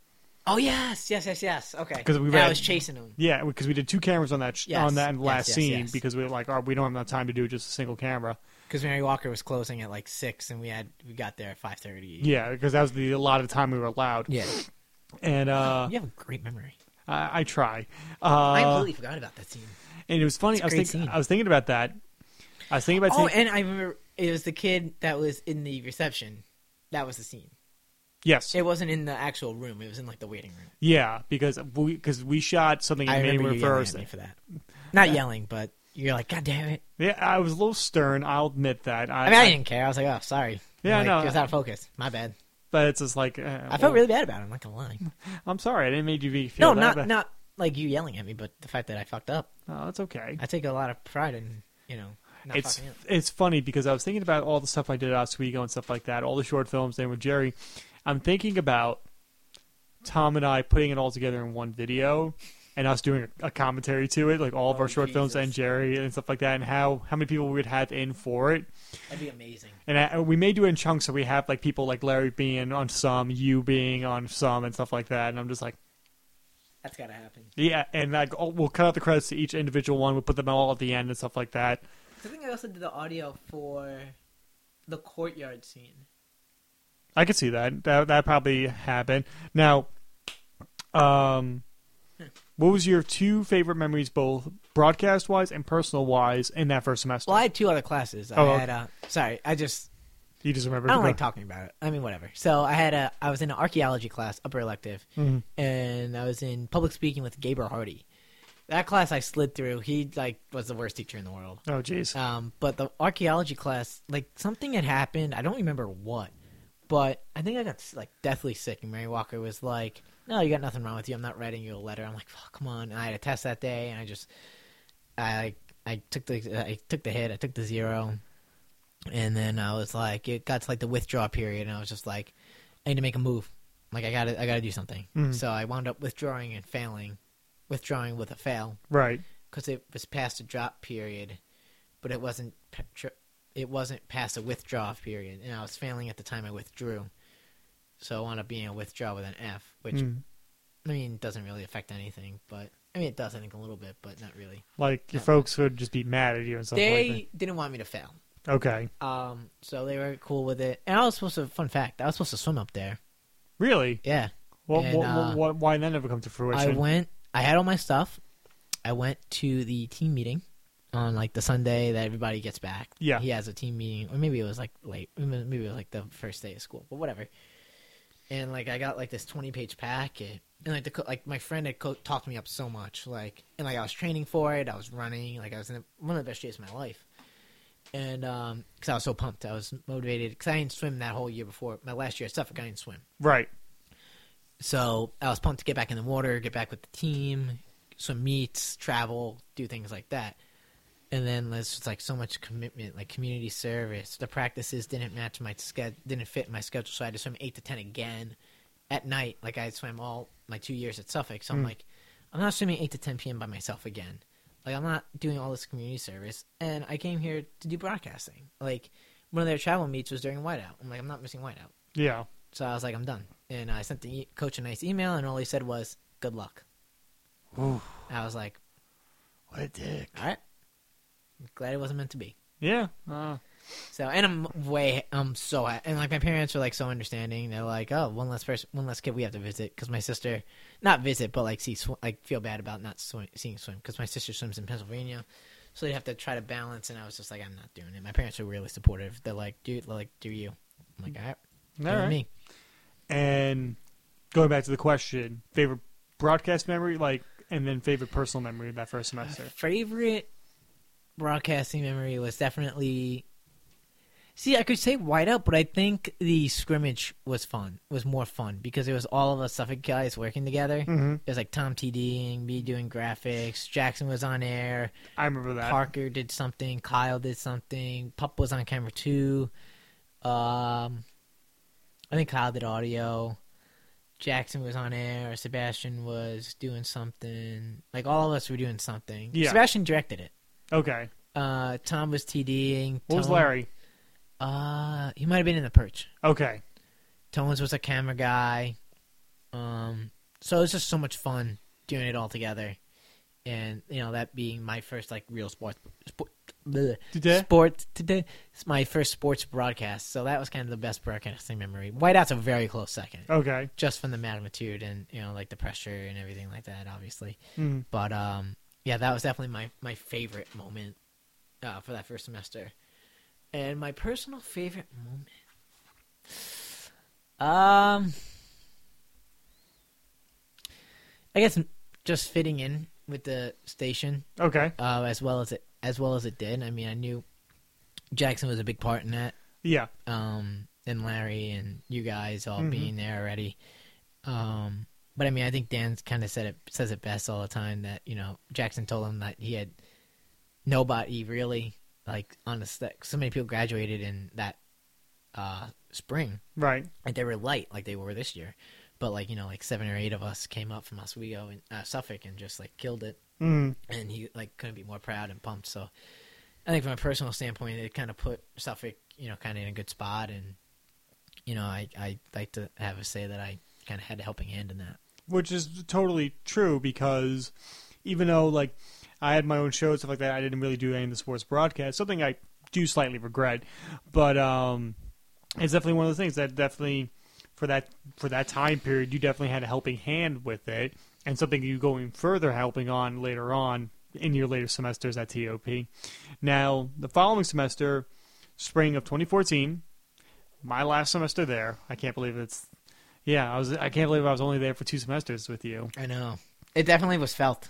Speaker 2: Oh yes, yes, yes, yes. Okay.
Speaker 1: 'Cause we
Speaker 2: And
Speaker 1: read-
Speaker 2: I was chasing him.
Speaker 1: Yeah, because we did two cameras on that sh-
Speaker 2: Yes,
Speaker 1: on that last
Speaker 2: yes, yes,
Speaker 1: scene
Speaker 2: yes.
Speaker 1: because we were like, oh, we don't have enough time to do just a single camera.
Speaker 2: Because Mary Walker was closing at like six, and we had we got there at five thirty.
Speaker 1: Yeah, because that was the a lot of time we were allowed.
Speaker 2: Yeah.
Speaker 1: and uh,
Speaker 2: You have a great memory.
Speaker 1: I, I try. Uh,
Speaker 2: I completely forgot about that scene.
Speaker 1: and it was funny. I
Speaker 2: It's
Speaker 1: was,
Speaker 2: a great
Speaker 1: think-
Speaker 2: scene.
Speaker 1: I was thinking about that. I was thinking about
Speaker 2: Oh,
Speaker 1: taking-
Speaker 2: and I remember it was the kid that was in the reception. That was the scene.
Speaker 1: yes,
Speaker 2: It wasn't in the actual room. It was in like the waiting room.
Speaker 1: yeah, because we because we shot something
Speaker 2: I
Speaker 1: in May
Speaker 2: remember you yelling
Speaker 1: first.
Speaker 2: at me for that. Not yelling, but you're like, God damn it!
Speaker 1: Yeah, I was a little stern. I'll admit that.
Speaker 2: I mean, I didn't care. I was like, oh, sorry.
Speaker 1: Yeah, I
Speaker 2: like,
Speaker 1: know.
Speaker 2: It was out of focus. My bad.
Speaker 1: but it's just like uh,
Speaker 2: I felt really bad about it. I'm not gonna lie.
Speaker 1: I'm sorry. I didn't make you be- feel
Speaker 2: No,
Speaker 1: that
Speaker 2: not
Speaker 1: bad.
Speaker 2: not like you yelling at me, but the fact that I fucked up.
Speaker 1: Oh, that's okay.
Speaker 2: I take a lot of pride in you know not
Speaker 1: it's
Speaker 2: fucking up.
Speaker 1: it's funny because I was thinking about all the stuff I did at Oswego and stuff like that, all the short films and with Jerry. I'm thinking about Tom and I putting it all together in one video and us doing a, a commentary to it, like all of
Speaker 2: Oh,
Speaker 1: our short films
Speaker 2: Jesus.
Speaker 1: and Jerry and stuff like that, and how how many people we would have in for it.
Speaker 2: That'd be amazing.
Speaker 1: And I, we may do it in chunks, so we have like people like Larry being on some, you being on some, and stuff like that. And I'm just like,
Speaker 2: That's gotta happen.
Speaker 1: yeah, and like oh, we'll cut out the credits to each individual one, we'll put them all at the end and stuff like that.
Speaker 2: I think I also did the audio for the courtyard scene.
Speaker 1: I could see that. That that probably happened. Now, um, what was your two favorite memories, both broadcast wise and personal wise, in that first semester?
Speaker 2: Well, I had two other classes. I
Speaker 1: Oh, okay.
Speaker 2: had uh, sorry, I just
Speaker 1: You just remember.
Speaker 2: I don't like talking about it. I mean, whatever. So I had a I was in an archaeology class, upper elective,
Speaker 1: Mhm.
Speaker 2: and I was in public speaking with Gaber Hardy. That class I slid through. He like was the worst teacher in the world.
Speaker 1: Oh, jeez.
Speaker 2: Um, but the archaeology class, like something had happened. I don't remember what, but I think I got like deathly sick. And Mary Walker was like, "No, you got nothing wrong with you. I'm not writing you a letter." I'm like, "Fuck, come on!" And I had a test that day, and I just, I, I took the, I took the hit. I took the zero, and then I was like, it got to like the withdraw period, and I was just like, I need to make a move. Like I gotta, I gotta do something.
Speaker 1: Mhm.
Speaker 2: So I wound up withdrawing and failing withdrawing with a fail
Speaker 1: Right.
Speaker 2: because it was past a drop period, but it wasn't p- tr- it wasn't past a withdraw period, and I was failing at the time I withdrew, so I wound up being a withdraw with an F, which
Speaker 1: Mm.
Speaker 2: I mean doesn't really affect anything, but I mean it does I think a little bit, but not really.
Speaker 1: Like your
Speaker 2: Yeah.
Speaker 1: folks would just be mad at you and something
Speaker 2: they
Speaker 1: like
Speaker 2: didn't want me to fail,
Speaker 1: that. Okay.
Speaker 2: um, so they were cool with it, and I was supposed to. Fun fact: I was supposed to swim up there.
Speaker 1: Really?
Speaker 2: Yeah,
Speaker 1: Well,
Speaker 2: And,
Speaker 1: wha-
Speaker 2: uh,
Speaker 1: wha- why that never come to
Speaker 2: I
Speaker 1: fruition?
Speaker 2: went. I had all my stuff. I went to the team meeting on like the Sunday that everybody gets back.
Speaker 1: Yeah.
Speaker 2: he has a team meeting, or maybe it was like late. Maybe it was like the first day of school, but whatever. And like I got like this twenty-page packet, and like the co- like my friend had co- talked me up so much, like and like I was training for it. I was running, like I was in the, one of the best days of my life. And because I was so pumped, I was motivated because I didn't swim that whole year before my last year at Suffolk. I didn't swim.
Speaker 1: Right.
Speaker 2: So I was pumped to get back in the water, get back with the team, swim meets, travel, do things like that. And then there's just like so much commitment, like community service. The practices didn't match my schedule, didn't fit my schedule, so I had to swim eight to ten again at night. Like I had swam all my two years at Suffolk, so I'm like, I'm not swimming eight to ten p.m. by myself again. Like I'm not doing all this community service, and I came here to do broadcasting. Like one of their travel meets was during whiteout. I'm like, I'm not missing whiteout.
Speaker 1: Yeah.
Speaker 2: So I was like, I'm done. And I sent the e- coach a nice email, and all he said was, "Good luck."
Speaker 1: Ooh,
Speaker 2: I was like,
Speaker 1: what a dick.
Speaker 2: "All right, glad it wasn't meant to be."
Speaker 1: Yeah. Uh,
Speaker 2: So, and I'm way, I'm so, ha- and like my parents were like so understanding. They're like, "Oh, one less person, one less kid we have to visit," because my sister, not visit, but like see, sw- like feel bad about not sw- seeing swim because my sister swims in Pennsylvania, so they'd have to try to balance. And I was just like, "I'm not doing it." My parents were really supportive. They're like, "Dude, like, do you?" I'm like, "All right,
Speaker 1: all
Speaker 2: do
Speaker 1: right.
Speaker 2: me."
Speaker 1: And going back to the question, favorite broadcast memory, like, and then favorite personal memory of that first
Speaker 2: Uh,
Speaker 1: semester.
Speaker 2: favorite broadcasting memory was definitely. See, I could say whiteout, but I think the scrimmage was fun. Was more fun because it was all of us Suffolk guys working together.
Speaker 1: Mhm.
Speaker 2: It was like Tom TD and me doing graphics. Jackson was on air.
Speaker 1: I remember that.
Speaker 2: Parker did something. Kyle did something. Pup was on camera too. Um, I think Kyle did audio. Jackson was on air. Sebastian was doing something. Like all of us were doing something.
Speaker 1: Yeah.
Speaker 2: Sebastian directed it.
Speaker 1: Okay.
Speaker 2: Uh, Tom was TDing.
Speaker 1: What was
Speaker 2: Tone-
Speaker 1: Larry?
Speaker 2: Uh, he might have been in the perch.
Speaker 1: Okay.
Speaker 2: Tones was a camera guy. Um, so it was just so much fun doing it all together, and you know that being my first like real sports sport, bleh,
Speaker 1: Today?
Speaker 2: sports today. It's my first sports broadcast, so that was kind of the best broadcasting memory. Whiteout's a very close second,
Speaker 1: Okay.
Speaker 2: just from the magnitude and you know like the pressure and everything like that, obviously.
Speaker 1: Mm.
Speaker 2: But um, yeah, that was definitely my my favorite moment uh, for that first semester, and my personal favorite moment. Um, I guess just fitting in with the station
Speaker 1: Okay.
Speaker 2: uh, as well as it as well as it did. I mean, I knew Jackson was a big part in that
Speaker 1: Yeah.
Speaker 2: um, and Larry and you guys all
Speaker 1: Mhm.
Speaker 2: being there already. Um, but I mean, I think Dan's kind of said it says it best all the time that you know Jackson told him that he had nobody really like on the st- so many people graduated in that uh, spring
Speaker 1: Right.
Speaker 2: like they were light like they were this year, but like you know like seven or eight of us came up from Oswego and uh, Suffolk and just like killed it
Speaker 1: Mm.
Speaker 2: and he like couldn't be more proud and pumped. So I think from a personal standpoint, it kind of put Suffolk, you know, kind of in a good spot, and you know, I I like to have a say that I kind of had a helping hand in that.
Speaker 1: Which is totally true because even though like I had my own show and stuff like that, I didn't really do any of the sports broadcast. Something I do slightly regret, but um, it's definitely one of those things that definitely for that for that time period, you definitely had a helping hand with it, and something you going further helping on later on in your later semesters at TOP. Now, the following semester, spring of 2014, my last semester there. I can't believe it's yeah. I was I can't believe I was only there for two semesters with you.
Speaker 2: I know it definitely was felt.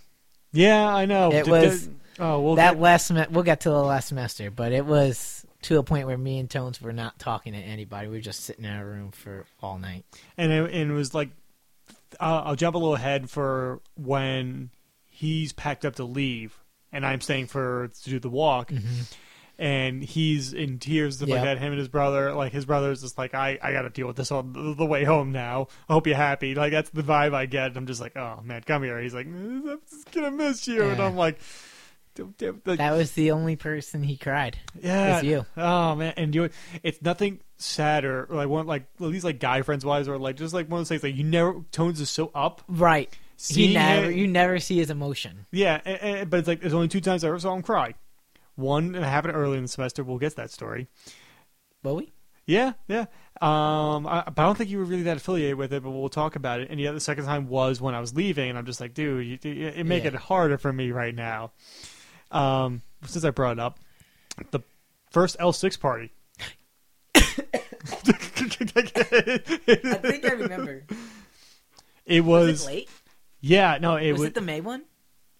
Speaker 1: Yeah, I know.
Speaker 2: It
Speaker 1: Did-
Speaker 2: was-
Speaker 1: did- oh well
Speaker 2: that last sem- we'll get to the last semester, but it was to a point where me and Tones were not talking to anybody. We were just sitting in our room for all night.
Speaker 1: and it, and it was like uh, I'll jump a little ahead for when he's packed up to leave and I'm staying for to do the walk. and he's in tears stuff like
Speaker 2: Mm-hmm. Yeah.
Speaker 1: that. Him and his brother, like his brother's just like, I, I got to deal with this on the, the way home now. I hope you're happy. Like that's the vibe I get. I'm just like, oh man, come here. He's like, "Mm, I'm just gonna miss you, and
Speaker 2: Yeah.
Speaker 1: I'm like. "Don't- don't- like,
Speaker 2: That was the only person he cried.
Speaker 1: yeah.
Speaker 2: It's you.
Speaker 1: Oh man, and you. It's nothing sadder. Like one, like at least like guy friends wise, or like just like one of those things. Like you never tones is so up.
Speaker 2: Right.
Speaker 1: Seeing
Speaker 2: you never
Speaker 1: it-
Speaker 2: you never see his emotion.
Speaker 1: yeah, and, and- but it's like there's only two times I ever saw him cry. One it happened early in the semester. We'll get that story.
Speaker 2: Will we?
Speaker 1: Yeah, yeah. Um, I, but I don't think you were really that affiliated with it. But we'll talk about it. And yeah, the second time was when I was leaving, and I'm just like, dude, you, you, it make
Speaker 2: Yeah.
Speaker 1: it harder for me right now. Um, since I brought it up, the first L6 party.
Speaker 2: I think I remember.
Speaker 1: it was,
Speaker 2: late?
Speaker 1: yeah, no, it was.
Speaker 2: the May one?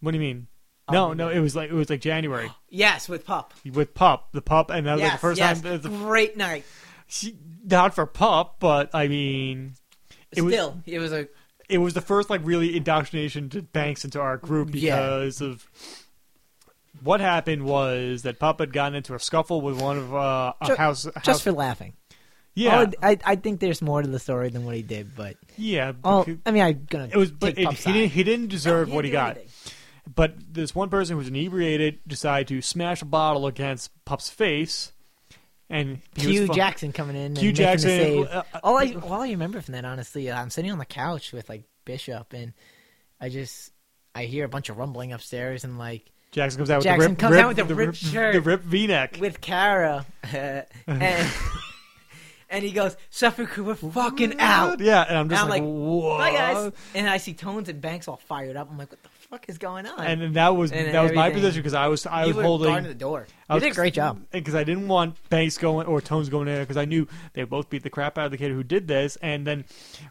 Speaker 1: what do you mean?
Speaker 2: Oh,
Speaker 1: no,
Speaker 2: maybe
Speaker 1: no,
Speaker 2: not.
Speaker 1: it was like it was like January
Speaker 2: Yes, with Pup.
Speaker 1: with Pup, the Pup, and that was
Speaker 2: yes,
Speaker 1: like the first
Speaker 2: yes.
Speaker 1: time. that The,
Speaker 2: Great night.
Speaker 1: she, not for Pup, but I mean, It was-
Speaker 2: Still, it was a
Speaker 1: it was the first like really indoctrination to banks into our group
Speaker 2: Yeah.
Speaker 1: because of what happened was that Pup had gotten into a scuffle with one of uh, a
Speaker 2: Ju-
Speaker 1: house, house-
Speaker 2: just for laughing.
Speaker 1: yeah,
Speaker 2: All- I I think there's more to the story than what he did, but
Speaker 1: yeah.
Speaker 2: oh,
Speaker 1: because-
Speaker 2: I mean, I'm gonna.
Speaker 1: it was,
Speaker 2: take
Speaker 1: but it,
Speaker 2: Pup's
Speaker 1: he
Speaker 2: side.
Speaker 1: didn't. He didn't deserve what he
Speaker 2: didn't do
Speaker 1: got.
Speaker 2: anything.
Speaker 1: But this one person who was inebriated decided to smash a bottle against Pup's face, and he
Speaker 2: Hugh
Speaker 1: was fu-
Speaker 2: Jackson coming in.
Speaker 1: Hugh
Speaker 2: and making the
Speaker 1: Jackson,
Speaker 2: save.
Speaker 1: uh, uh,
Speaker 2: all I all I remember from that, honestly, uh, I'm sitting on the couch with like Bishop, and I just I hear a bunch of rumbling upstairs, and like
Speaker 1: Jackson comes out with the
Speaker 2: Jackson
Speaker 1: rip,
Speaker 2: comes
Speaker 1: rip-
Speaker 2: out with a
Speaker 1: the
Speaker 2: ripped
Speaker 1: rip,
Speaker 2: shirt.
Speaker 1: the ripped V-neck.
Speaker 2: with Kara, and and he goes, "Suffolk, we're fucking out."
Speaker 1: Yeah, and I'm just
Speaker 2: I'm
Speaker 1: like,
Speaker 2: like,
Speaker 1: whoa.
Speaker 2: Bye guys, and I see Tones and Banks all fired up. I'm like, "What the fuck is going on?"
Speaker 1: And, that was
Speaker 2: And
Speaker 1: that was my
Speaker 2: everything.
Speaker 1: position because I was I
Speaker 2: you
Speaker 1: was
Speaker 2: were guarding
Speaker 1: holding
Speaker 2: the door.
Speaker 1: I
Speaker 2: You
Speaker 1: was-
Speaker 2: did a great job.
Speaker 1: because I didn't want Banks going or Tones going in there because I knew they would both beat the crap out of the kid who did this. And then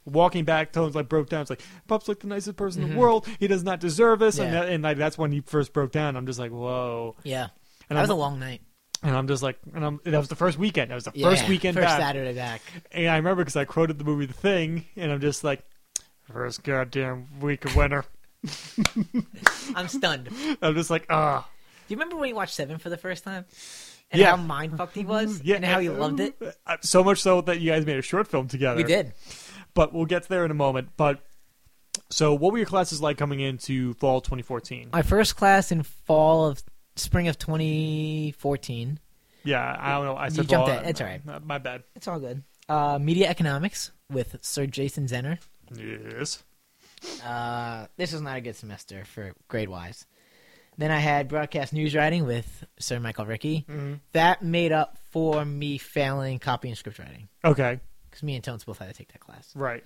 Speaker 1: walking back, Tones like broke down. It's like Pup's like the nicest person in the world. He does not deserve this. And,
Speaker 2: Mm-hmm. Yeah.
Speaker 1: that, and like that's when he first broke down. I'm just like whoa.
Speaker 2: Yeah,
Speaker 1: And
Speaker 2: that
Speaker 1: I'm,
Speaker 2: was a long night.
Speaker 1: and I'm just like and I'm that was the first weekend. That was the
Speaker 2: Yeah,
Speaker 1: first weekend
Speaker 2: first
Speaker 1: back.
Speaker 2: Saturday back.
Speaker 1: And I remember because I quoted the movie The Thing, and I'm just like first goddamn week of winter.
Speaker 2: I'm stunned.
Speaker 1: I'm just like ah.
Speaker 2: Do you remember when you watched Seven for the first time? And
Speaker 1: Yeah.
Speaker 2: how mind fucked he was? And how he loved it?
Speaker 1: Uh, So much so that you guys made a short film together.
Speaker 2: We did.
Speaker 1: But we'll get there in a moment. But so, what were your classes like coming into fall 2014?
Speaker 2: My first class in fall of spring of 2014.
Speaker 1: yeah, I don't know. I said
Speaker 2: jumped
Speaker 1: fall.
Speaker 2: it. It's all right.
Speaker 1: Uh, My bad.
Speaker 2: It's all good. Uh, media economics with Sir Jason Zenner.
Speaker 1: Yes.
Speaker 2: Uh, this was not a good semester for grade wise. Then I had broadcast news writing with Sir Michael Rickey.
Speaker 1: Mm-hmm.
Speaker 2: That made up for me failing copy and script writing
Speaker 1: Okay.
Speaker 2: because me and Tones both had to take that class.
Speaker 1: Right.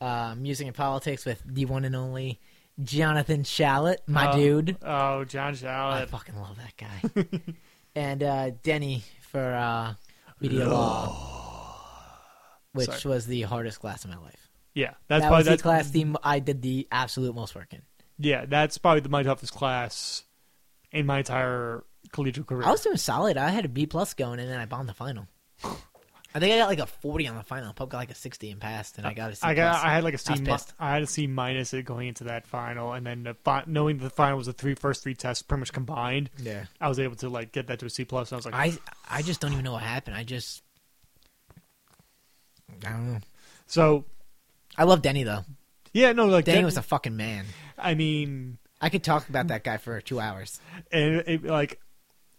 Speaker 2: uh, music and politics with the one and only Jonathan Shalit, my
Speaker 1: Oh,
Speaker 2: dude.
Speaker 1: Oh, John
Speaker 2: I
Speaker 1: Shalit.
Speaker 2: fucking love that guy. and uh, Denny for uh, media law, which
Speaker 1: Sorry.
Speaker 2: was the hardest class of my life.
Speaker 1: Yeah, that's
Speaker 2: that
Speaker 1: probably
Speaker 2: was the
Speaker 1: that's
Speaker 2: class the, m- I did the absolute most work in.
Speaker 1: yeah, that's probably the, my toughest class in my entire collegiate career.
Speaker 2: I was doing solid. I had a B plus going, and then I bombed the final. I think I got like a forty on the final. Pope got like a sixty and passed, and I got a C
Speaker 1: I got.
Speaker 2: plus.
Speaker 1: I had like a
Speaker 2: I
Speaker 1: C.
Speaker 2: was
Speaker 1: mi-
Speaker 2: pissed.
Speaker 1: I had a C minus it going into that final, and then the fi- knowing the final was the three first three tests pretty much combined,
Speaker 2: yeah.
Speaker 1: I was able to like get that to a C plus. And I was like,
Speaker 2: I I just don't even know what happened. I just I don't know.
Speaker 1: so
Speaker 2: I love Denny though.
Speaker 1: yeah, no, like
Speaker 2: Denny
Speaker 1: that-
Speaker 2: was a fucking man.
Speaker 1: I mean,
Speaker 2: I could talk about that guy for two hours.
Speaker 1: and it, like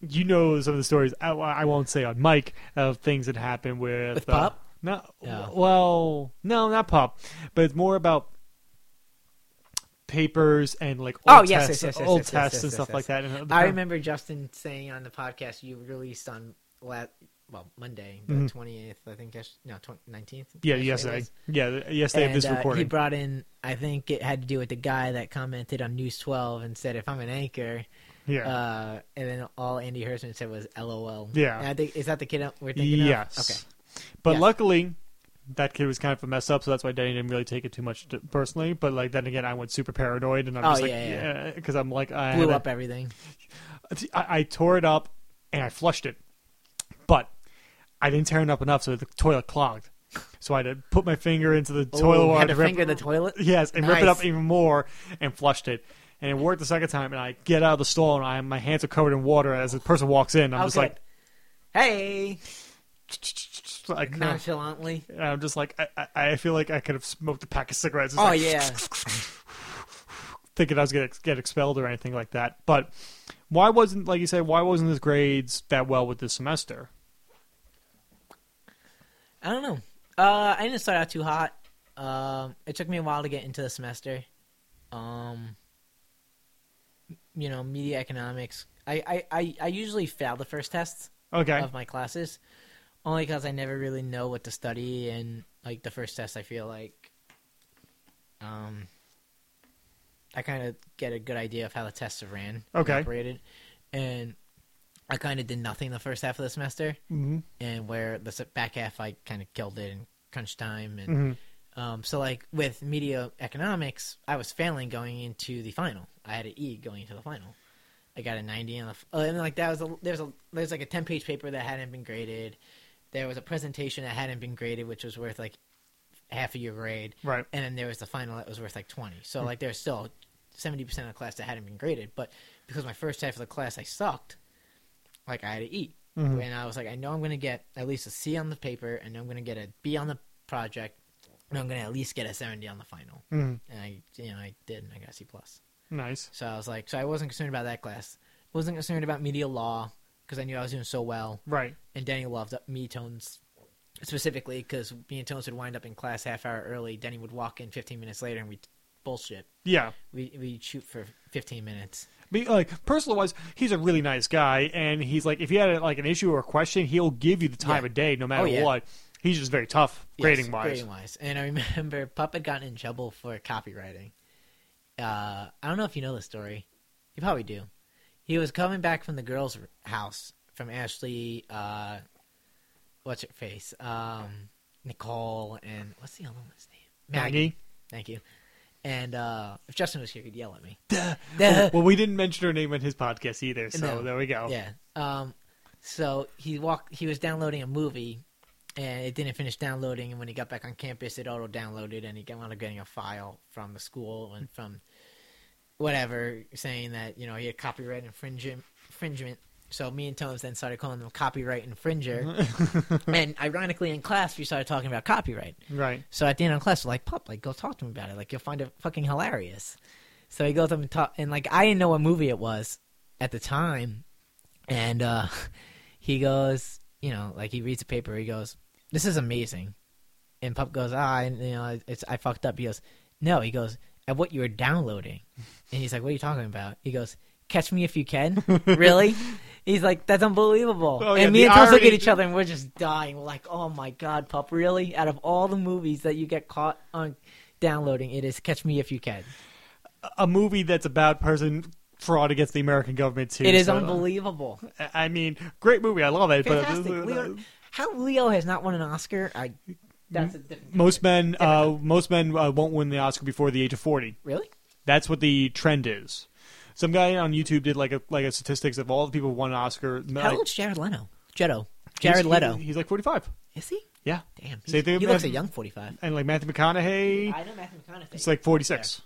Speaker 1: you know some of the stories I, I won't say on Mike of things that happen with,
Speaker 2: With
Speaker 1: uh,
Speaker 2: Pop?
Speaker 1: No,
Speaker 2: Yeah.
Speaker 1: well, no, not pop, but it's more about papers and like
Speaker 2: Oh,
Speaker 1: old
Speaker 2: yes,
Speaker 1: tests,
Speaker 2: yes, yes, yes,
Speaker 1: old
Speaker 2: yes, yes,
Speaker 1: tests and
Speaker 2: yes,
Speaker 1: stuff
Speaker 2: yes.
Speaker 1: like that. And uh,
Speaker 2: I remember Justin saying on the podcast you released on last well Monday the
Speaker 1: Mhm.
Speaker 2: 28th I think yes- no 20, 19th
Speaker 1: Yeah, yesterday.
Speaker 2: yesterday was.
Speaker 1: Yeah, yesterday of
Speaker 2: And,
Speaker 1: this
Speaker 2: uh, he
Speaker 1: recording.
Speaker 2: brought in I think it had to do with the guy that commented on News 12 and said if I'm an anchor
Speaker 1: yeah.
Speaker 2: uh, and then all Andy Hirschman said was LOL
Speaker 1: Yeah.
Speaker 2: and I think is that the kid we're thinking
Speaker 1: Yes.
Speaker 2: of okay
Speaker 1: But
Speaker 2: Yes.
Speaker 1: luckily, that kid was kind of a mess up, so that's why Danny didn't really take it too much to, personally. But like then again, I went super paranoid, and I'm
Speaker 2: Oh,
Speaker 1: just like,
Speaker 2: yeah, yeah.
Speaker 1: yeah, because I'm like, I, had
Speaker 2: blew
Speaker 1: a-
Speaker 2: up everything.
Speaker 1: I, I tore it up and I flushed it, but I didn't tear it up enough, so the toilet clogged. So I had to put my finger into the toilet
Speaker 2: Ooh,
Speaker 1: water
Speaker 2: had to
Speaker 1: rip-
Speaker 2: finger the toilet.
Speaker 1: Yes, and rip it
Speaker 2: Nice.
Speaker 1: up even more and flushed it. And it worked the second time, and I get out of the stall, and I, my hands are covered in water as the person walks in. I'm just
Speaker 2: Okay.
Speaker 1: like,
Speaker 2: Hey,
Speaker 1: Like, uh,
Speaker 2: nonchalantly.
Speaker 1: and I'm just like, I, I, I feel like I could have smoked a pack of cigarettes. It's
Speaker 2: Oh
Speaker 1: like,
Speaker 2: yeah,
Speaker 1: thinking I was gonna get expelled or anything like that. But why wasn't, like you said, why wasn't his grades that well with this semester?
Speaker 2: I don't know. Uh, I didn't start out too hot. Um, it took me a while to get into the semester. Um, you know, media economics. I, I, I, I usually fail the first test
Speaker 1: Okay,
Speaker 2: of my classes, only because I never really know what to study. And like the first test, I feel like, um, I kind of get a good idea of how the tests ran, and
Speaker 1: Okay.
Speaker 2: operated, and I kind of did nothing the first half of the semester
Speaker 1: hmm
Speaker 2: and where the s- back half I kind of killed it in crunch time and
Speaker 1: hmm
Speaker 2: um, so like with media economics I was failing going into the final I had an E going into the final I got a 90 on the f- uh, and like that was a there's a there's like a 10 page paper that hadn't been graded there was a presentation that hadn't been graded which was worth like half of your grade
Speaker 1: right.
Speaker 2: and then there was the final that was worth like 20 so like there's still 70% of the class that hadn't been graded but because my first half of the class I sucked like I had to eat
Speaker 1: Mhm.
Speaker 2: and I was like I know I'm going to get at least a C on the paper and I'm going to get a B on the project and I'm going to at least get a 70 on the final
Speaker 1: Mhm.
Speaker 2: and I you know I did and I got a C plus
Speaker 1: Nice.
Speaker 2: so I was like so I wasn't concerned about that class wasn't concerned about media law because I knew I was doing so well
Speaker 1: Right.
Speaker 2: and Denny loved me tones specifically because me and Tones would wind up in class half hour early. Denny would walk in 15 minutes later, and we would bullshit.
Speaker 1: Yeah.
Speaker 2: We we shoot for 15 minutes.
Speaker 1: Be, like personal wise, he's a really nice guy, and he's like if you had like an issue or a question, he'll give you the time
Speaker 2: Yeah.
Speaker 1: of day no matter
Speaker 2: Oh, yeah.
Speaker 1: what. He's just very tough grading wise.
Speaker 2: grading wise. And I remember Pup had gotten in trouble for copywriting. Uh, I don't know if you know the story. You probably do. He was coming back from the girls' house from Ashley. Uh, what's her face? Um, Nicole and what's the other one's name?
Speaker 1: Maggie.
Speaker 2: Thank you. And uh, if Justin was here, he'd yell at me.
Speaker 1: Well, well, we didn't mention her name on his podcast either, so
Speaker 2: No.
Speaker 1: there we go.
Speaker 2: Yeah. Um, so he walked. He was downloading a movie, and it didn't finish downloading. And when he got back on campus, it auto-downloaded, and he wound up getting a file from the school and from whatever saying that you know he had copyright infringement. infringement. So me and Tones then started calling him copyright infringer, and ironically in class we started talking about copyright.
Speaker 1: Right.
Speaker 2: So at the end of class, we're like, "Pup, like go talk to him about it. Like you'll find it fucking hilarious." So he goes up and talk, and like I didn't know what movie it was at the time, and uh he goes, you know, like he reads the paper. He goes, "This is amazing," and Pup goes, "Ah, and, you know, it's I fucked up." He goes, "No," he goes, "At what you were downloading," and he's like, "What are you talking about?" He goes, "Catch me if you can." really? He's like, "That's unbelievable."
Speaker 1: Oh, yeah,
Speaker 2: and me
Speaker 1: the
Speaker 2: and Tubbs look at
Speaker 1: irony-
Speaker 2: each other and we're just dying. We're like, "Oh my god, Pup, really?" Out of all the movies that you get caught on downloading, it is "Catch Me If You Can."
Speaker 1: A movie that's about person fraud against the American government too.
Speaker 2: It is
Speaker 1: so, uh,
Speaker 2: unbelievable.
Speaker 1: I mean, great movie. I love it.
Speaker 2: Fantastic.
Speaker 1: But
Speaker 2: Leo, how Leo has not won an Oscar? I. That's
Speaker 1: Mm-hmm.
Speaker 2: a different.
Speaker 1: most men, uh, most men uh, won't win the Oscar before the age of forty.
Speaker 2: Really?
Speaker 1: That's what the trend is. Some guy on YouTube did like a like a statistics of all the people who won an Oscar.
Speaker 2: How
Speaker 1: like,
Speaker 2: old's Jared Leto? Jetto.
Speaker 1: he's-
Speaker 2: Jared Leto.
Speaker 1: He's like forty five.
Speaker 2: Is he?
Speaker 1: Yeah,
Speaker 2: Damn.
Speaker 1: Say
Speaker 2: He,
Speaker 1: they-
Speaker 2: he looks a young 45.
Speaker 1: and like Matthew McConaughey,
Speaker 2: I know Matthew McConaughey.
Speaker 1: it's like forty six.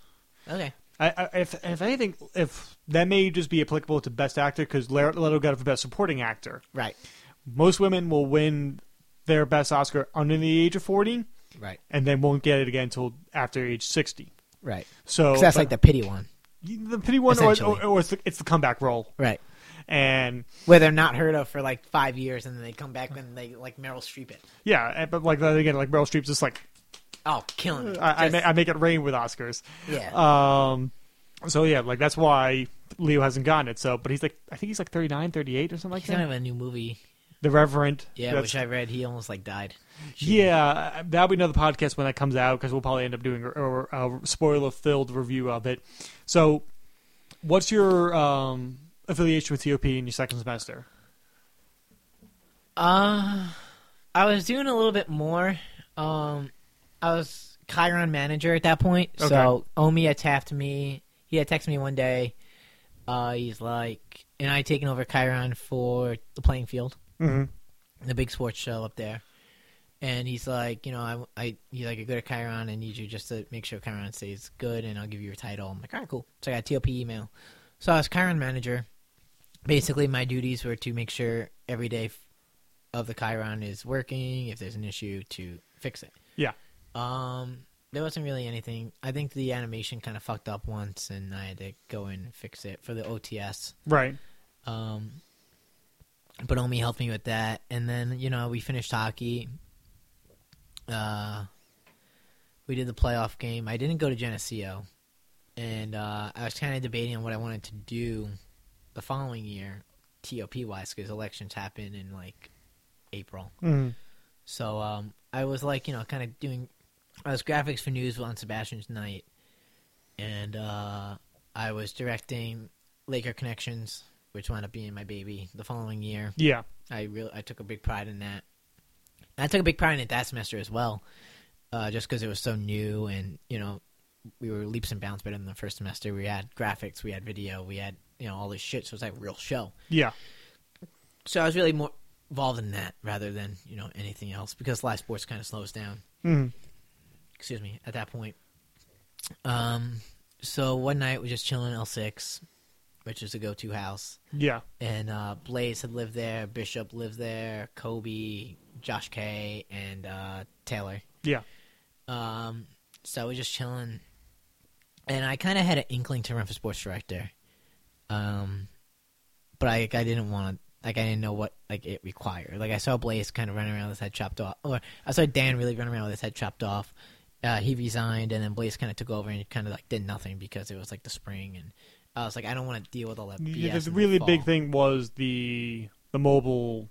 Speaker 2: okay.
Speaker 1: I, I, if if anything, if that may just be applicable to best actor because Leto got it for best supporting actor.
Speaker 2: Right.
Speaker 1: Most women will win their best Oscar under the age of forty,
Speaker 2: Right.
Speaker 1: and then won't get it again until after age sixty.
Speaker 2: Right.
Speaker 1: So
Speaker 2: Because that's
Speaker 1: Oh, but
Speaker 2: like the pity one.
Speaker 1: the pity one, or, or,
Speaker 2: Essentially.
Speaker 1: or it's, the, it's the comeback role,
Speaker 2: Right.
Speaker 1: and
Speaker 2: Where they're not heard of for like five years and then they come back and they like Meryl Streep it.
Speaker 1: yeah, and- but like then again, like Meryl Streep's just like
Speaker 2: Oh, killing it.
Speaker 1: I, I,
Speaker 2: Just-
Speaker 1: ma- I make it rain with Oscars.
Speaker 2: yeah.
Speaker 1: Um, so yeah, like that's why Leo hasn't gotten it. So, but he's like, I think he's like 39, 38 or something like
Speaker 2: He's gonna
Speaker 1: that.
Speaker 2: have a new movie.
Speaker 1: The Reverend.
Speaker 2: Yeah,
Speaker 1: That's-
Speaker 2: which I read. He almost like died.
Speaker 1: yeah, uh, that'll be another podcast when that comes out because we'll probably end up doing a, a spoiler-filled review of it. So, what's your um, affiliation with TOP in your second semester?
Speaker 2: Uh, I was doing a little bit more. Um, I was Chiron manager at that point, so
Speaker 1: Okay.
Speaker 2: Omi had tapped me. He had texted me one day. Uh, he's like, and I taken over Chiron for the playing field,
Speaker 1: Mm-hmm.
Speaker 2: the big sports show up there. And he's like, you know, I, I, he's like, I go to Chiron. I need you just to make sure Chiron stays good, and I'll give you your title. I'm like, all right, cool. So I got a TOP email. So I was Chiron manager. Basically, my duties were to make sure every day f- of the Chiron is working, if there's an issue to fix it.
Speaker 1: Yeah.
Speaker 2: Um, there wasn't really anything. I think the animation kind of fucked up once, and I had to go in and fix it for the OTS.
Speaker 1: Right.
Speaker 2: Um, but Omi helped me with that, and then you know we finished hockey. Uh, we did the playoff game. I didn't go to Geneseo, and uh, I was kind of debating on what I wanted to do the following year, TOP wise, because elections happen in like April.
Speaker 1: Mm.
Speaker 2: So um, I was like, you know, kind of doing. I was graphics for news on Sebastian's night, and uh, I was directing Laker Connections, which wound up being my baby the following year.
Speaker 1: Yeah.
Speaker 2: I really I took a big pride in that. And I took a big pride in it that semester as well, uh, just because it was so new and you know we were leaps and bounds better than the first semester. We had graphics, we had video, we had you know all this shit. So it was like a real show.
Speaker 1: Yeah.
Speaker 2: So I was really more involved in that rather than you know anything else because live sports kind of slows down.
Speaker 1: Mm.
Speaker 2: Excuse me at that point. Um, so one night we just chilling in L six, which is the go to house
Speaker 1: Yeah.
Speaker 2: and uh, Blaze had lived there, Bishop lived there, Kobe, Josh K, and uh, Taylor.
Speaker 1: Yeah.
Speaker 2: Um, so we're just chilling, and I kind of had an inkling to run for sports director, um, but I I didn't want to like I didn't know what like it required. Like I saw Blaze kind of running around with his head chopped off, or I saw Dan really running around with his head chopped off. Uh, he resigned, and then Blaze kind of took over and kind of like did nothing because it was like the spring, and I was like, I don't want to deal with all that BS.
Speaker 1: Yeah, the
Speaker 2: in
Speaker 1: really
Speaker 2: fall.
Speaker 1: big thing was the the mobile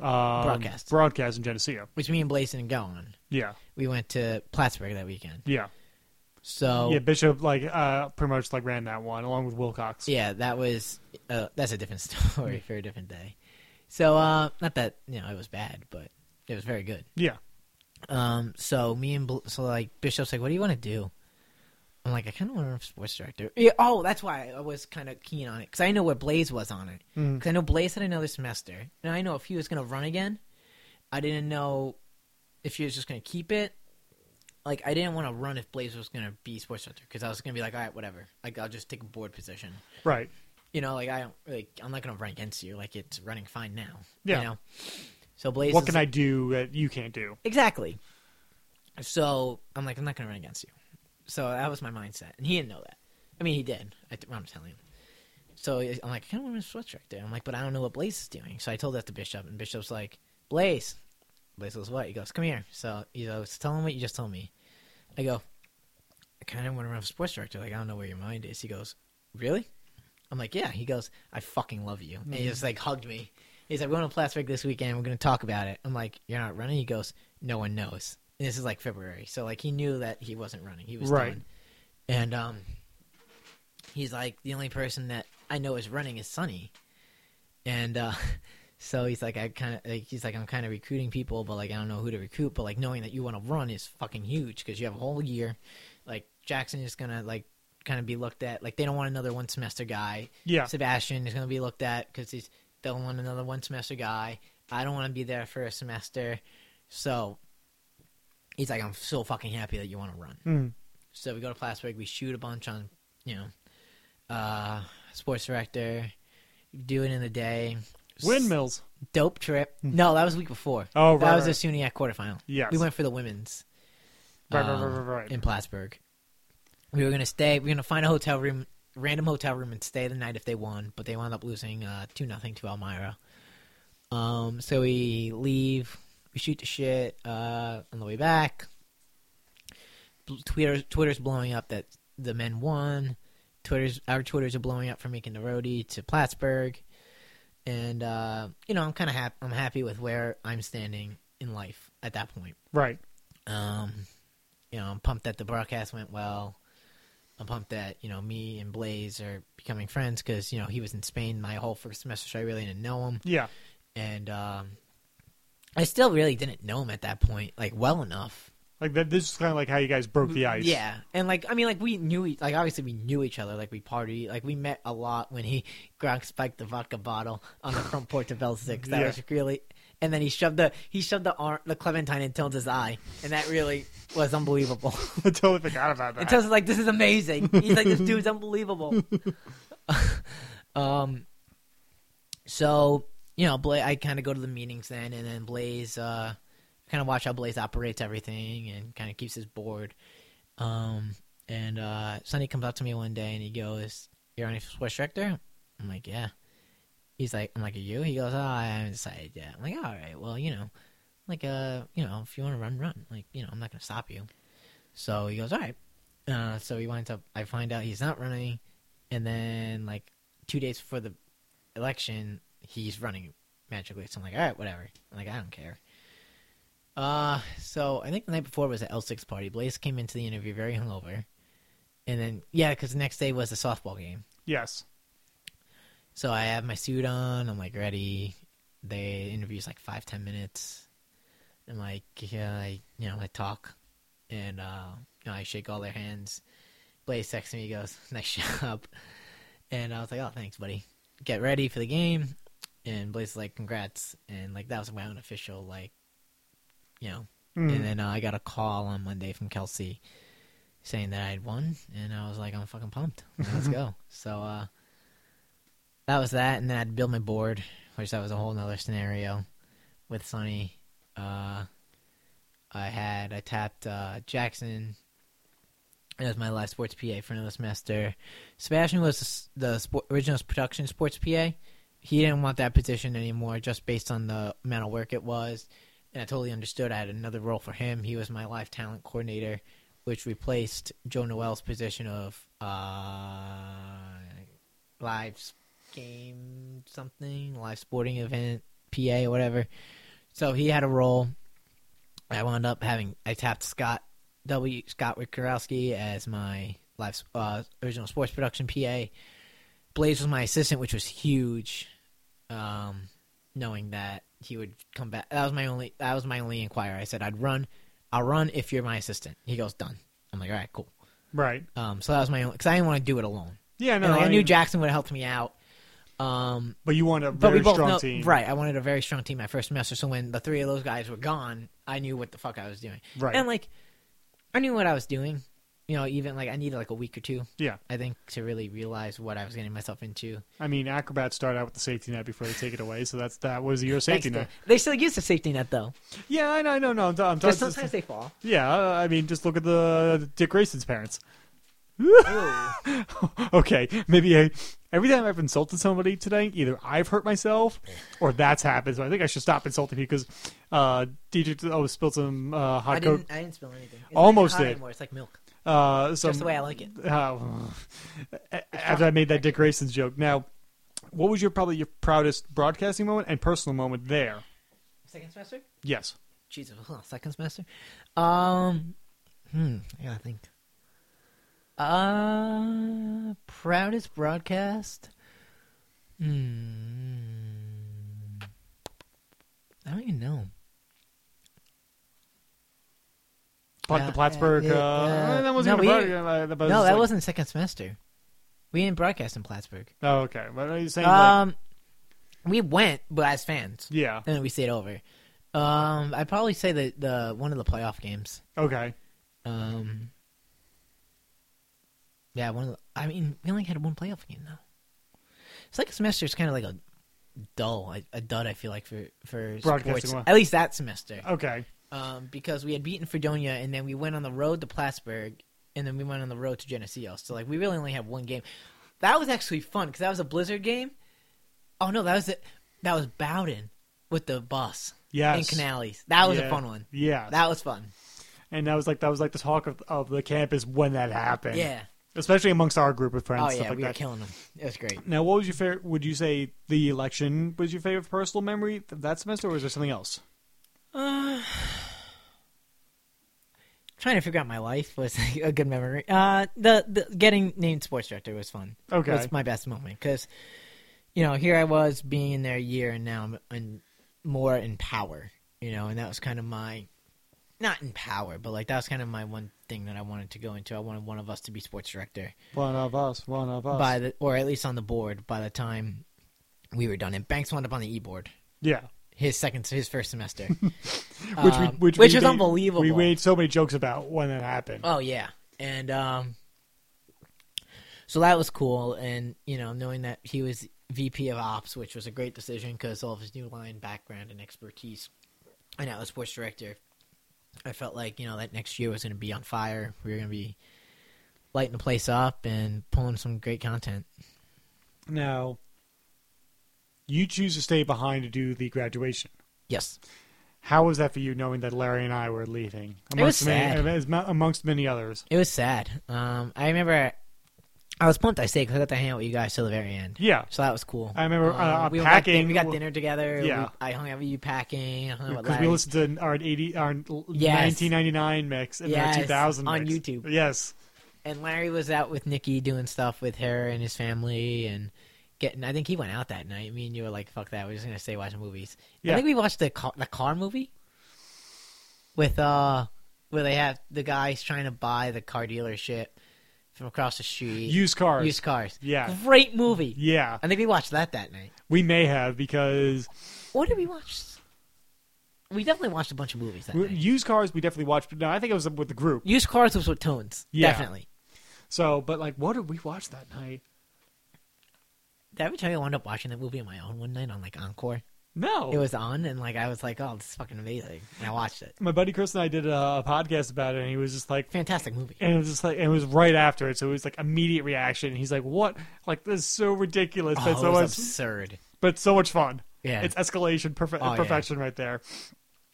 Speaker 1: um,
Speaker 2: Broadcast.
Speaker 1: broadcast in Geneseo.
Speaker 2: which me and Blaze didn't go on.
Speaker 1: Yeah,
Speaker 2: We went to Plattsburgh that weekend.
Speaker 1: yeah,
Speaker 2: So
Speaker 1: yeah.
Speaker 2: yeah,
Speaker 1: Bishop like uh, pretty much like ran that one along with Wilcox.
Speaker 2: that was uh, that's a different story for a different day. So uh, not that you know it was bad, but it was very good.
Speaker 1: yeah,
Speaker 2: Um, so me and Bl- so like Bishop's like, what do you want to do? I'm like, I kind of want to run for sports director. Yeah, oh, that's why I was kind of keen on it because I know where Blaze was on it.
Speaker 1: Mm.
Speaker 2: Because I know Blaze had another semester, and I know if he was going to run again, I didn't know if he was just going to keep it. Like, I didn't want to run if Blaze was going to be sports director because I was going to be like, all right, whatever. Like, I'll just take a board position.
Speaker 1: right.
Speaker 2: You know, like I don't like I'm not going to run against you. Like it's running fine now.
Speaker 1: Yeah.
Speaker 2: You know? So Blaze.
Speaker 1: what
Speaker 2: is
Speaker 1: can
Speaker 2: like-
Speaker 1: I do that you can't do?
Speaker 2: Exactly. So I'm like, I'm not gonna run against you. So that was my mindset, and he didn't know that. I mean, he did. I, am telling him. So I'm like, I kind of want to switch right there. I'm like, but I don't know what Blaze is doing. So I told that to Bishop, and Bishop's like, Blaze. Blaze goes, what? He goes, come here. So he goes, tell him what you just told me. I go, I kind of want to run for sports director. Like, I don't know where your mind is. He goes, really? I'm like, yeah. He goes, I fucking love you. And he just like hugged me. He's like, we're going to Plattsburgh this weekend. We're going to talk about it. I'm like, you're not running. He goes, no one knows. And this is like February, so like he knew that he wasn't running. He was
Speaker 1: Right.
Speaker 2: done. And um, he's like, the only person that I know is running is Sonny. And uh, so he's like, I kind of like, he's like, I'm kind of recruiting people, but like I don't know who to recruit. But like knowing that you want to run is fucking huge because you have a whole year. Like Jackson is gonna like kind of be looked at. Like they don't want another one semester guy.
Speaker 1: Yeah,
Speaker 2: Sebastian is going to be looked at because he's they'll want another one semester guy. I don't want to be there for a semester, so he's like, I'm so fucking happy that you want to run.
Speaker 1: Mm.
Speaker 2: So we go to Plattsburgh, we shoot a bunch on you know, uh, sports director, do it in the day.
Speaker 1: windmills.
Speaker 2: Dope trip. No, that was the week before.
Speaker 1: Hmm. Oh, right,
Speaker 2: that was
Speaker 1: right.
Speaker 2: the SUNYAC quarterfinal.
Speaker 1: Yes.
Speaker 2: we went for the women's
Speaker 1: Right, right,
Speaker 2: um,
Speaker 1: right, right, right.
Speaker 2: in Plattsburgh. We were gonna stay. We were gonna find a hotel room, random hotel room, and stay the night if they won. But they wound up losing uh, two nothing to Elmira. Um, so we leave. We shoot the shit uh, on the way back. Bl- Twitter, Twitter's blowing up that the men won. Twitter's our Twitters are blowing up for making the roadie to Plattsburgh, and uh, you know I'm kind of happy. I'm happy with where I'm standing in life at that point.
Speaker 1: Right.
Speaker 2: Um, you know, I'm pumped that the broadcast went well. I'm pumped that you know me and Blaze are becoming friends because you know he was in Spain my whole first semester, so I really didn't know him,
Speaker 1: Yeah.
Speaker 2: and um, I still really didn't know him at that point, like well enough.
Speaker 1: Like that. This is kind of like how you guys broke the ice.
Speaker 2: Yeah, and like I mean, like we knew, e- like obviously we knew each other, like we party, like we met a lot when he Gronk spiked the vodka bottle on the front porch of L six. That
Speaker 1: Yeah.
Speaker 2: was really, and then he shoved the he shoved the arm, the clementine in Tilda's eye, and that really was unbelievable.
Speaker 1: I totally forgot about that.
Speaker 2: And Tessa's like, this is amazing. He's like, this dude's unbelievable. um, so you know, Bla I kind of go to the meetings then, and then Blaze, uh, kind of watch how Blaze operates everything and kind of keeps his board. Um, and uh, Sonny comes up to me one day and he goes, "You're on a sports director?" I'm like, "Yeah." He's like, "I'm like, are you?" He goes, "Oh, I haven't decided yet." I'm like, "All right, well, you know, like, uh, you know, if you want to run, run. Like, you know, I'm not gonna stop you." So he goes, "All right." Uh, so he winds up. I find out he's not running, and then like two days before the election, he's running magically. So I'm like, all right, whatever. I'm like, I don't care. Uh, so I think the night before was an L6 party. Blaze came into the interview very hungover. And then, yeah, because the next day was the softball game.
Speaker 1: Yes.
Speaker 2: So I have my suit on. I'm like ready. They interview's like five ten minutes. I'm like, yeah, I, you know, I talk, and uh, you know, I shake all their hands. Blaze texts me, he goes, "Nice job," and I was like, "Oh, thanks, buddy." Get ready for the game, and Blaze is like, "Congrats!" And like that was my unofficial, like, you know.
Speaker 1: Mm.
Speaker 2: And then uh, I got a call on Monday from Kelsey saying that I had won, and I was like, "I'm fucking pumped. Like, Let's go!" So uh, that was that, and then I had to build my board, which that was a whole nother scenario with Sonny. Uh, I had I tapped uh, Jackson as my live sports PA for another semester. Sebastian was the s- the sport, original production sports PA. He didn't want that position anymore, just based on the amount of work it was, and I totally understood. I had another role for him. He was my live talent coordinator, which replaced Joe Noel's position of uh, live s- game something, live sporting event PA or whatever. So he had a role. I wound up having I tapped Scott W. Scott Witkowski as my live uh, original sports production PA. Blaze was my assistant, which was huge. Um, knowing that he would come back, that was my only that was my only inquiry. I said I'd run, I'll run if you're my assistant. He goes done. I'm like all right, cool.
Speaker 1: Right.
Speaker 2: Um, so that was my only because I didn't want to do it alone.
Speaker 1: Yeah. No.
Speaker 2: And, like, I,
Speaker 1: I
Speaker 2: knew
Speaker 1: mean,
Speaker 2: Jackson would have helped me out. Um,
Speaker 1: but you wanted a
Speaker 2: but
Speaker 1: very
Speaker 2: we both
Speaker 1: strong
Speaker 2: know,
Speaker 1: team.
Speaker 2: right? I wanted a very strong team my first semester, so when the three of those guys were gone, I knew what the fuck I was doing,
Speaker 1: Right.
Speaker 2: and like, I knew what I was doing. You know, even like I needed like a week or two,
Speaker 1: yeah.
Speaker 2: I think, to really realize what I was getting myself into.
Speaker 1: I mean, acrobats start out with the safety net before they take it away, so that's that was your
Speaker 2: Thanks
Speaker 1: safety
Speaker 2: to-
Speaker 1: net.
Speaker 2: They still use the safety net though,
Speaker 1: Yeah, I know, I know, no, I'm, t- I'm
Speaker 2: 'cause
Speaker 1: talking.
Speaker 2: sometimes they fall.
Speaker 1: Yeah, uh, I mean, just look at the uh, Dick Grayson's parents. okay, maybe I, every time I've insulted somebody today, either I've hurt myself or that's happened. So I think I should stop insulting people because uh, DJ always spilled some uh,
Speaker 2: I
Speaker 1: hot coke.
Speaker 2: didn't. I didn't spill anything. It's not
Speaker 1: Almost
Speaker 2: hot
Speaker 1: did.
Speaker 2: Anymore. It's like milk.
Speaker 1: Uh, some,
Speaker 2: Just the way I like it.
Speaker 1: Uh, after I made that Dick Grayson's joke. Now, what was your probably your proudest broadcasting moment and personal moment there?
Speaker 2: Second semester.
Speaker 1: Yes.
Speaker 2: Jesus, hold on, second semester. Um, hmm, I gotta think. Uh, proudest broadcast. Hmm, I don't even know.
Speaker 1: Pla-
Speaker 2: Yeah,
Speaker 1: the Plattsburgh.
Speaker 2: yeah, yeah,
Speaker 1: uh,
Speaker 2: yeah.
Speaker 1: That wasn't
Speaker 2: No,
Speaker 1: even
Speaker 2: we
Speaker 1: broad- uh, that was
Speaker 2: no, that
Speaker 1: like-
Speaker 2: wasn't second semester. We didn't broadcast in Plattsburgh.
Speaker 1: Oh, okay. But are you saying like,
Speaker 2: Um, we went, but as fans,
Speaker 1: yeah?
Speaker 2: and then we stayed over. Um, I'd probably say the the one of the playoff games.
Speaker 1: Okay.
Speaker 2: Um. Yeah, one. Of the, I mean, we only had one playoff game though. It's like a semester. It's kind of like a dull, a, a dud. I feel like for for
Speaker 1: Broadcasting
Speaker 2: sports,
Speaker 1: one.
Speaker 2: at least that semester,
Speaker 1: Okay.
Speaker 2: um, because we had beaten Fredonia, and then we went on the road to Plattsburgh, and then we went on the road to Geneseo. So like, we really only had one game. That was actually fun because that was a Blizzard game. Oh no, that was it. That was Bowden with the bus
Speaker 1: Yes.
Speaker 2: in Canales. That was
Speaker 1: Yeah.
Speaker 2: a fun one.
Speaker 1: Yeah.
Speaker 2: That was fun.
Speaker 1: and that was like that was like the talk of, of the campus when that happened.
Speaker 2: Yeah.
Speaker 1: Especially amongst our group of friends.
Speaker 2: Oh
Speaker 1: stuff
Speaker 2: yeah,
Speaker 1: like
Speaker 2: we were
Speaker 1: that.
Speaker 2: killing them. It was great.
Speaker 1: now, what was your favorite? Would you say the election was your favorite personal memory th- that semester, or was there something else?
Speaker 2: Trying to figure out my life was a good memory. Uh, the, the getting named sports director was fun.
Speaker 1: Okay.
Speaker 2: was my best moment because, you know, here I was being in there a year, and now I'm in, more in power. You know, and that was kind of my, not in power, but like that was kind of my one thing that I wanted to go into. I wanted one of us to be sports director
Speaker 1: One of us. One of us.
Speaker 2: by the, or at least on the board by the time we were done. And Banks wound up on the e board.
Speaker 1: yeah.
Speaker 2: His second, his first semester,
Speaker 1: Which
Speaker 2: Um,
Speaker 1: we, which,
Speaker 2: which
Speaker 1: we
Speaker 2: is
Speaker 1: made-
Speaker 2: unbelievable.
Speaker 1: We made so many jokes about when that happened.
Speaker 2: Oh yeah, and um, so that was cool, and you know, knowing that he was VP of Ops, which was a great decision because all of his new line background and expertise. And now as sports director, I felt like you know that next year was going to be on fire. We were going to be lighting the place up and pulling some great content.
Speaker 1: Now, you choose to stay behind to do the graduation.
Speaker 2: Yes,
Speaker 1: How was that for you, knowing that Larry and I were leaving
Speaker 2: It was
Speaker 1: amongst many, uh,
Speaker 2: sad.
Speaker 1: as- amongst many others?
Speaker 2: it was sad. Um, I remember I was pumped I stayed because I got to hang out with you guys till the very end.
Speaker 1: Yeah,
Speaker 2: So that was cool. Um,
Speaker 1: I remember, uh,
Speaker 2: we went back
Speaker 1: packing-
Speaker 2: in- we got dinner together.
Speaker 1: Yeah.
Speaker 2: We- I hung out with you packing. I hung out with
Speaker 1: because we
Speaker 2: Oh, Larry.
Speaker 1: listened to our eighty, our
Speaker 2: Yes.
Speaker 1: nineteen ninety nine mix and
Speaker 2: Yes,
Speaker 1: our two thousand
Speaker 2: on YouTube.
Speaker 1: Yes,
Speaker 2: and Larry was out with Nikki doing stuff with her and his family and getting. I think he went out that night. Me and you were like, "Fuck that! We're just gonna stay watching movies."
Speaker 1: Yeah.
Speaker 2: I think we watched the car, the car movie with uh where they have the guys trying to buy the car dealership from across the street.
Speaker 1: used cars.
Speaker 2: Used cars.
Speaker 1: Yeah.
Speaker 2: Great movie.
Speaker 1: yeah,
Speaker 2: I think we watched that that night.
Speaker 1: we may have because
Speaker 2: What did we watch? We definitely watched a bunch of movies that
Speaker 1: we-
Speaker 2: night.
Speaker 1: used cars we definitely watched. But no, I think it was with the group.
Speaker 2: Used cars was with Tones.
Speaker 1: Yeah.
Speaker 2: Definitely.
Speaker 1: So, but like, what did we watch that night?
Speaker 2: Did I ever tell you I wound up watching that movie on my own one night on like Encore?
Speaker 1: No,
Speaker 2: it was on and like I was like, oh, this is fucking amazing. And I watched it.
Speaker 1: my buddy Chris and I did a, a podcast about it, and he was just like,
Speaker 2: Fantastic movie.
Speaker 1: and it was just like, and it was right after it, so it was like immediate reaction. And he's like, "What? Like this is so ridiculous,
Speaker 2: Oh,
Speaker 1: but
Speaker 2: it
Speaker 1: so
Speaker 2: was
Speaker 1: much,
Speaker 2: absurd.
Speaker 1: but so much fun.
Speaker 2: Yeah.
Speaker 1: It's escalation, perfe-
Speaker 2: Oh, yeah.
Speaker 1: perfection, right there.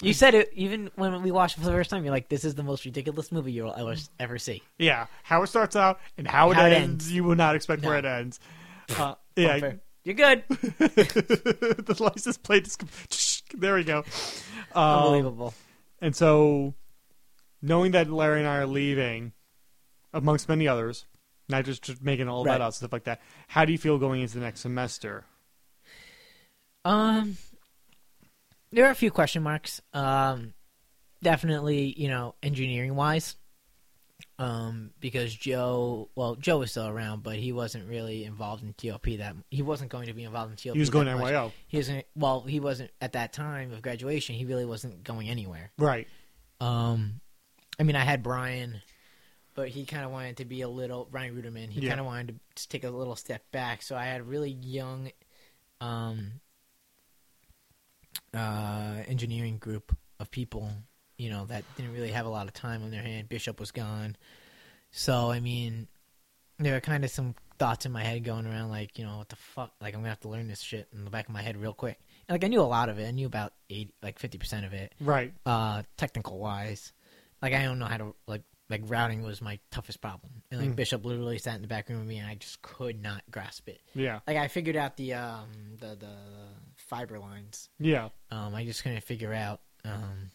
Speaker 2: You said it even when we watched it for the first time. You're like, this is the most ridiculous movie you'll ever ever see.
Speaker 1: Yeah, how it starts out and how it,
Speaker 2: How it
Speaker 1: ends,
Speaker 2: ends.
Speaker 1: you will not expect
Speaker 2: No.
Speaker 1: where it ends. Uh, yeah, Um,
Speaker 2: Bumper. you're good.
Speaker 1: the license plate is. There we go. Um,
Speaker 2: Unbelievable.
Speaker 1: and so, knowing that Larry and I are leaving, amongst many others, not just, just making all that
Speaker 2: Right.
Speaker 1: out stuff like that. How do you feel going into the next semester?
Speaker 2: Um, there are a few question marks. Um, definitely, you know, engineering wise. Um, because Joe, well, Joe was still around, but he wasn't really involved in TLP. That he wasn't going to be involved in TLP.
Speaker 1: He was going
Speaker 2: that much.
Speaker 1: NYO,
Speaker 2: he wasn't well he wasn't at that time of graduation he really wasn't going anywhere
Speaker 1: right?
Speaker 2: um i mean i had brian but he kind of wanted to be a little brian ruderman he
Speaker 1: Yeah.
Speaker 2: kind of wanted to just take a little step back so i had a really young um uh engineering group of people you know that didn't really have a lot of time on their hand bishop was gone so i mean there are kind of some thoughts in my head going around like you know what the fuck like i'm gonna have to learn this shit in the back of my head real quick and, like i knew a lot of it i knew about 80 like 50% of it
Speaker 1: Right.
Speaker 2: uh technical wise like i don't know how to like like routing was my toughest problem and like
Speaker 1: Mm.
Speaker 2: bishop literally sat in the back room with me and i just could not grasp it
Speaker 1: Yeah.
Speaker 2: like i figured out the um the the fiber lines
Speaker 1: Yeah.
Speaker 2: um i just couldn't figure out um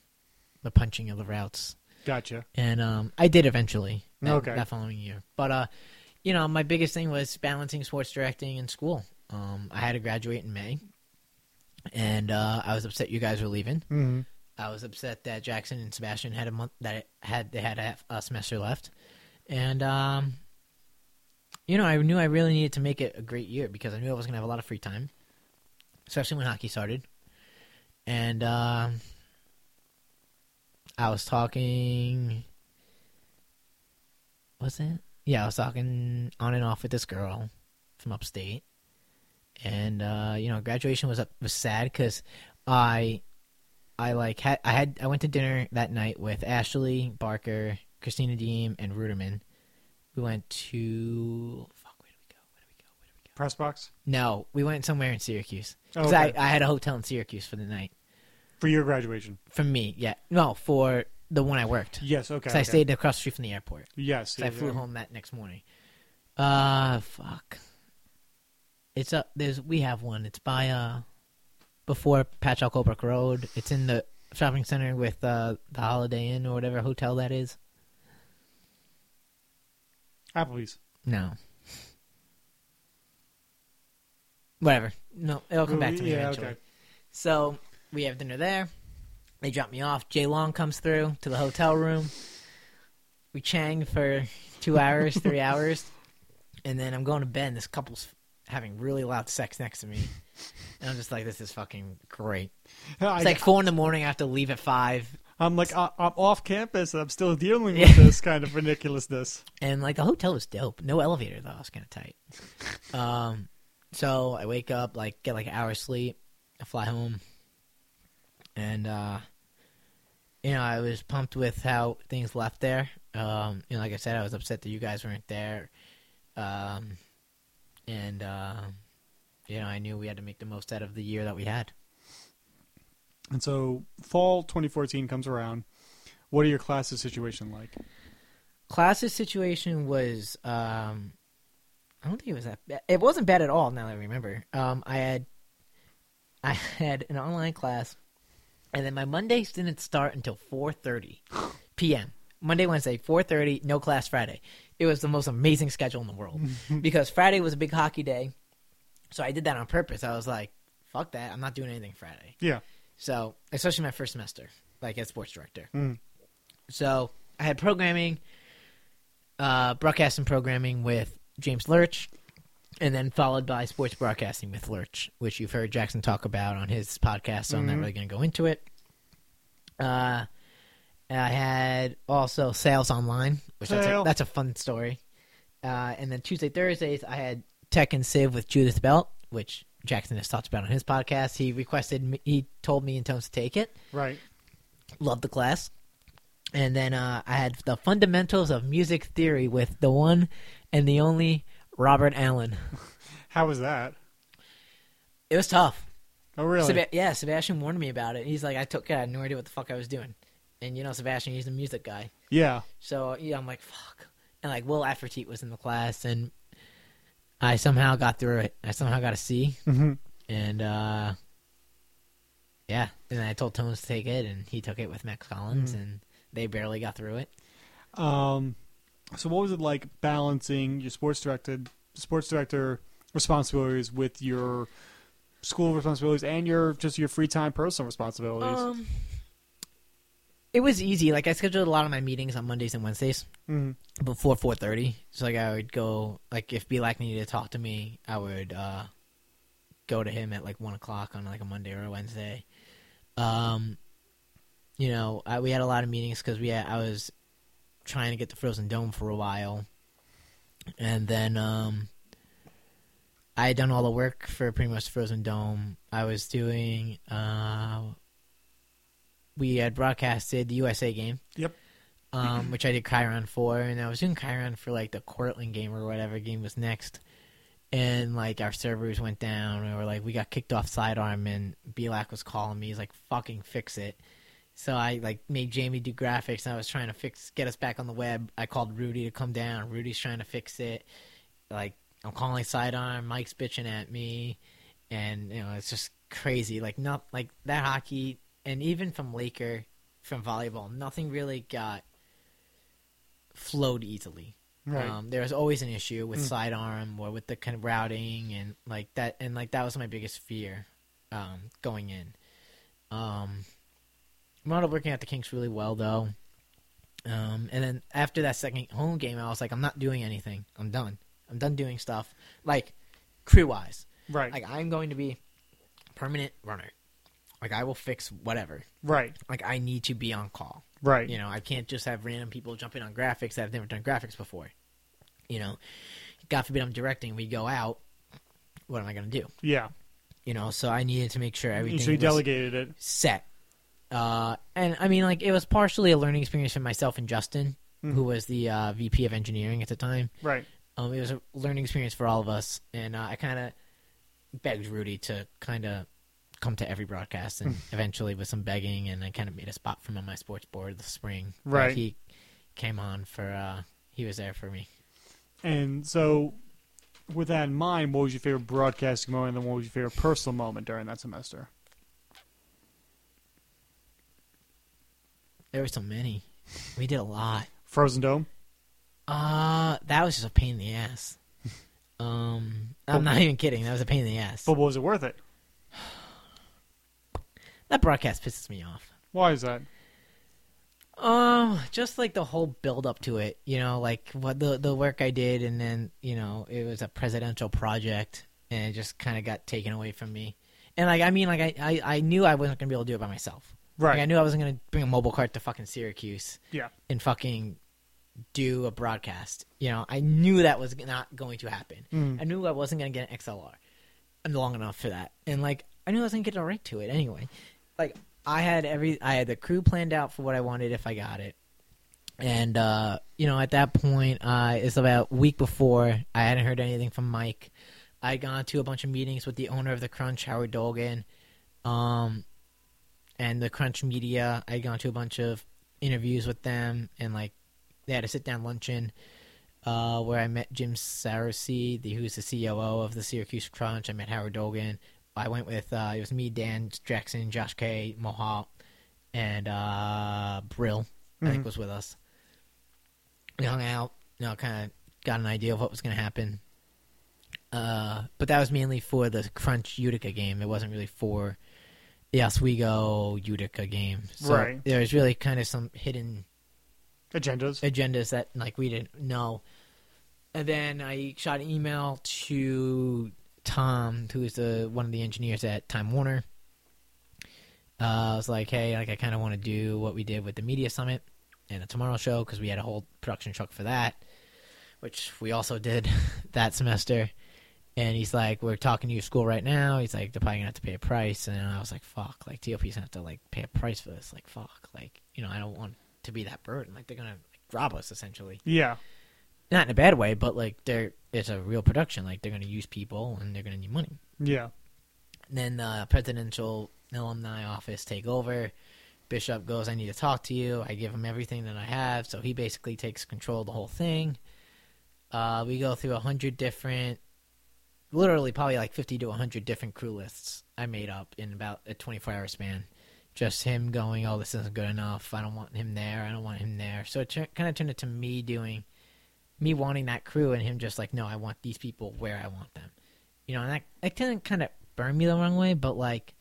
Speaker 2: the punching of the routes
Speaker 1: Gotcha.
Speaker 2: and um i did eventually that,
Speaker 1: Okay.
Speaker 2: that following year but uh you know my biggest thing was balancing sports directing and school um i had to graduate in may and uh i was upset you guys were leaving
Speaker 1: Mm-hmm.
Speaker 2: I was upset that Jackson and Sebastian had a month that it had they had a, half- a semester left, and um, you know I knew I really needed to make it a great year because I knew I was gonna have a lot of free time, especially when hockey started, and um, I was talking. Was it? Yeah, I was talking on and off with this girl from upstate, and uh, you know graduation was up was sad because I I like had I had I went to dinner that night with Ashley Barker, Christina Deem, and Ruderman. We went to fuck. Where did we go? Where did we go? Where did we go?
Speaker 1: Press box
Speaker 2: No, we went somewhere in Syracuse
Speaker 1: Oh,
Speaker 2: 'Cause
Speaker 1: okay.
Speaker 2: I, I had a hotel in Syracuse for the night.
Speaker 1: for your graduation.
Speaker 2: For me, yeah, no, for the one I worked.
Speaker 1: Yes. Okay.
Speaker 2: 'Cause
Speaker 1: okay.
Speaker 2: I stayed across the street from the airport.
Speaker 1: Yes.
Speaker 2: So I
Speaker 1: yeah,
Speaker 2: flew
Speaker 1: yeah.
Speaker 2: home that next morning. Uh fuck. It's up there's we have one. It's by uh before Patch Alcobrook Road. It's in the shopping center with uh the Holiday Inn or whatever hotel that is.
Speaker 1: Applebee's.
Speaker 2: No. Whatever. No, it'll come back to me
Speaker 1: Yeah.
Speaker 2: eventually.
Speaker 1: Okay.
Speaker 2: So we have dinner there. They drop me off. Jay Long comes through to the hotel room. We chang for two hours, three hours, and then I'm going to bed. And this couple's having really loud sex next to me, and I'm just like, "This is fucking great."
Speaker 1: I,
Speaker 2: It's like four in the morning. I have to leave at five,
Speaker 1: I'm like I, I'm off campus. and I'm still dealing
Speaker 2: Yeah.
Speaker 1: with this kind of ridiculousness.
Speaker 2: and like the hotel was dope. No elevator though. It's kind of tight. Um, So I wake up, like get like an hour's sleep, I fly home, and uh, you know I was pumped with how things left there. Um, you know, like I said, I was upset that you guys weren't there, um, and uh, you know I knew we had to make the most out of the year that we had.
Speaker 1: And so fall 2014 comes around. What are your classes situation like?
Speaker 2: Classes situation was um, I don't think it was that bad. It wasn't bad at all. Now that I remember, um, I had I had an online class, and then my Mondays didn't start until four thirty p.m. Monday, Wednesday, four thirty, no class Friday. It was the most amazing schedule in the world because Friday was a big hockey day, so I did that on purpose. I was like, "Fuck that! I'm not doing anything Friday."
Speaker 1: Yeah.
Speaker 2: So, especially my first semester, like as sports director.
Speaker 1: Mm.
Speaker 2: So, I had programming, uh, broadcasting programming with James Lurch, and then followed by sports broadcasting with Lurch, which you've heard Jackson talk about on his podcast, so I'm not
Speaker 1: Mhm.
Speaker 2: really going to go into it. Uh, and I had also sales online, which that's a,
Speaker 1: Sale.
Speaker 2: that's a fun story. Uh, and then Tuesday, Thursdays, I had Tech and Civ with Judith Belt, which Jackson has talked about on his podcast. He requested, me, he told me in terms to take it.
Speaker 1: Right.
Speaker 2: Loved the class. And then uh, I had the fundamentals of music theory with the one and the only Robert Allen.
Speaker 1: How was that?
Speaker 2: It was tough.
Speaker 1: Oh, really?
Speaker 2: Seba- yeah, Sebastian warned me about it. He's like, I took, I had no idea what the fuck I was doing. And you know, Sebastian, he's a music guy.
Speaker 1: yeah.
Speaker 2: So yeah, I'm like, fuck. And like Will Afertit was in the class, and I somehow got through it. I somehow got a C,
Speaker 1: hmm
Speaker 2: and uh yeah. And I told Tones to take it, and he took it with Max Collins, and they barely got through it.
Speaker 1: Um, so what was it like balancing your sports directed sports director responsibilities with your school responsibilities and your just your free time personal responsibilities?
Speaker 2: Um, it was easy. Like I scheduled a lot of my meetings on Mondays and Wednesdays.
Speaker 1: Mhm.
Speaker 2: before four thirty. So like I would go like if Belak needed to talk to me, I would uh go to him at like one o'clock on like a Monday or a Wednesday. Um, you know, I, we had a lot of meetings because we had, I was trying to get the Frozen Dome for a while, and then um. I had done all the work for pretty much Frozen Dome. I was doing. Uh, we had broadcasted the USA game
Speaker 1: Yep.
Speaker 2: um, which I did Chiron for, and I was doing Chiron for like the Cortland game or whatever game was next, and like our servers went down, and we were like we got kicked off sidearm, and Belak was calling me, he's like fucking fix it, so I like made Jamie do graphics, and I was trying to fix get us back on the web. I called Rudy to come down, Rudy's trying to fix it, like I'm calling sidearm, Mike's bitching at me, and you know it's just crazy, like not like that hockey, and even from Laker. From volleyball, nothing really got flowed easily.
Speaker 1: Right.
Speaker 2: Um, there was always an issue with
Speaker 1: Mm.
Speaker 2: sidearm or with the kind of routing and like that, and like that was my biggest fear um, going in. Um, I wound up working at the Kinks really well though, um, and then after that second home game, I was like, I'm not doing anything. I'm done. I'm done doing stuff like crew wise.
Speaker 1: right.
Speaker 2: Like I'm going to be permanent runner. Like I will fix whatever.
Speaker 1: right.
Speaker 2: Like I need to be on call
Speaker 1: Right.
Speaker 2: you know i can't just have random people jumping on graphics that have never done graphics before you know god forbid i'm directing we go out what am i going to do
Speaker 1: yeah.
Speaker 2: you know so i needed to make sure everything
Speaker 1: so you
Speaker 2: was
Speaker 1: delegated it.
Speaker 2: set uh, and i mean like it was partially a learning experience for myself and justin
Speaker 1: Mhm.
Speaker 2: who was the uh, vp of engineering at the time
Speaker 1: Right.
Speaker 2: um, it was a learning experience for all of us and uh, i kind of begged rudy to kind of come to every broadcast and eventually with some begging and i kind of made a spot for him on my sports board this spring Like,
Speaker 1: Right.
Speaker 2: he came on for uh he was there for me
Speaker 1: And so with that in mind, what was your favorite broadcasting moment and then what was your favorite personal moment during that semester?
Speaker 2: there were so many we did a lot
Speaker 1: Frozen Dome?
Speaker 2: uh that was just a pain in the ass um i'm not even kidding that was a pain in the ass
Speaker 1: But was it worth it?
Speaker 2: that broadcast pisses me off
Speaker 1: Why is that?
Speaker 2: Um, just like the whole build up to it, you know, like what the the work I did, and then you know it was a presidential project, and it just kind of got taken away from me. And like I mean, like I, I I knew I wasn't gonna be able to do it by myself.
Speaker 1: Right.
Speaker 2: Like I knew I wasn't gonna bring a mobile cart to fucking Syracuse
Speaker 1: yeah.
Speaker 2: and fucking do a broadcast. You know, I knew that was not going to happen.
Speaker 1: Mm.
Speaker 2: I knew I wasn't gonna get an XLR. long enough for that. And like I knew I was gonna get a right to it anyway. Like I had every I had the crew planned out for what I wanted if I got it. And uh, you know, at that point, I it's about a week before I hadn't heard anything from Mike. I'd gone to a bunch of meetings with the owner of the Crunch, Howard Dolgan, um, and the Crunch Media. I'd gone to a bunch of interviews with them, and like they had a sit down luncheon uh, where I met Jim Saracey, the who's the COO of the Syracuse Crunch. I met Howard Dolgan. I went with uh, it was me, Dan Jackson, Josh K, Mohawk, and uh, Brill. I
Speaker 1: Mm-hmm.
Speaker 2: think was with us. We hung out, you know, kind of got an idea of what was going to happen. Uh, but that was mainly for the Crunch Utica game. It wasn't really for the Oswego Utica game. So
Speaker 1: Right.
Speaker 2: There was really kind of some hidden
Speaker 1: Mm-hmm. Agendas.
Speaker 2: agendas that like we didn't know. And then I shot an email to Tom, who is the one of the engineers at Time Warner. Uh, I was like, hey, like I kind of want to do what we did with the media summit and the Tomorrow Show because we had a whole production truck for that, which we also did that semester. And he's like, we're talking to your school right now. He's like, they're probably gonna have to pay a price. And I was like, fuck, like TOP's gonna have to like pay a price for this. Like, fuck, like you know, I don't want to be that burden. Like they're gonna like, rob us essentially.
Speaker 1: Yeah.
Speaker 2: Not in a bad way, but like they're it's a real production. Like they're gonna use people and they're gonna need money.
Speaker 1: Yeah.
Speaker 2: And then the presidential alumni office take over. Bishop goes, I need to talk to you. I give him everything that I have. So he basically takes control of the whole thing. Uh, we go through a hundred different, literally probably like 50 to 100 different crew lists I made up in about a 24 hour span. Just him going, oh, this isn't good enough. I don't want him there. I don't want him there. So it tur kind of turned into me doing, me wanting that crew and him just like, no, I want these people where I want them you know, and that that can kind of burn me the wrong way, but like,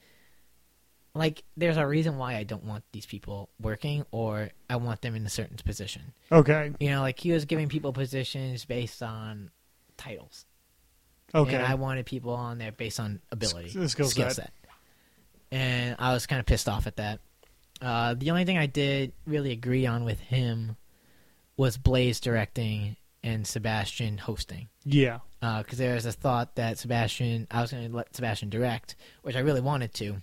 Speaker 2: like there's a reason why I don't want these people working, or I want them in a certain position.
Speaker 1: Okay.
Speaker 2: You know, like he was giving people positions based on titles,
Speaker 1: Okay.
Speaker 2: and I wanted people on there based on ability,
Speaker 1: S- skill set.
Speaker 2: and I was kind of pissed off at that. Uh, the only thing I did really agree on with him was Blaze directing and Sebastian hosting
Speaker 1: yeah.
Speaker 2: because Uh, there was a thought that Sebastian, I was going to let Sebastian direct, which I really wanted to.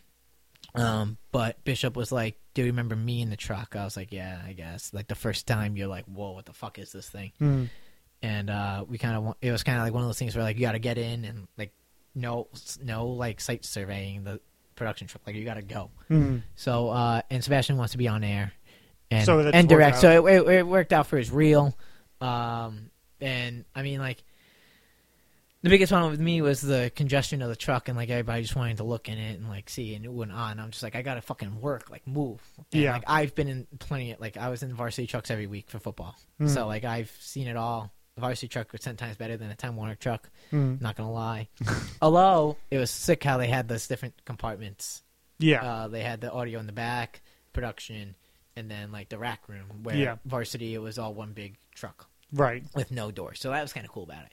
Speaker 2: Um, but Bishop was like, "Do you remember me in the truck?" I was like, "Yeah, I guess." Like the first time, you're like, "Whoa, what the fuck is this thing?"
Speaker 1: Mm.
Speaker 2: And uh, we kind of, it was kind of like one of those things where like you got to get in and like no, no like site surveying the production truck. Like you got to go.
Speaker 1: Mm.
Speaker 2: So uh, and Sebastian wants to be on air and
Speaker 1: So that's
Speaker 2: and direct.
Speaker 1: worked
Speaker 2: So it, it, it worked out for his reel. Um, and I mean, like the biggest problem with me was the congestion of the truck and like everybody just wanting to look in it and like see and it went on. I'm just like, I gotta fucking work, like move. And,
Speaker 1: Yeah.
Speaker 2: Like I've been in plenty. Of, like I was in varsity trucks every week for football,
Speaker 1: Mm.
Speaker 2: so like I've seen it all. A varsity truck was ten times better than a Time Warner truck.
Speaker 1: Mm.
Speaker 2: Not gonna lie. Although it was sick how they had those different compartments.
Speaker 1: Yeah.
Speaker 2: Uh, they had the audio in the back, production, and then like the rack room where
Speaker 1: Yeah.
Speaker 2: varsity it was all one big truck
Speaker 1: right.
Speaker 2: with no door. So that was kind of cool about it.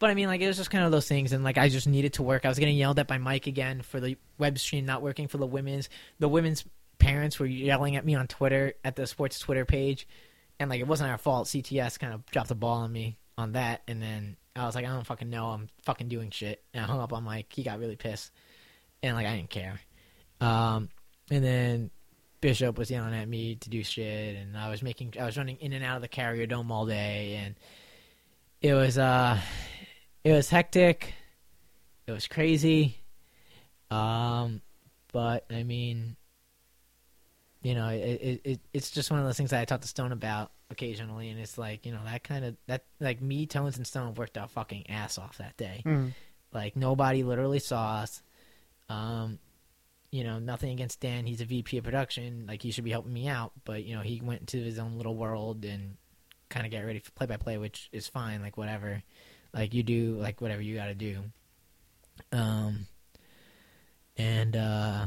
Speaker 2: But I mean, like it was just kind of those things, and like I just needed to work. I was getting yelled at by Mike again for the web stream not working for the women's. The women's parents were yelling at me on Twitter at the sports Twitter page, and like it wasn't our fault. CTS kind of dropped the ball on me on that, and then I was like, I don't fucking know. I'm fucking doing shit, and I hung up on Mike. He got really pissed, and like I didn't care. Um, and then Bishop was yelling at me to do shit, and I was making, I was running in and out of the carrier dome all day, and it was, uh, it was hectic, it was crazy, um, but I mean, you know, it, it, it it's just one of those things that I talk to Stone about occasionally, and it's like, you know, that kind of that like me, Tones, and Stone worked our fucking ass off that day.
Speaker 1: Mm.
Speaker 2: Like nobody literally saw us. Um, you know, nothing against Dan. He's a VP of production. Like he should be helping me out, but you know, he went into his own little world and kind of got ready for play by play, which is fine. Like whatever, like you do, like whatever you got to do. Um, and uh,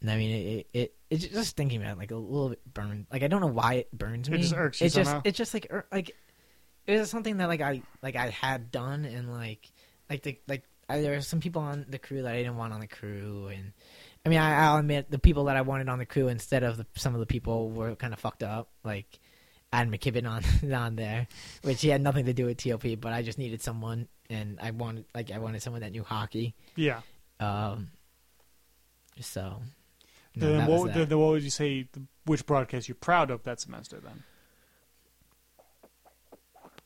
Speaker 2: and I mean, it, it, it it's just thinking about it, like a little bit burned. Like I don't know why it burns
Speaker 1: It
Speaker 2: me.
Speaker 1: just irks you
Speaker 2: It's just
Speaker 1: somehow.
Speaker 2: it's just like ir- like it was something that like I like I had done and like like the like I, there were some people on the crew that I didn't want on the crew and I mean I, I'll admit the people that I wanted on the crew instead of the, some of the people were kind of fucked up like Adam McKibben on on there, which he had nothing to do with TOP, but I just needed someone, and I wanted like I wanted someone that knew hockey.
Speaker 1: Yeah.
Speaker 2: Um, so. no,
Speaker 1: then
Speaker 2: that was
Speaker 1: what,
Speaker 2: that.
Speaker 1: then, then what would you say? Which broadcast you're proud of that semester? Then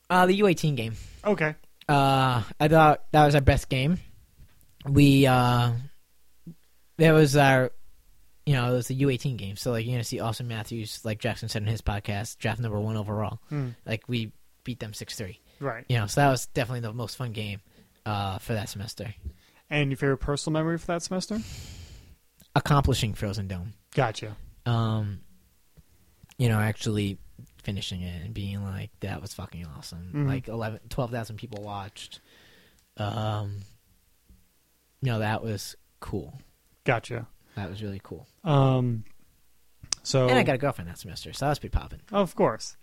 Speaker 2: Uh, the U18 game.
Speaker 1: okay.
Speaker 2: Uh, I thought that was our best game. We uh, that was our, you know, it was the U18 game. So like you're gonna see Austin Matthews, like Jackson said in his podcast, draft number one overall.
Speaker 1: Mm,
Speaker 2: Like we beat them six three.
Speaker 1: right.
Speaker 2: You know, so that was definitely the most fun game uh, for that semester.
Speaker 1: And your favorite personal memory for that semester?
Speaker 2: Accomplishing Frozen Dome.
Speaker 1: Gotcha.
Speaker 2: Um, you know, actually finishing it and being like that was fucking awesome.
Speaker 1: Mhm.
Speaker 2: Like 11 12,000 people watched. Um, no, that was cool.
Speaker 1: Gotcha.
Speaker 2: That was really cool.
Speaker 1: Um. So
Speaker 2: And I got a girlfriend that semester, so that was pretty popping.
Speaker 1: Of course.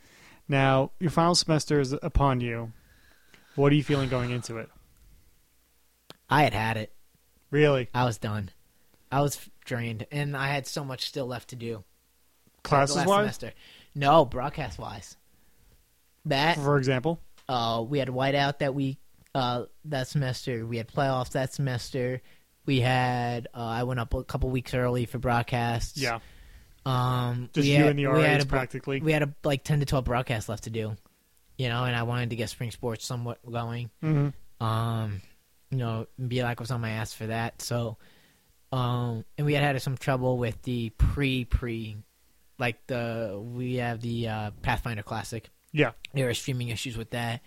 Speaker 1: Now, your final semester is upon you. What are you feeling going into it?
Speaker 2: I had had it.
Speaker 1: Really?
Speaker 2: I was done. I was f- drained, and I had so much still left to do. the
Speaker 1: Classes
Speaker 2: last
Speaker 1: wise?
Speaker 2: semester. No, broadcast wise. That
Speaker 1: For example?
Speaker 2: Uh, we had whiteout that week uh, that semester. We had playoffs that semester. We had uh, I went up a couple weeks early for broadcasts.
Speaker 1: Yeah.
Speaker 2: Um,
Speaker 1: Just
Speaker 2: we
Speaker 1: you
Speaker 2: had-
Speaker 1: and the
Speaker 2: we had
Speaker 1: RAs
Speaker 2: a, bro-
Speaker 1: practically.
Speaker 2: We had a, like ten to twelve broadcasts left to do, you know, and I wanted to get spring sports somewhat going.
Speaker 1: hmm
Speaker 2: Um, you know, be like was on my ass for that. So, um, and we had had some trouble with the pre pre, like the we have the uh, Pathfinder Classic
Speaker 1: Yeah.
Speaker 2: there were streaming issues with that.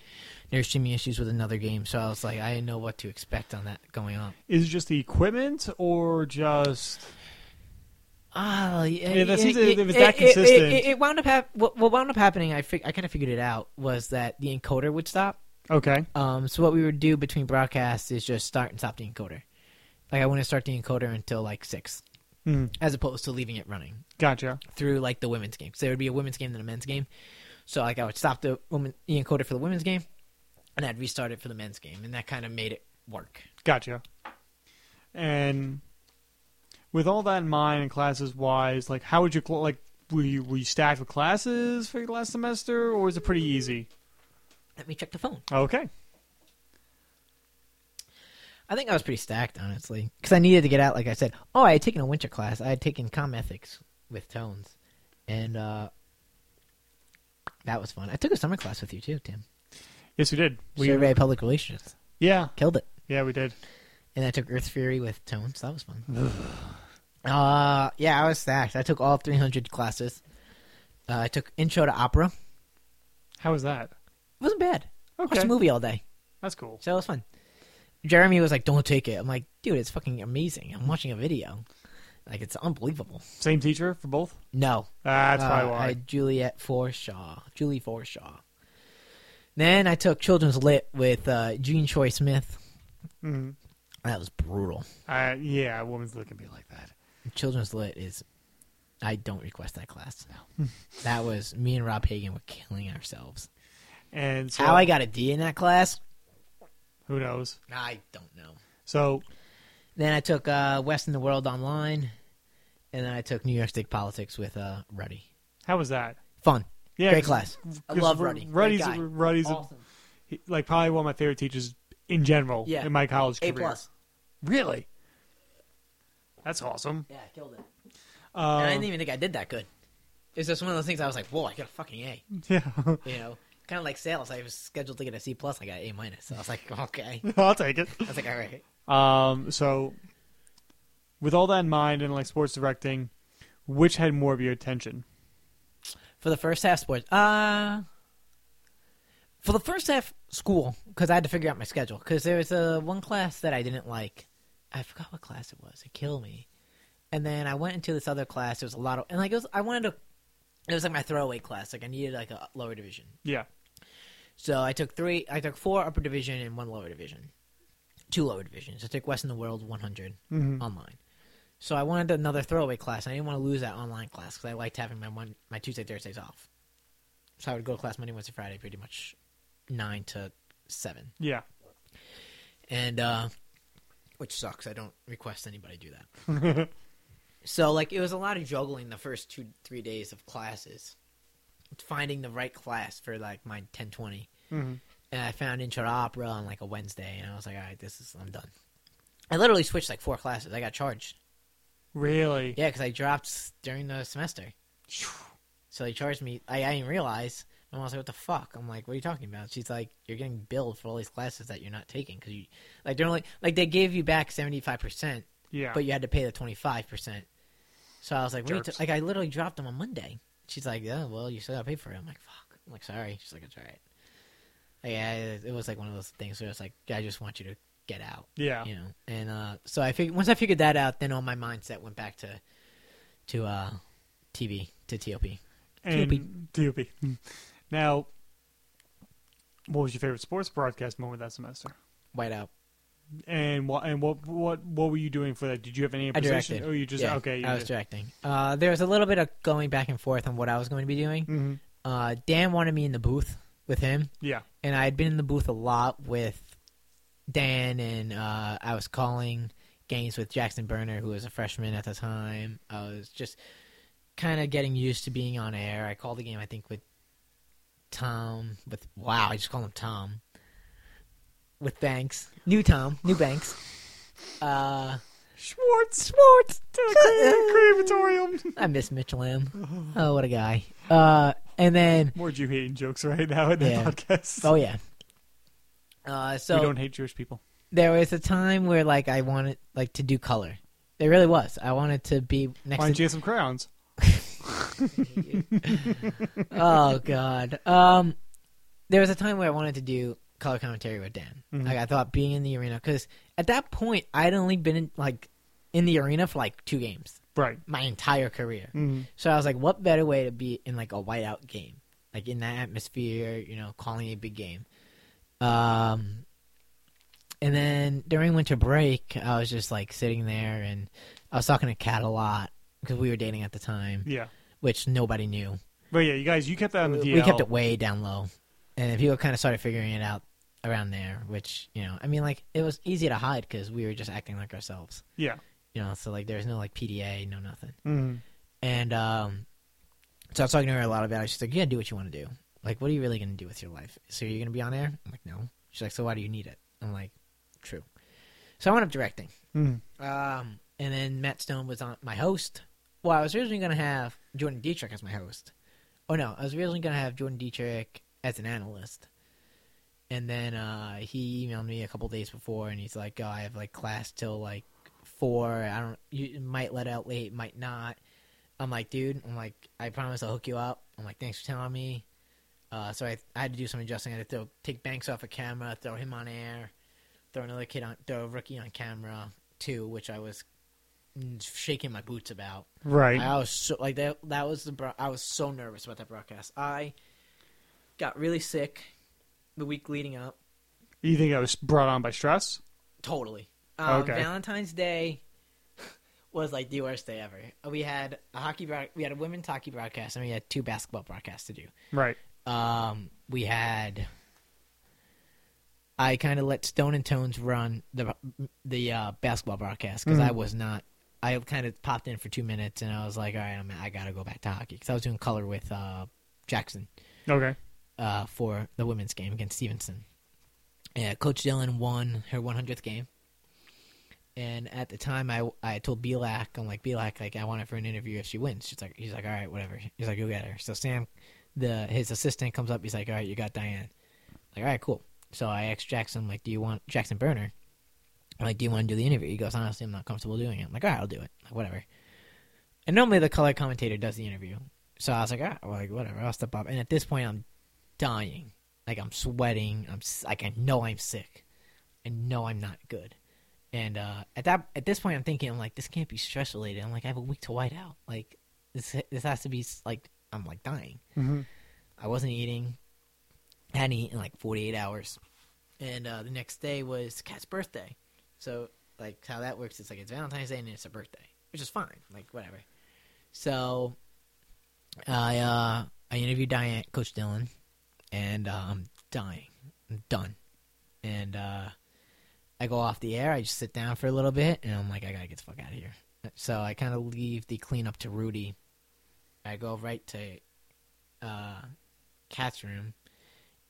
Speaker 2: There were streaming issues with another game, so I was like, I didn't know what to expect on that going on.
Speaker 1: Is it just the equipment or just.
Speaker 2: Ah, yeah,
Speaker 1: Yeah, that seems- if it's that consistent-
Speaker 2: It, it wound up hap- what, what wound up happening. I fig- I kind of figured it out was that the encoder would stop.
Speaker 1: Okay.
Speaker 2: Um, so what we would do between broadcasts is just start and stop the encoder. Like I wouldn't start the encoder until like six,
Speaker 1: Mhm.
Speaker 2: as opposed to leaving it running.
Speaker 1: Gotcha.
Speaker 2: through like the women's game. So there would be a women's game then a men's game. So like I would stop the woman the encoder for the women's game, and I'd restart it for the men's game, and that kind of made it work.
Speaker 1: Gotcha. And with all that in mind and classes wise, like, how would you. Cl- like, were you, were you stacked with classes for your last semester or was it pretty easy?
Speaker 2: Let me check the phone.
Speaker 1: Okay.
Speaker 2: I think I was pretty stacked honestly because I needed to get out. Like I said, oh, I had taken a winter class. I had taken com ethics with tones, and uh, that was fun. I took a summer class with you too, Tim.
Speaker 1: Yes, we did. We,
Speaker 2: Survey public relations,
Speaker 1: yeah.
Speaker 2: killed it.
Speaker 1: Yeah, we did.
Speaker 2: And I took Earth Fury with tones. That was fun. uh yeah, I was stacked. I took all 300 classes. Uh, I took Intro to Opera. It
Speaker 1: How was that?
Speaker 2: wasn't bad. Watched
Speaker 1: Okay.
Speaker 2: a movie all day,
Speaker 1: That's cool.
Speaker 2: so it was fun. Jeremy was like, "Don't take it." I'm like, "Dude, it's fucking amazing. I'm watching a video. Like, it's unbelievable."
Speaker 1: Same teacher for both?
Speaker 2: No,
Speaker 1: Ah, That's
Speaker 2: Uh,
Speaker 1: probably why.
Speaker 2: I had Juliet Forshaw. Julie Forshaw. Then I took Children's Lit with uh, Gene Choi Smith.
Speaker 1: Mhm.
Speaker 2: That was brutal.
Speaker 1: Uh, yeah, a woman's look can be like that.
Speaker 2: Children's Lit is. I don't request that class. No. that was me and Rob Hagan were killing ourselves.
Speaker 1: And so,
Speaker 2: How I got a D in that class,
Speaker 1: who knows?
Speaker 2: I don't know.
Speaker 1: So,
Speaker 2: Then I took uh, West in the World Online, and then I took New York State Politics with uh, Ruddy.
Speaker 1: how was that?
Speaker 2: Fun.
Speaker 1: Yeah,
Speaker 2: Great
Speaker 1: 'cause-
Speaker 2: class. I
Speaker 1: 'cause
Speaker 2: love
Speaker 1: Ru-
Speaker 2: Ruddy. Great
Speaker 1: Ruddy's
Speaker 2: guy.
Speaker 1: Ruddy's a-
Speaker 2: Awesome.
Speaker 1: he- like probably one of my favorite teachers in general
Speaker 2: Yeah.
Speaker 1: in my college
Speaker 2: A
Speaker 1: career.
Speaker 2: plus.
Speaker 1: Really? That's awesome.
Speaker 2: Yeah, I killed it. And I
Speaker 1: Um,
Speaker 2: didn't even think I did that good. It's just one of those things I was like, whoa, I got a fucking A.
Speaker 1: yeah,
Speaker 2: You know, kind of like sales. I was scheduled to get a C plus. I got an A minus. So I was like, okay.
Speaker 1: I'll take it.
Speaker 2: I was like, all right.
Speaker 1: Um, so, with all that in mind and like sports directing, which had more of your attention?
Speaker 2: For the first half, sports. Uh, for the first half, school because I had to figure out my schedule because there was a one class that I didn't like. I forgot what class it was. It killed me. And then I went into this other class. There was a lot of and like it was. I wanted to. It was like my throwaway class. Like I needed like a lower division.
Speaker 1: Yeah.
Speaker 2: So I took three. I took four upper division and one lower division, two lower divisions. I took West in the World 100
Speaker 1: Mhm.
Speaker 2: online. So I wanted another throwaway class. and I didn't want to lose that online class because I liked having my one my Tuesday Thursdays off. So I would go to class Monday, Wednesday, Friday, pretty much nine to seven,
Speaker 1: Yeah.
Speaker 2: and uh, which sucks. I don't request anybody do that.
Speaker 1: Mm-hmm.
Speaker 2: so like it was a lot of juggling the first two three days of classes, finding the right class for like my 1020.
Speaker 1: Mm-hmm.
Speaker 2: And I found intro to opera on like a Wednesday, and I was like, all right, this is I'm done. I literally switched like four classes. I got charged.
Speaker 1: Really?
Speaker 2: Yeah, because I dropped s- during the semester. So they charged me. I, I didn't realize. My mom was like, "What the fuck?" I'm like, "What are you talking about?" She's like, "You're getting billed for all these classes that you're not taking because you like they're only like they gave you back seventy five percent,
Speaker 1: Yeah.
Speaker 2: but you had to pay the twenty five percent." So I was like, what are you
Speaker 1: Jerks.
Speaker 2: t-? "Like I literally dropped them on Monday." She's like, "Yeah, well, you still got to pay for it." I'm like, "Fuck." I'm like, "Sorry." She's like, "It's all right." Like, yeah, it it was like one of those things where it's like, "I just want you to get out."
Speaker 1: yeah.
Speaker 2: you know and uh so i figured once i figured that out then all my mindset went back to to uh tv to top
Speaker 1: And TOP. Now, what was your favorite sports broadcast moment that semester?
Speaker 2: whiteout
Speaker 1: And what and what what what were you doing for that? Did you have any
Speaker 2: i
Speaker 1: position?
Speaker 2: directed
Speaker 1: Oh, you just
Speaker 2: Yeah,
Speaker 1: okay. You
Speaker 2: i was
Speaker 1: just-
Speaker 2: directing uh there was a little bit of going back and forth on what i was going to be doing
Speaker 1: Mhm.
Speaker 2: uh dan wanted me in the booth with him
Speaker 1: Yeah.
Speaker 2: and i had been in the booth a lot with dan and uh i was calling games with jackson burner who was a freshman at the time i was just kind of getting used to being on air i called the game i think with Tom with wow, I just call him Tom. With Banks, new Tom, new Banks. Uh,
Speaker 1: Schwartz. Schwartz. Crematorium.
Speaker 2: I miss Mitch Lamb. Oh, what a guy. Uh, and then
Speaker 1: More Jew hating jokes right now in the
Speaker 2: Yeah.
Speaker 1: podcast.
Speaker 2: oh yeah. Uh,
Speaker 1: we
Speaker 2: so
Speaker 1: don't hate Jewish people.
Speaker 2: there was a time where like I wanted like to do color. There really was. I wanted to be next.
Speaker 1: Why
Speaker 2: to
Speaker 1: don't you have some crayons?
Speaker 2: oh god. Um, there was a time where I wanted to do color commentary with Dan.
Speaker 1: Mhm.
Speaker 2: Like I thought being in the arena because at that point I'd only been in, like in the arena for like two games
Speaker 1: Right.
Speaker 2: my entire career.
Speaker 1: Mm-hmm.
Speaker 2: So I was like, what better way to be in like a whiteout game, like in that atmosphere, you know, calling a big game. Um, and then during winter break, I was just like sitting there and I was talking to Kat a lot because we were dating at the time,
Speaker 1: Yeah.
Speaker 2: which nobody knew.
Speaker 1: But yeah, you guys, you kept that on the DL.
Speaker 2: We kept it way down low, and people kind of started figuring it out around there. Which you know, I mean, like it was easy to hide because we were just acting like ourselves.
Speaker 1: Yeah.
Speaker 2: You know, so like there's no like PDA, no nothing.
Speaker 1: Mm-hmm.
Speaker 2: And um, so I was talking to her a lot about it. She's like, "You gotta do what you want to do. Like, what are you really gonna do with your life? So you're gonna be on air?" I'm like, "No." She's like, "So why do you need it?" I'm like, "True." So I wound up directing.
Speaker 1: Mm-hmm.
Speaker 2: Um, and then Matt Stone was on my host. Well, I was originally gonna have Jordan Dietrich as my host. Oh no, I was originally gonna have Jordan Dietrich as an analyst. And then uh, he emailed me a couple days before, and he's like, "Oh, I have like class till like four. I don't. You might let out late, might not." I'm like, "Dude, I'm like, I promise I'll hook you up." I'm like, "Thanks for telling me." Uh, so I, I had to do some adjusting. I had to throw, take Banks off a of camera, throw him on air, throw another kid on, throw a rookie on camera too, which I was shaking my boots about.
Speaker 1: Right.
Speaker 2: I was so like that. That was the. Bro- I was so nervous about that broadcast. I got really sick the week leading up.
Speaker 1: you think I was brought on by stress?
Speaker 2: Totally. Um,
Speaker 1: Okay.
Speaker 2: Valentine's Day was like the worst day ever. We had a hockey. Broad- we had a women's hockey broadcast, and we had two basketball broadcasts to do.
Speaker 1: Right.
Speaker 2: Um, we had. I kind of let Stone and Tones run the the uh, basketball broadcast because
Speaker 1: Mhm.
Speaker 2: I was not. I kind of popped in for two minutes and I was like, all right, I'm, I gotta go back to hockey because I was doing color with uh, Jackson
Speaker 1: Okay.
Speaker 2: uh, for the women's game against Stevenson. Yeah, Coach Dillon won her 100th game. And at the time, I, I told Belak, I'm like, Belak, like, I want her for an interview if she wins. She's like, he's like, all right, whatever. He's like, go get her. So Sam, the his assistant comes up. He's like, all right, you got Diane. Like, all right, cool. So I asked Jackson, like, do you want Jackson Burner? I'm like, do you want to do the interview? He goes, honestly, I'm not comfortable doing it. I'm like, all right, I'll do it. Like, whatever. And normally the color commentator does the interview. So I was like, all right, well, like, whatever, I'll step up. And at this point, I'm dying. Like I'm sweating. I'm s- like I know I'm sick. I know I'm not good. And uh, at that at this point, I'm thinking I'm like this can't be stress related. I'm like I have a week to white out. Like this this has to be s- like I'm like dying.
Speaker 1: Mm-hmm.
Speaker 2: I wasn't eating. I hadn't eaten in like 48 hours. And uh, the next day was Kat's birthday. So, like, how that works is like it's Valentine's Day and it's her birthday, which is fine. Like, whatever. So, I uh, I interviewed Diane, Coach Dillon, and uh, I'm dying. I'm done. And uh, I go off the air. I just sit down for a little bit, and I'm like, I gotta get the fuck out of here. So I kind of leave the cleanup to Rudy. I go right to uh, cat's room,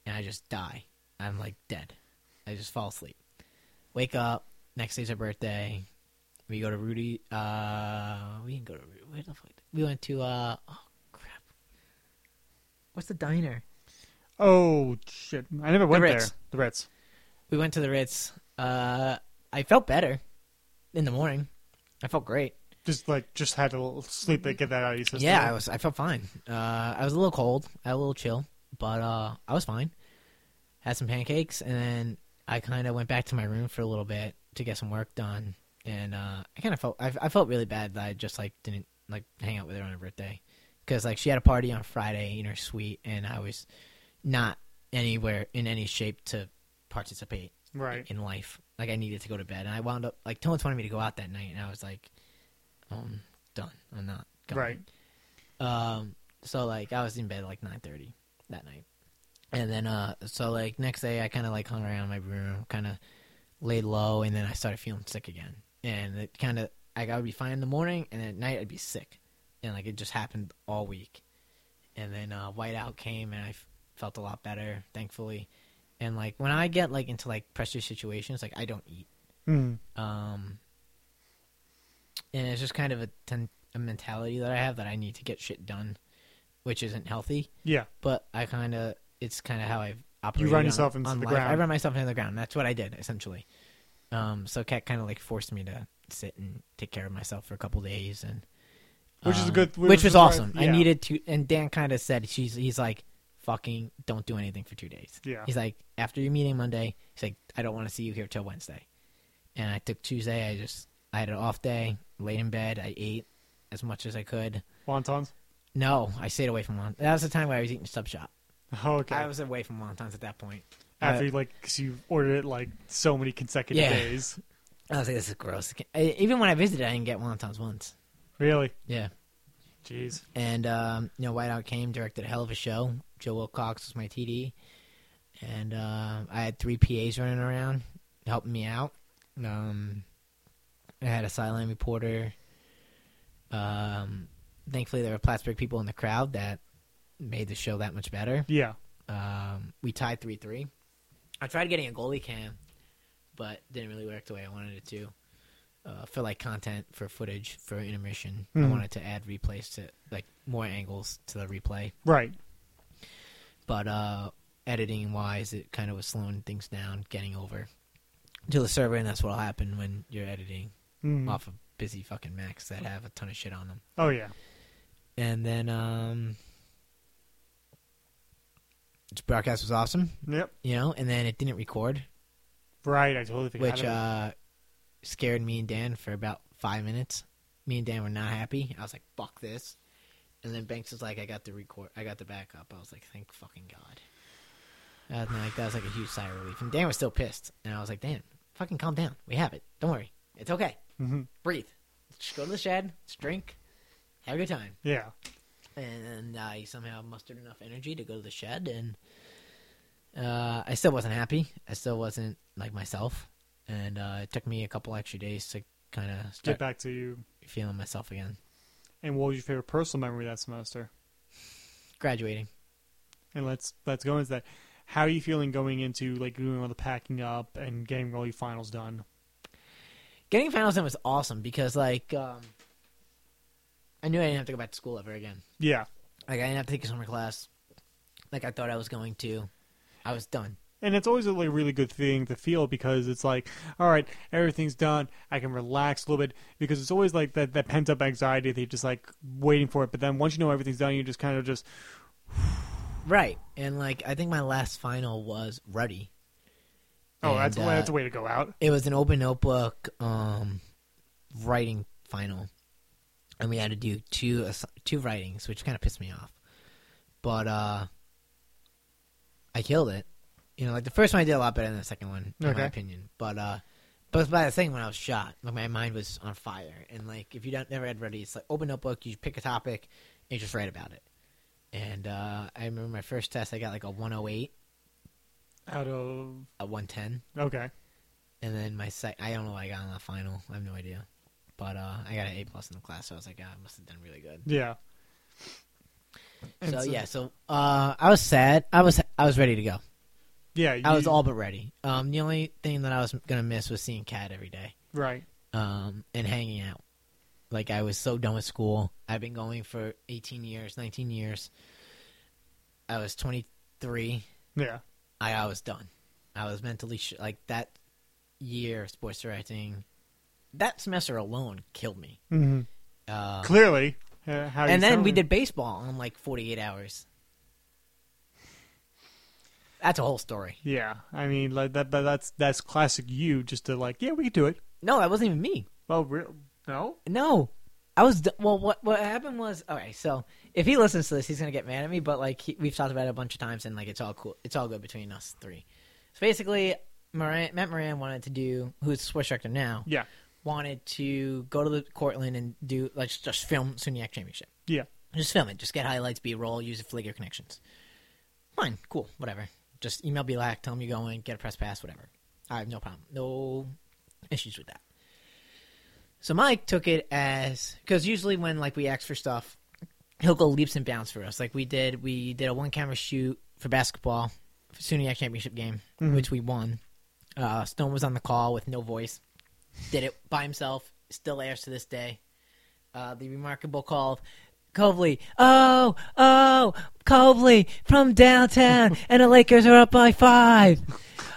Speaker 2: and I just die. I'm like dead. I just fall asleep. Wake up. Next day's her birthday. We go to Rudy. Uh, we didn't go to Rudy. Where the fuck? We went to. Uh, oh crap. What's the diner?
Speaker 1: Oh shit! I never went
Speaker 2: Ritz.
Speaker 1: there. The Ritz.
Speaker 2: We went to the Ritz. Uh, I felt better in the morning. I felt great.
Speaker 1: Just like just had to l- sleep to get that out of your system.
Speaker 2: yeah, I was. I felt fine. Uh, I was a little cold. I had a little chill, but uh, I was fine. Had some pancakes, and then I kind of went back to my room for a little bit to get some work done. And uh, I kind of felt. I, I felt really bad that I just like didn't like hang out with her on her birthday because like she had a party on Friday in her suite, and I was not anywhere in any shape to participate
Speaker 1: right.
Speaker 2: in life. Like I needed to go to bed, and I wound up like Tones wanted me to go out that night, and I was like, "I'm um, done. I'm not going."
Speaker 1: Right.
Speaker 2: Um. So like I was in bed at, like nine thirty that night, and then uh. So like next day I kind of like hung around my room, kind of laid low, and then I started feeling sick again, and it kind of like I would be fine in the morning, and at night I'd be sick, and like it just happened all week, and then uh, whiteout came, and I f- felt a lot better, thankfully, and like when I get like into like pressure situations, like I don't eat
Speaker 1: Mm.
Speaker 2: um, and it's just kind of a, ten- a mentality that I have that I need to get shit done, which isn't healthy.
Speaker 1: Yeah.
Speaker 2: But I kind of it's kind of how I've operated.
Speaker 1: run
Speaker 2: on-
Speaker 1: yourself into
Speaker 2: on
Speaker 1: the
Speaker 2: life. I
Speaker 1: ground.
Speaker 2: run myself into the ground. That's what I did essentially. Um, so Cat kind of like forced me to sit and take care of myself for a couple days, and
Speaker 1: Which is a
Speaker 2: um,
Speaker 1: good-
Speaker 2: which,
Speaker 1: which
Speaker 2: was
Speaker 1: is why-
Speaker 2: awesome. I
Speaker 1: yeah.
Speaker 2: needed to, and Dan kind of said she's he's like, "Fucking don't do anything for two days."
Speaker 1: Yeah.
Speaker 2: He's like, after your meeting Monday, he's like, I don't want to see you here till Wednesday. And I took Tuesday. I just I had an off day, laid in bed. I ate as much as I could.
Speaker 1: Wontons.
Speaker 2: No, I stayed away from wontons. That was the time where I was eating sub shop.
Speaker 1: Oh, okay.
Speaker 2: I was away from wontons at that point.
Speaker 1: After
Speaker 2: I-
Speaker 1: you like, because you ordered it like so many consecutive
Speaker 2: Yeah.
Speaker 1: days.
Speaker 2: I was like, this is gross. I- even when I visited, I didn't get wontons once.
Speaker 1: Really.
Speaker 2: Yeah.
Speaker 1: Jeez.
Speaker 2: And um, you know, Whiteout came, directed a hell of a show. Joe Wilcox was my TD, and uh, I had three PAs running around helping me out. Um, I had a sideline reporter. Um, thankfully, there were Plattsburgh people in the crowd that made the show that much better.
Speaker 1: Yeah.
Speaker 2: Um, we tied three three. I tried getting a goalie cam, but didn't really work the way I wanted it to. Uh, for like content, for footage, for intermission, I
Speaker 1: Mhm.
Speaker 2: wanted to add replays to like more angles to the replay.
Speaker 1: Right.
Speaker 2: But uh, editing wise, it kind of was slowing things down, getting over to the server, and that's what'll happen when you're editing
Speaker 1: Mm.
Speaker 2: off of busy fucking Macs that have a ton of shit on them.
Speaker 1: Oh yeah.
Speaker 2: And then um, this broadcast was awesome
Speaker 1: Yep.
Speaker 2: you know, and then it didn't record,
Speaker 1: Right. I totally forgot.
Speaker 2: which
Speaker 1: about it.
Speaker 2: uh, scared me and Dan for about five minutes. Me and Dan were not happy. I was like, "Fuck this!" And then Banks was like, "I got the record. I got the backup." I was like, "Thank fucking god." Uh, And then, like that was like a huge sigh of relief. And Dan was still pissed, and I was like, "Dan, fucking calm down. We have it. Don't worry. It's okay.
Speaker 1: Mhm.
Speaker 2: Breathe. Just go to the shed. Just drink. Have a good time."
Speaker 1: Yeah.
Speaker 2: and I somehow mustered enough energy to go to the shed, and uh, I still wasn't happy. I still wasn't like myself, and uh, it took me a couple extra days to kind of
Speaker 1: Get
Speaker 2: start
Speaker 1: back to you.
Speaker 2: feeling myself again.
Speaker 1: And what was your favorite personal memory that semester?
Speaker 2: Graduating,
Speaker 1: And let's let's go into that. How are you feeling going into like doing all the packing up and getting all your finals done?
Speaker 2: getting finals in was awesome because like um, I knew I didn't have to go back to school ever again.
Speaker 1: Yeah.
Speaker 2: Like I didn't have to take a summer class, like I thought I was going to. I was done.
Speaker 1: And it's always a like, really good thing to feel because it's like, all right, everything's done. I can relax a little bit because it's always like that, that pent up anxiety that you're just like waiting for it. But then once you know everything's done, you just kind of just,
Speaker 2: Right, and like I think my last final was ruddy.
Speaker 1: oh,
Speaker 2: And,
Speaker 1: that's,
Speaker 2: uh,
Speaker 1: that's a way to go out.
Speaker 2: it was an open notebook um, writing final, and we had to do two ass- two writings, which kind of pissed me off. But uh, I killed it. You know, like the first one I did a lot better than the second one, in
Speaker 1: Okay.
Speaker 2: my opinion. But uh, but by the second one, I was shot. Like my mind was on fire, and like if you don't never had ready, it's like open notebook. You pick a topic and you just write about it. And uh, I remember my first test, I got like a 108,
Speaker 1: Out of,
Speaker 2: a 110.
Speaker 1: okay.
Speaker 2: And then my sec- I don't know what I got on the final. I have no idea. But uh, I got an A plus in the class, so I was like, ah, I must have done really good.
Speaker 1: Yeah. And
Speaker 2: so
Speaker 1: so-
Speaker 2: yeah, so uh, I was sad. I was I was ready to go.
Speaker 1: Yeah,
Speaker 2: I was
Speaker 1: you-
Speaker 2: all but ready. Um, the only thing that I was gonna miss was seeing Kat every day.
Speaker 1: right.
Speaker 2: um, and hanging out. Like I was so done with school. I've been going for 18 years, 19 years. I was 23.
Speaker 1: Yeah,
Speaker 2: I, I was done. I was mentally sh- like that year of sports directing. That semester alone killed me.
Speaker 1: hmm
Speaker 2: Uh,
Speaker 1: clearly. uh, how you
Speaker 2: and then
Speaker 1: sound.
Speaker 2: we did baseball in like 48 hours. That's a whole story.
Speaker 1: Yeah, I mean like that, that. That's that's classic you. Just to like, yeah, we could do it.
Speaker 2: No, that wasn't even me.
Speaker 1: Well, re- no.
Speaker 2: No, I was d- well. What what happened was all right. So if he listens to this, he's gonna get mad at me. But like he, we've talked about it a bunch of times, and like it's all cool. It's all good between us three. So basically, Moran, Matt Moran wanted to do who's sports director now
Speaker 1: Yeah,
Speaker 2: wanted to go to the Cortland and do like just- just film Suniac Championship.
Speaker 1: yeah,
Speaker 2: Just film it. Just get highlights, B roll, use it for like your connections. Fine, cool, whatever. Just email Black, tell him you're going, get a press pass, whatever. I have no problem, no issues with that. So Mike took it as because usually when like we ask for stuff, he'll go leaps and bounds for us. Like we did, we did a one camera shoot for basketball, for Suniac championship game,
Speaker 1: Mhm.
Speaker 2: which we won. Uh, Stone was on the call with no voice, did it by himself. Still airs to this day. Uh, the remarkable call of Cobley. Oh, oh, Cobley from downtown, and the Lakers are up by five.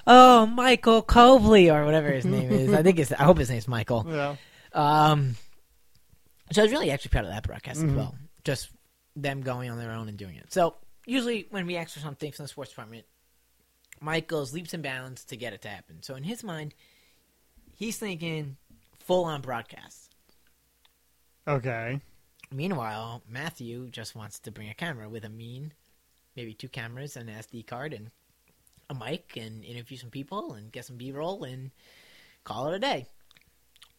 Speaker 2: Oh, Michael Cobley or whatever his name is. I think it's. I hope his name's Michael.
Speaker 1: yeah.
Speaker 2: Um, so I was really actually proud of that broadcast as
Speaker 1: Mhm.
Speaker 2: well. Just them going on their own and doing it. So usually when we ask for something from the sports department, Mike goes leaps and bounds to get it to happen. So in his mind, he's thinking full on broadcast.
Speaker 1: Okay.
Speaker 2: Meanwhile, Matthew just wants to bring a camera with a mean, maybe two cameras, an SD card, and a mic, and interview some people, and get some B roll, and call it a day.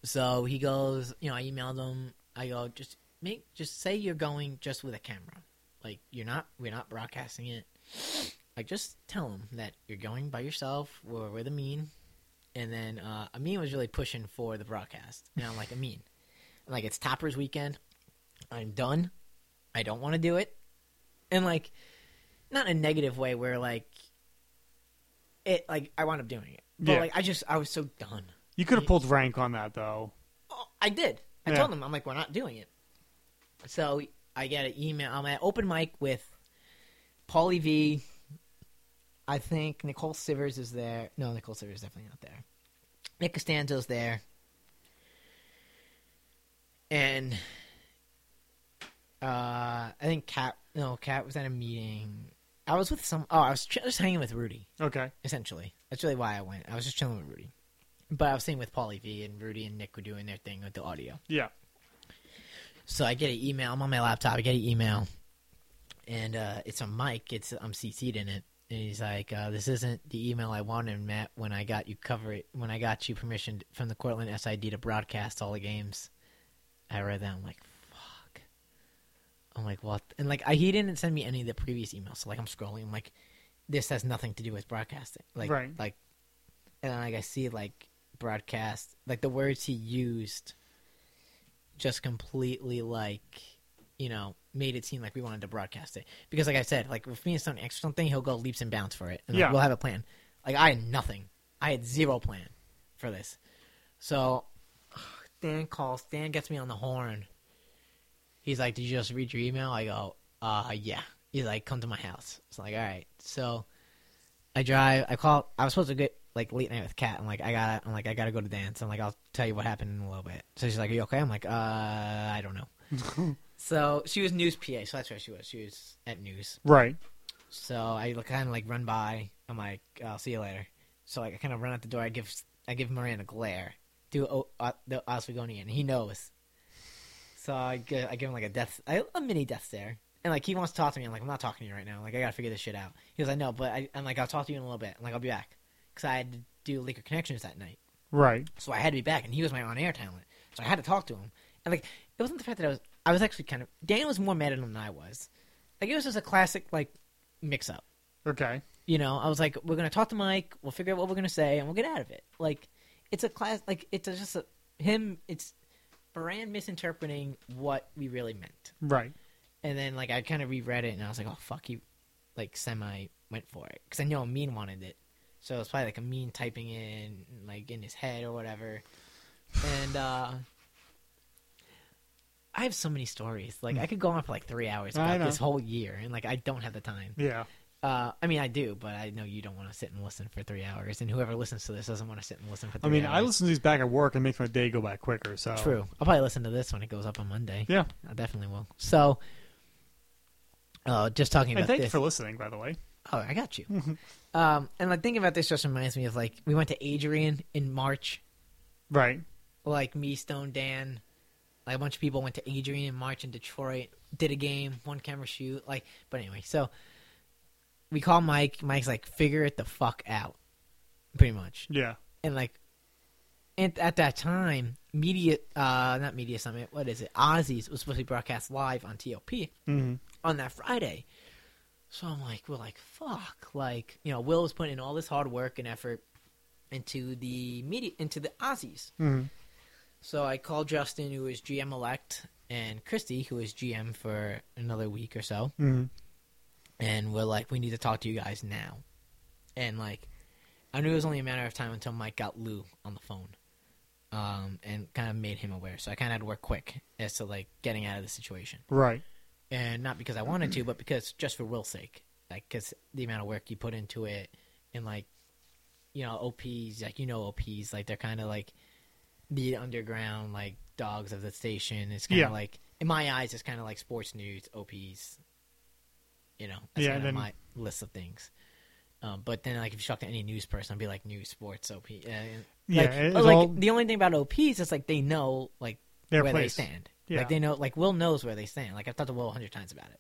Speaker 2: So he goes, you know, I emailed him. I go, just make, just say you're going just with a camera, like you're not, we're not broadcasting it. Like just tell him that you're going by yourself or with a mean. And then uh, Amin was really pushing for the broadcast. And I'm like, Amin, like it's Toppers weekend. I'm done. I don't want to do it. And like not in a negative way where like it like I wound up doing it. But
Speaker 1: Yeah.
Speaker 2: like I just I was so done.
Speaker 1: You could have pulled rank on that though.
Speaker 2: Oh, I did. I
Speaker 1: Yeah.
Speaker 2: told them I'm like, we're not doing it. So I get an email. I'm at open mic with Paulie V. I think Nicole Sivers is there. No, Nicole Sivers is definitely not there. Nick Costanzo's there. And uh, I think Cat. No, Cat was at a meeting. I was with some. Oh, I was ch- just hanging with Rudy
Speaker 1: Okay.
Speaker 2: essentially. That's really why I went. I was just chilling with Rudy. But I was staying with Paulie V, and Rudy and Nick were doing their thing with the audio.
Speaker 1: Yeah.
Speaker 2: So I get an email. I'm on my laptop. I get an email, and uh, it's a mic. It's I'm CC'd in it, and he's like, uh, "This isn't the email I wanted, Matt. When I got you cover it, when I got you permission from the Cortland SID to broadcast all the games." I read that. I'm like, "Fuck." I'm like, "What?" And like, I, he didn't send me any of the previous emails. So like, I'm scrolling. I'm like, "This has nothing to do with broadcasting." Like,
Speaker 1: Right.
Speaker 2: like, and then like I see like broadcast, like the words he used just completely like you know made it seem like we wanted to broadcast it because like i said like if me and stone extra something he'll go leaps and bounds for it and like,
Speaker 1: Yeah.
Speaker 2: we'll have a plan like i had nothing i had zero plan for this so dan calls dan gets me on the horn he's like did you just read your email i go uh yeah he's like come to my house it's like all right so i drive i call i was supposed to get like late night with Kat. I'm like, I gotta, I'm like, I gotta go to dance. I'm like, I'll tell you what happened in a little bit. So she's like, Are you okay? I'm like, uh, I don't know. So she was news PA, so that's where she was. She was at news.
Speaker 1: Right.
Speaker 2: So I kind of like run by. I'm like, I'll see you later. So like, I kind of run out the door. I give I give Moran a glare. Do o- uh, the Oswegonian. and He knows. So I give, I give him like a death, a, a mini death stare, and like he wants to talk to me. I'm like, I'm not talking to you right now. Like I gotta figure this shit out. He goes, I know, but I, I'm like, I'll talk to you in a little bit. I'm like, I'll be back because I had to do Laker connections that night.
Speaker 1: Right.
Speaker 2: So I had to be back, and he was my on-air talent. So I had to talk to him. And like, it wasn't the fact that I was. I was actually kind of. Dan was more mad at him than I was. Like it was just a classic like mix-up.
Speaker 1: Okay.
Speaker 2: You know, I was like, we're gonna talk to Mike. We'll figure out what we're gonna say, and we'll get out of it. Like, it's a class. Like it's just a him. It's Brand misinterpreting what we really meant
Speaker 1: Right.
Speaker 2: And then like I kind of reread it and I was like, oh fuck, he like semi went for it because I know Amin wanted it, so it's probably like Amin typing in like in his head or whatever. And uh I have so many stories. Like I could go on for like three hours
Speaker 1: Hmm. I
Speaker 2: about
Speaker 1: know.
Speaker 2: this whole year, and like I don't have the time.
Speaker 1: Yeah.
Speaker 2: Uh, I mean, I do, but I know you don't want to sit and listen for three hours, and whoever listens to this doesn't want to sit and listen for
Speaker 1: I
Speaker 2: three
Speaker 1: mean, I
Speaker 2: hours.
Speaker 1: listen to these back at work and makes my day go by quicker. So
Speaker 2: True. I'll probably listen to this when it goes up on Monday.
Speaker 1: Yeah.
Speaker 2: I definitely will. So, uh, just talking
Speaker 1: And
Speaker 2: about
Speaker 1: thank you
Speaker 2: this.
Speaker 1: for Mm-hmm. listening, by the way.
Speaker 2: oh, I got you. um, and like thinking about this just reminds me of like we went to Adrian in March.
Speaker 1: Right.
Speaker 2: Like me, Stone Dan, like a bunch of people went to Adrian in March in Detroit. Did a game, one camera shoot. Like, but anyway, so we call Mike. Mike's like, figure it the fuck out, pretty much.
Speaker 1: Yeah.
Speaker 2: and like and at that time media uh not media summit what is it Ozzy's was supposed to be broadcast live on TOP
Speaker 1: Mm-hmm.
Speaker 2: on that Friday so I'm like we're like fuck like you know Will was putting in all this hard work and effort into the media into the Ozzy's
Speaker 1: Mm-hmm.
Speaker 2: so I called Justin who is GM elect and Christy who is GM for another week or so
Speaker 1: Mm-hmm.
Speaker 2: and we're like, we need to talk to you guys now. And like, I knew it was only a matter of time until Mike got Lou on the phone, um, and kind of made him aware. So I kind of had to work quick as to like getting out of the situation,
Speaker 1: Right.
Speaker 2: and not because I wanted
Speaker 1: Mm-hmm.
Speaker 2: to, but because just for Will's sake, like because the amount of work you put into it, and like, you know, OPs, like you know, OPs, like they're kind of like the underground like dogs of the station. It's kind of
Speaker 1: Yeah.
Speaker 2: like in my eyes, it's kind of like sports news, OPs, you know, that's
Speaker 1: Yeah,
Speaker 2: kind of
Speaker 1: then-
Speaker 2: my list of things. Um, but then, like, if you talk to any news person, it'd be like news, sports, OP. Uh, and-
Speaker 1: Yeah.
Speaker 2: like,
Speaker 1: it's
Speaker 2: but, like,
Speaker 1: all
Speaker 2: the only thing about OPs is like they know like
Speaker 1: their
Speaker 2: where
Speaker 1: place.
Speaker 2: they stand.
Speaker 1: Yeah.
Speaker 2: Like they know, like Will knows where they stand. Like I've talked to Will a hundred times about it.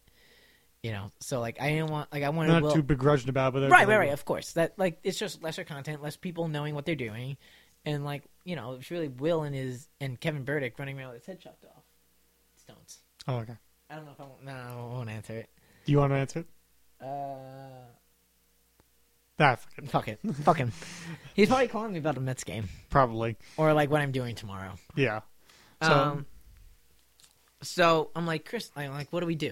Speaker 2: You know, so like I didn't want, like I wanted
Speaker 1: Not
Speaker 2: Will.
Speaker 1: too begrudging about, it, but they're
Speaker 2: right, right,
Speaker 1: like,
Speaker 2: right. Of course, that like it's just lesser content, less people knowing what they're doing, and like you know, it's really Will and his and Kevin Burdick running around with his head chopped off. Stones.
Speaker 1: Oh, okay.
Speaker 2: I don't know if I won't. No, I won't answer it.
Speaker 1: Do you want to answer it?
Speaker 2: Uh.
Speaker 1: That fucking
Speaker 2: Fuck it. Fuck him. He's probably calling me about a Mets game
Speaker 1: probably.
Speaker 2: or like what I'm doing tomorrow.
Speaker 1: Yeah. So
Speaker 2: um, so I'm like, Chris, I'm like, what do we do?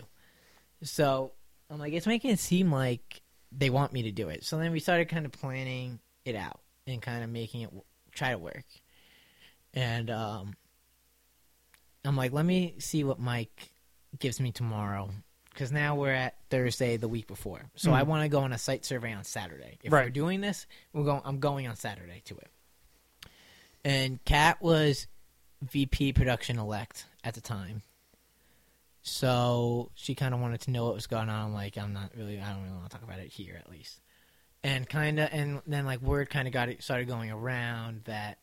Speaker 2: So I'm like, it's making it seem like they want me to do it. So then we started kind of planning it out and kind of making it w- try to work. And um, I'm like, let me see what Mike gives me tomorrow. Because now we're at Thursday, the week before, so I
Speaker 1: Mhm.
Speaker 2: want to go on a site survey on Saturday. If we're
Speaker 1: Right.
Speaker 2: doing this, we're going. I'm going on Saturday to it. And Kat was VP production elect at the time. So she kind of wanted to know what was going on. I'm like, I'm not really, I don't really want to talk about it here at least. And kind of, and then like word kind of got it started going around that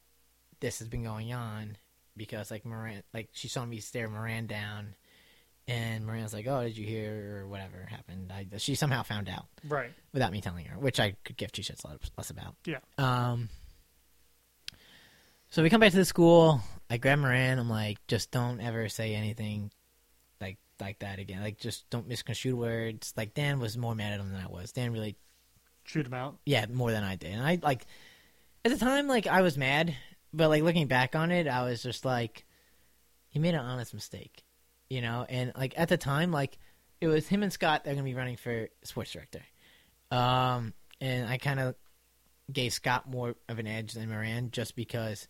Speaker 2: this has been going on because like Moran, like she saw me stare Moran down. And Moran's like, oh, did you hear or whatever happened? I, she somehow found out
Speaker 1: right.
Speaker 2: without me telling her, which I could give two shits less- less about.
Speaker 1: Yeah.
Speaker 2: Um. So we come back to the school. I grab Moran. I'm like, just don't ever say anything like like that again. Like, just don't misconstrue words. Like Dan was more mad at him than I was. Dan really,
Speaker 1: Shoot him out.
Speaker 2: yeah, more than I did. And I like at the time, like I was mad, but like looking back on it, I was just like, he made an honest mistake, you know. And like at the time, like it was him and Scott that are gonna be running for sports director. Um, and I kind of gave Scott more of an edge than Moran just because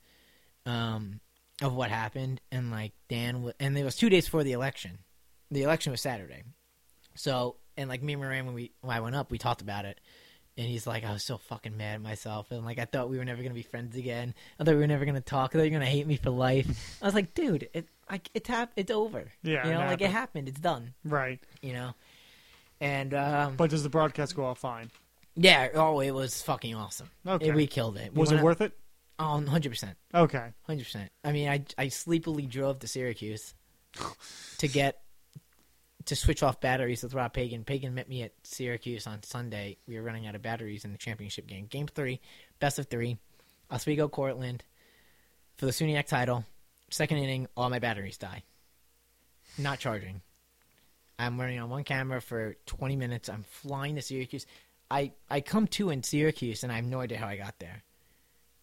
Speaker 2: um, of what happened. And like Dan, w- and it was two days before the election. The election was Saturday, so and like me and Moran when we when I went up, we talked about it. And he's like, I was so fucking mad at myself, and like I thought we were never gonna be friends again. I thought we were never gonna talk. I thought you're gonna hate me for life. I was like, dude, it like it's hap- it's over.
Speaker 1: Yeah,
Speaker 2: you
Speaker 1: it
Speaker 2: know, like it
Speaker 1: happened.
Speaker 2: happened. It's done.
Speaker 1: Right.
Speaker 2: You know, and um,
Speaker 1: But does the broadcast go off fine?
Speaker 2: yeah, oh, it was fucking awesome.
Speaker 1: Okay.
Speaker 2: we killed it. We
Speaker 1: Was
Speaker 2: went
Speaker 1: it
Speaker 2: up-
Speaker 1: worth it?
Speaker 2: Oh, 100%.
Speaker 1: Okay.
Speaker 2: 100%. I mean, I, I sleepily drove to Syracuse to get to switch off batteries with Rob Pagan. Pagan met me at Syracuse on Sunday. We were running out of batteries in the championship game. Game three, best of three, Oswego, Cortland for the Suniac title. Second inning, all my batteries die. Not charging. I'm running on one camera for 20 minutes. I'm flying to Syracuse. I, I come to in Syracuse, and I have no idea how I got there.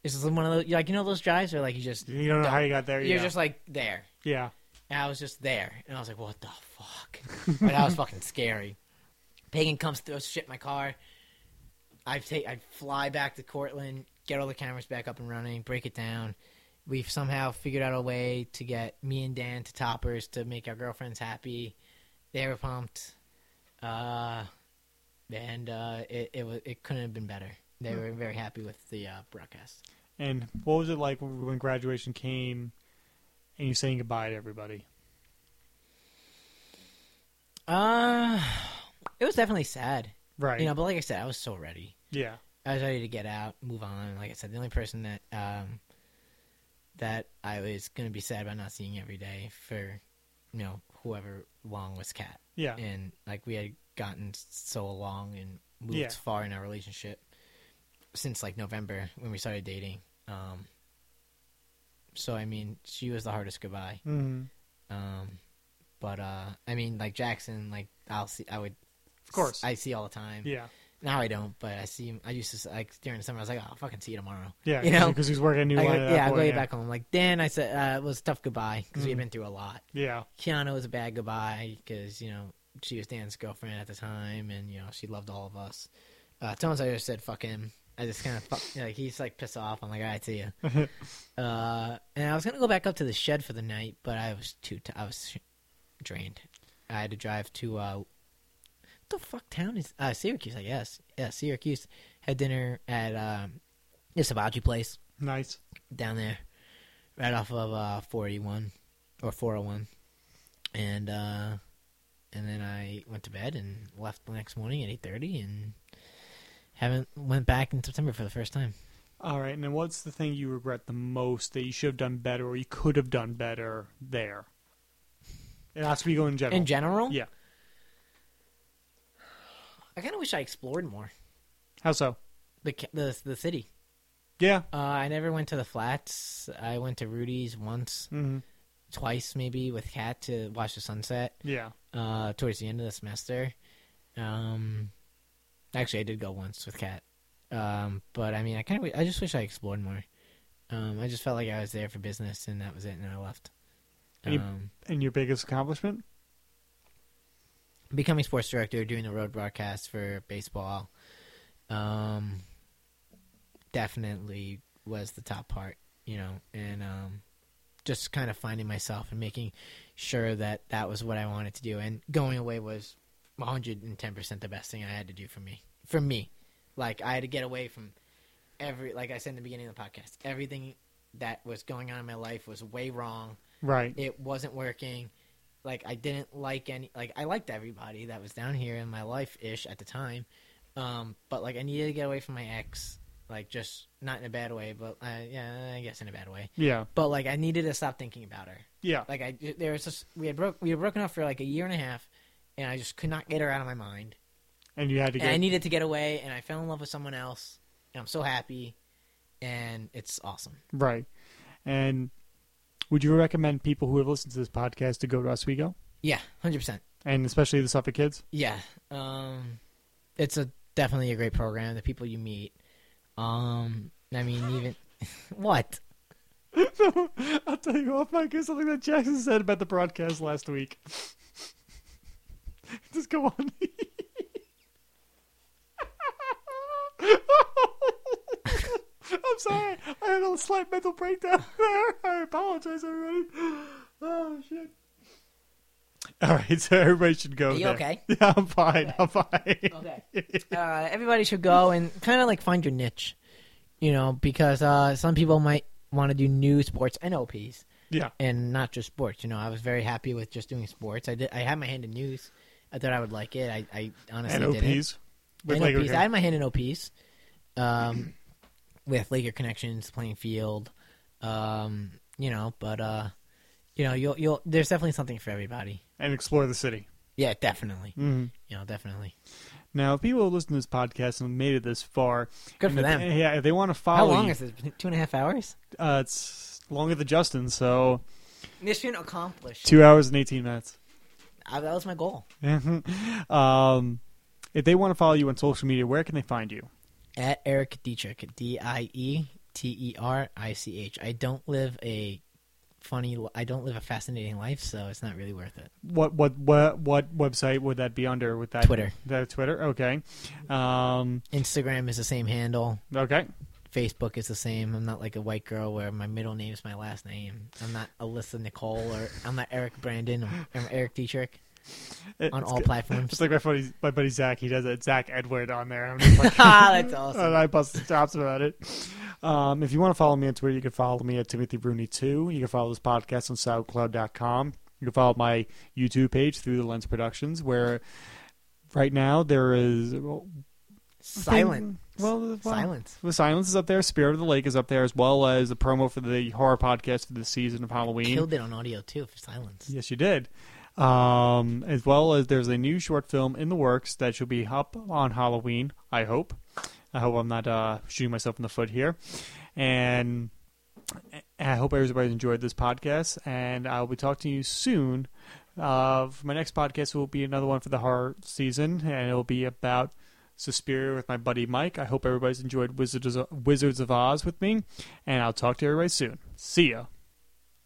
Speaker 2: This is one of those, like, you know, those drives where, like, you just
Speaker 1: You don't know how you got there.
Speaker 2: you're
Speaker 1: yeah.
Speaker 2: just like there.
Speaker 1: yeah.
Speaker 2: And I was just there, and I was like, "What the fuck?" but that was fucking scary. Pagan comes, throws shit in my car. I take, I fly back to Cortland, get all the cameras back up and running, break it down. We've somehow figured out a way to get me and Dan to toppers to make our girlfriends happy. They were pumped, uh, and uh, it it, was, it couldn't have been better. They were very happy with the uh, broadcast.
Speaker 1: And what was it like when when graduation came and you saying goodbye to everybody?
Speaker 2: Uh, it was definitely sad,
Speaker 1: Right.
Speaker 2: you know. But like I said, I was so ready.
Speaker 1: yeah.
Speaker 2: I was ready to get out, move on. Like I said, the only person that um, that I was gonna be sad about not seeing every day for, you know, whoever long was cat,
Speaker 1: Yeah.
Speaker 2: and like we had gotten so along and moved
Speaker 1: Yeah.
Speaker 2: far in our relationship since like November when we started dating. Um, so I mean, she was the hardest goodbye.
Speaker 1: Mm-hmm.
Speaker 2: Um, but uh, I mean, like Jackson, like I'll see, I would,
Speaker 1: Of course.
Speaker 2: I see all the time.
Speaker 1: yeah.
Speaker 2: Now I don't, but I see. him- I used to s- like during the summer. I was like, "Oh, I'll fucking see you tomorrow."
Speaker 1: Yeah.
Speaker 2: you know,
Speaker 1: because he's working a new
Speaker 2: I go,
Speaker 1: line. at that
Speaker 2: yeah, I'll go
Speaker 1: point,
Speaker 2: you Mm. back home. Like Dan, I said uh, it was a tough goodbye because we
Speaker 1: Mhm.
Speaker 2: had been through a lot.
Speaker 1: Yeah.
Speaker 2: Kiana was a bad goodbye because you know she was Dan's girlfriend at the time, and you know she loved all of us. Uh, Tones, I just said fuck him. I just kind of fuck, like he's like pissed off. I'm like, all right, see ya. uh, and I was gonna go back up to the shed for the night, but I was too. T- I was drained. I had to drive to uh, what the fuck town is uh, Syracuse? I guess. Yeah, Syracuse. Had dinner at um, this hibachi place
Speaker 1: Nice.
Speaker 2: down there, right off of uh, 41 or 401, and uh, and then I went to bed and left the next morning at 8:30 and haven't went back in September for the first time.
Speaker 1: All right. And then what's the thing you regret the most that you should have done better or you could have done better there? It has to be going in general.
Speaker 2: In general,
Speaker 1: Yeah.
Speaker 2: I kind of wish I explored more
Speaker 1: How so?
Speaker 2: the ca- the the city.
Speaker 1: Yeah.
Speaker 2: Uh, I never went to the flats. I went to Rudy's once,
Speaker 1: Mm-hmm.
Speaker 2: twice maybe with Kat to watch the sunset.
Speaker 1: Yeah.
Speaker 2: uh, towards the end of the semester. Um, actually, I did go once with Kat, um, but I mean, I kind of I just wish I explored more. Um, I just felt like I was there for business, and that was it, and I left.
Speaker 1: And you-
Speaker 2: Um,
Speaker 1: And your biggest accomplishment?
Speaker 2: becoming sports director, doing the road broadcast for baseball, um, definitely was the top part, you know, and um, just kind of finding myself and making sure that that was what I wanted to do. And going away was 110% the best thing I had to do for me. For me, like I had to get away from every, like I said in the beginning of the podcast, everything that was going on in my life was way wrong
Speaker 1: Right.
Speaker 2: it wasn't working. Like I didn't like any like I liked everybody that was down here in my life ish at the time. Um, but like I needed to get away from my ex, like just not in a bad way, but uh, yeah, I guess in a bad way.
Speaker 1: Yeah.
Speaker 2: But like I needed to stop thinking about her.
Speaker 1: Yeah.
Speaker 2: Like I there was just we had broke we had broken up for like a year and a half, and I just could not get her out of my mind.
Speaker 1: And you had to
Speaker 2: And I
Speaker 1: get.
Speaker 2: needed to get away, and I fell in love with someone else, and I'm so happy, and it's awesome.
Speaker 1: Right. And would you recommend people who have listened to this podcast to go to Oswego?
Speaker 2: Yeah, hundred percent.
Speaker 1: And especially the Suffolk kids?
Speaker 2: Yeah, um, it's a definitely a great program. The people you meet, um, I mean, even what?
Speaker 1: I'll tell you off mic is something that Jackson said about the broadcast last week. Just go on. I'm sorry. I had a slight mental breakdown there. I apologize, everybody. Oh shit. All right, so everybody should go.
Speaker 2: Are you
Speaker 1: there.
Speaker 2: okay?
Speaker 1: Yeah, I'm fine. I'm fine.
Speaker 2: Okay. Uh, everybody should go and kind of like find your niche, you know, because uh, some people might want to do new sports NOPs
Speaker 1: yeah.
Speaker 2: and not just sports. You know, I was very happy with just doing sports. I did. I had my hand in news. I thought I would like it. I, I honestly
Speaker 1: And
Speaker 2: didn't.
Speaker 1: OPs. With
Speaker 2: And
Speaker 1: Lego
Speaker 2: OPs.
Speaker 1: Care.
Speaker 2: I had my hand in OPs um, with Laker connections, playing field, um, you know. But uh, you know, you'll you'll there's definitely something for everybody.
Speaker 1: and explore the city.
Speaker 2: Yeah, definitely.
Speaker 1: Mm-hmm.
Speaker 2: You know, definitely.
Speaker 1: Now, if people listen to this podcast and made it this far,
Speaker 2: Good
Speaker 1: and
Speaker 2: for
Speaker 1: if-
Speaker 2: them.
Speaker 1: yeah, if they want to follow.
Speaker 2: How long
Speaker 1: you,
Speaker 2: is it? Two and a half hours.
Speaker 1: Uh, it's longer than Justin, so
Speaker 2: Mission accomplished.
Speaker 1: two hours and eighteen minutes.
Speaker 2: Uh, that was my goal.
Speaker 1: um, if they want to follow you on social media, where can they find you?
Speaker 2: At Eric Dietrich, D I E T E R I C H. I don't live a funny. I don't live a fascinating life, so it's not really worth it.
Speaker 1: What what what what website would that be under? With that
Speaker 2: Twitter.
Speaker 1: That Twitter. Okay. Um.
Speaker 2: Instagram is the same handle.
Speaker 1: Okay.
Speaker 2: Facebook is the same. I'm not like a white girl where my middle name is my last name. I'm not Alyssa Nicole or I'm not Eric Brandon. I'm, I'm Eric Dietrich
Speaker 1: It-
Speaker 2: on
Speaker 1: it's
Speaker 2: all
Speaker 1: good.
Speaker 2: platforms.
Speaker 1: Just like my buddy, my buddy Zach, he does it. Zach Edward on there. I'm just like,
Speaker 2: ah, that's awesome.
Speaker 1: and I bust chops about it. Um, if you want to follow me on Twitter, you can follow me at Timothy Bruni two. You can follow this podcast on SoundCloud.com. You can follow my YouTube page through the Lens Productions, where right now there is well,
Speaker 2: Silent.
Speaker 1: Well, well,
Speaker 2: Silence.
Speaker 1: The silence is up there. Spirit of the Lake is up there, as well as the promo for the horror podcast for the season of Halloween.
Speaker 2: Killed it on audio too for silence.
Speaker 1: Yes, you did. Um, as well as there's a new short film in the works that should be up on Halloween. I hope. I hope I'm not uh, shooting myself in the foot here, and I hope everybody's enjoyed this podcast. And I'll be talking to you soon. Uh, for my next podcast will be another one for the horror season, and it'll be about Suspiria with my buddy Mike. I hope everybody's enjoyed Wizards of, Wizards of Oz with me, and I'll talk to everybody soon. See ya.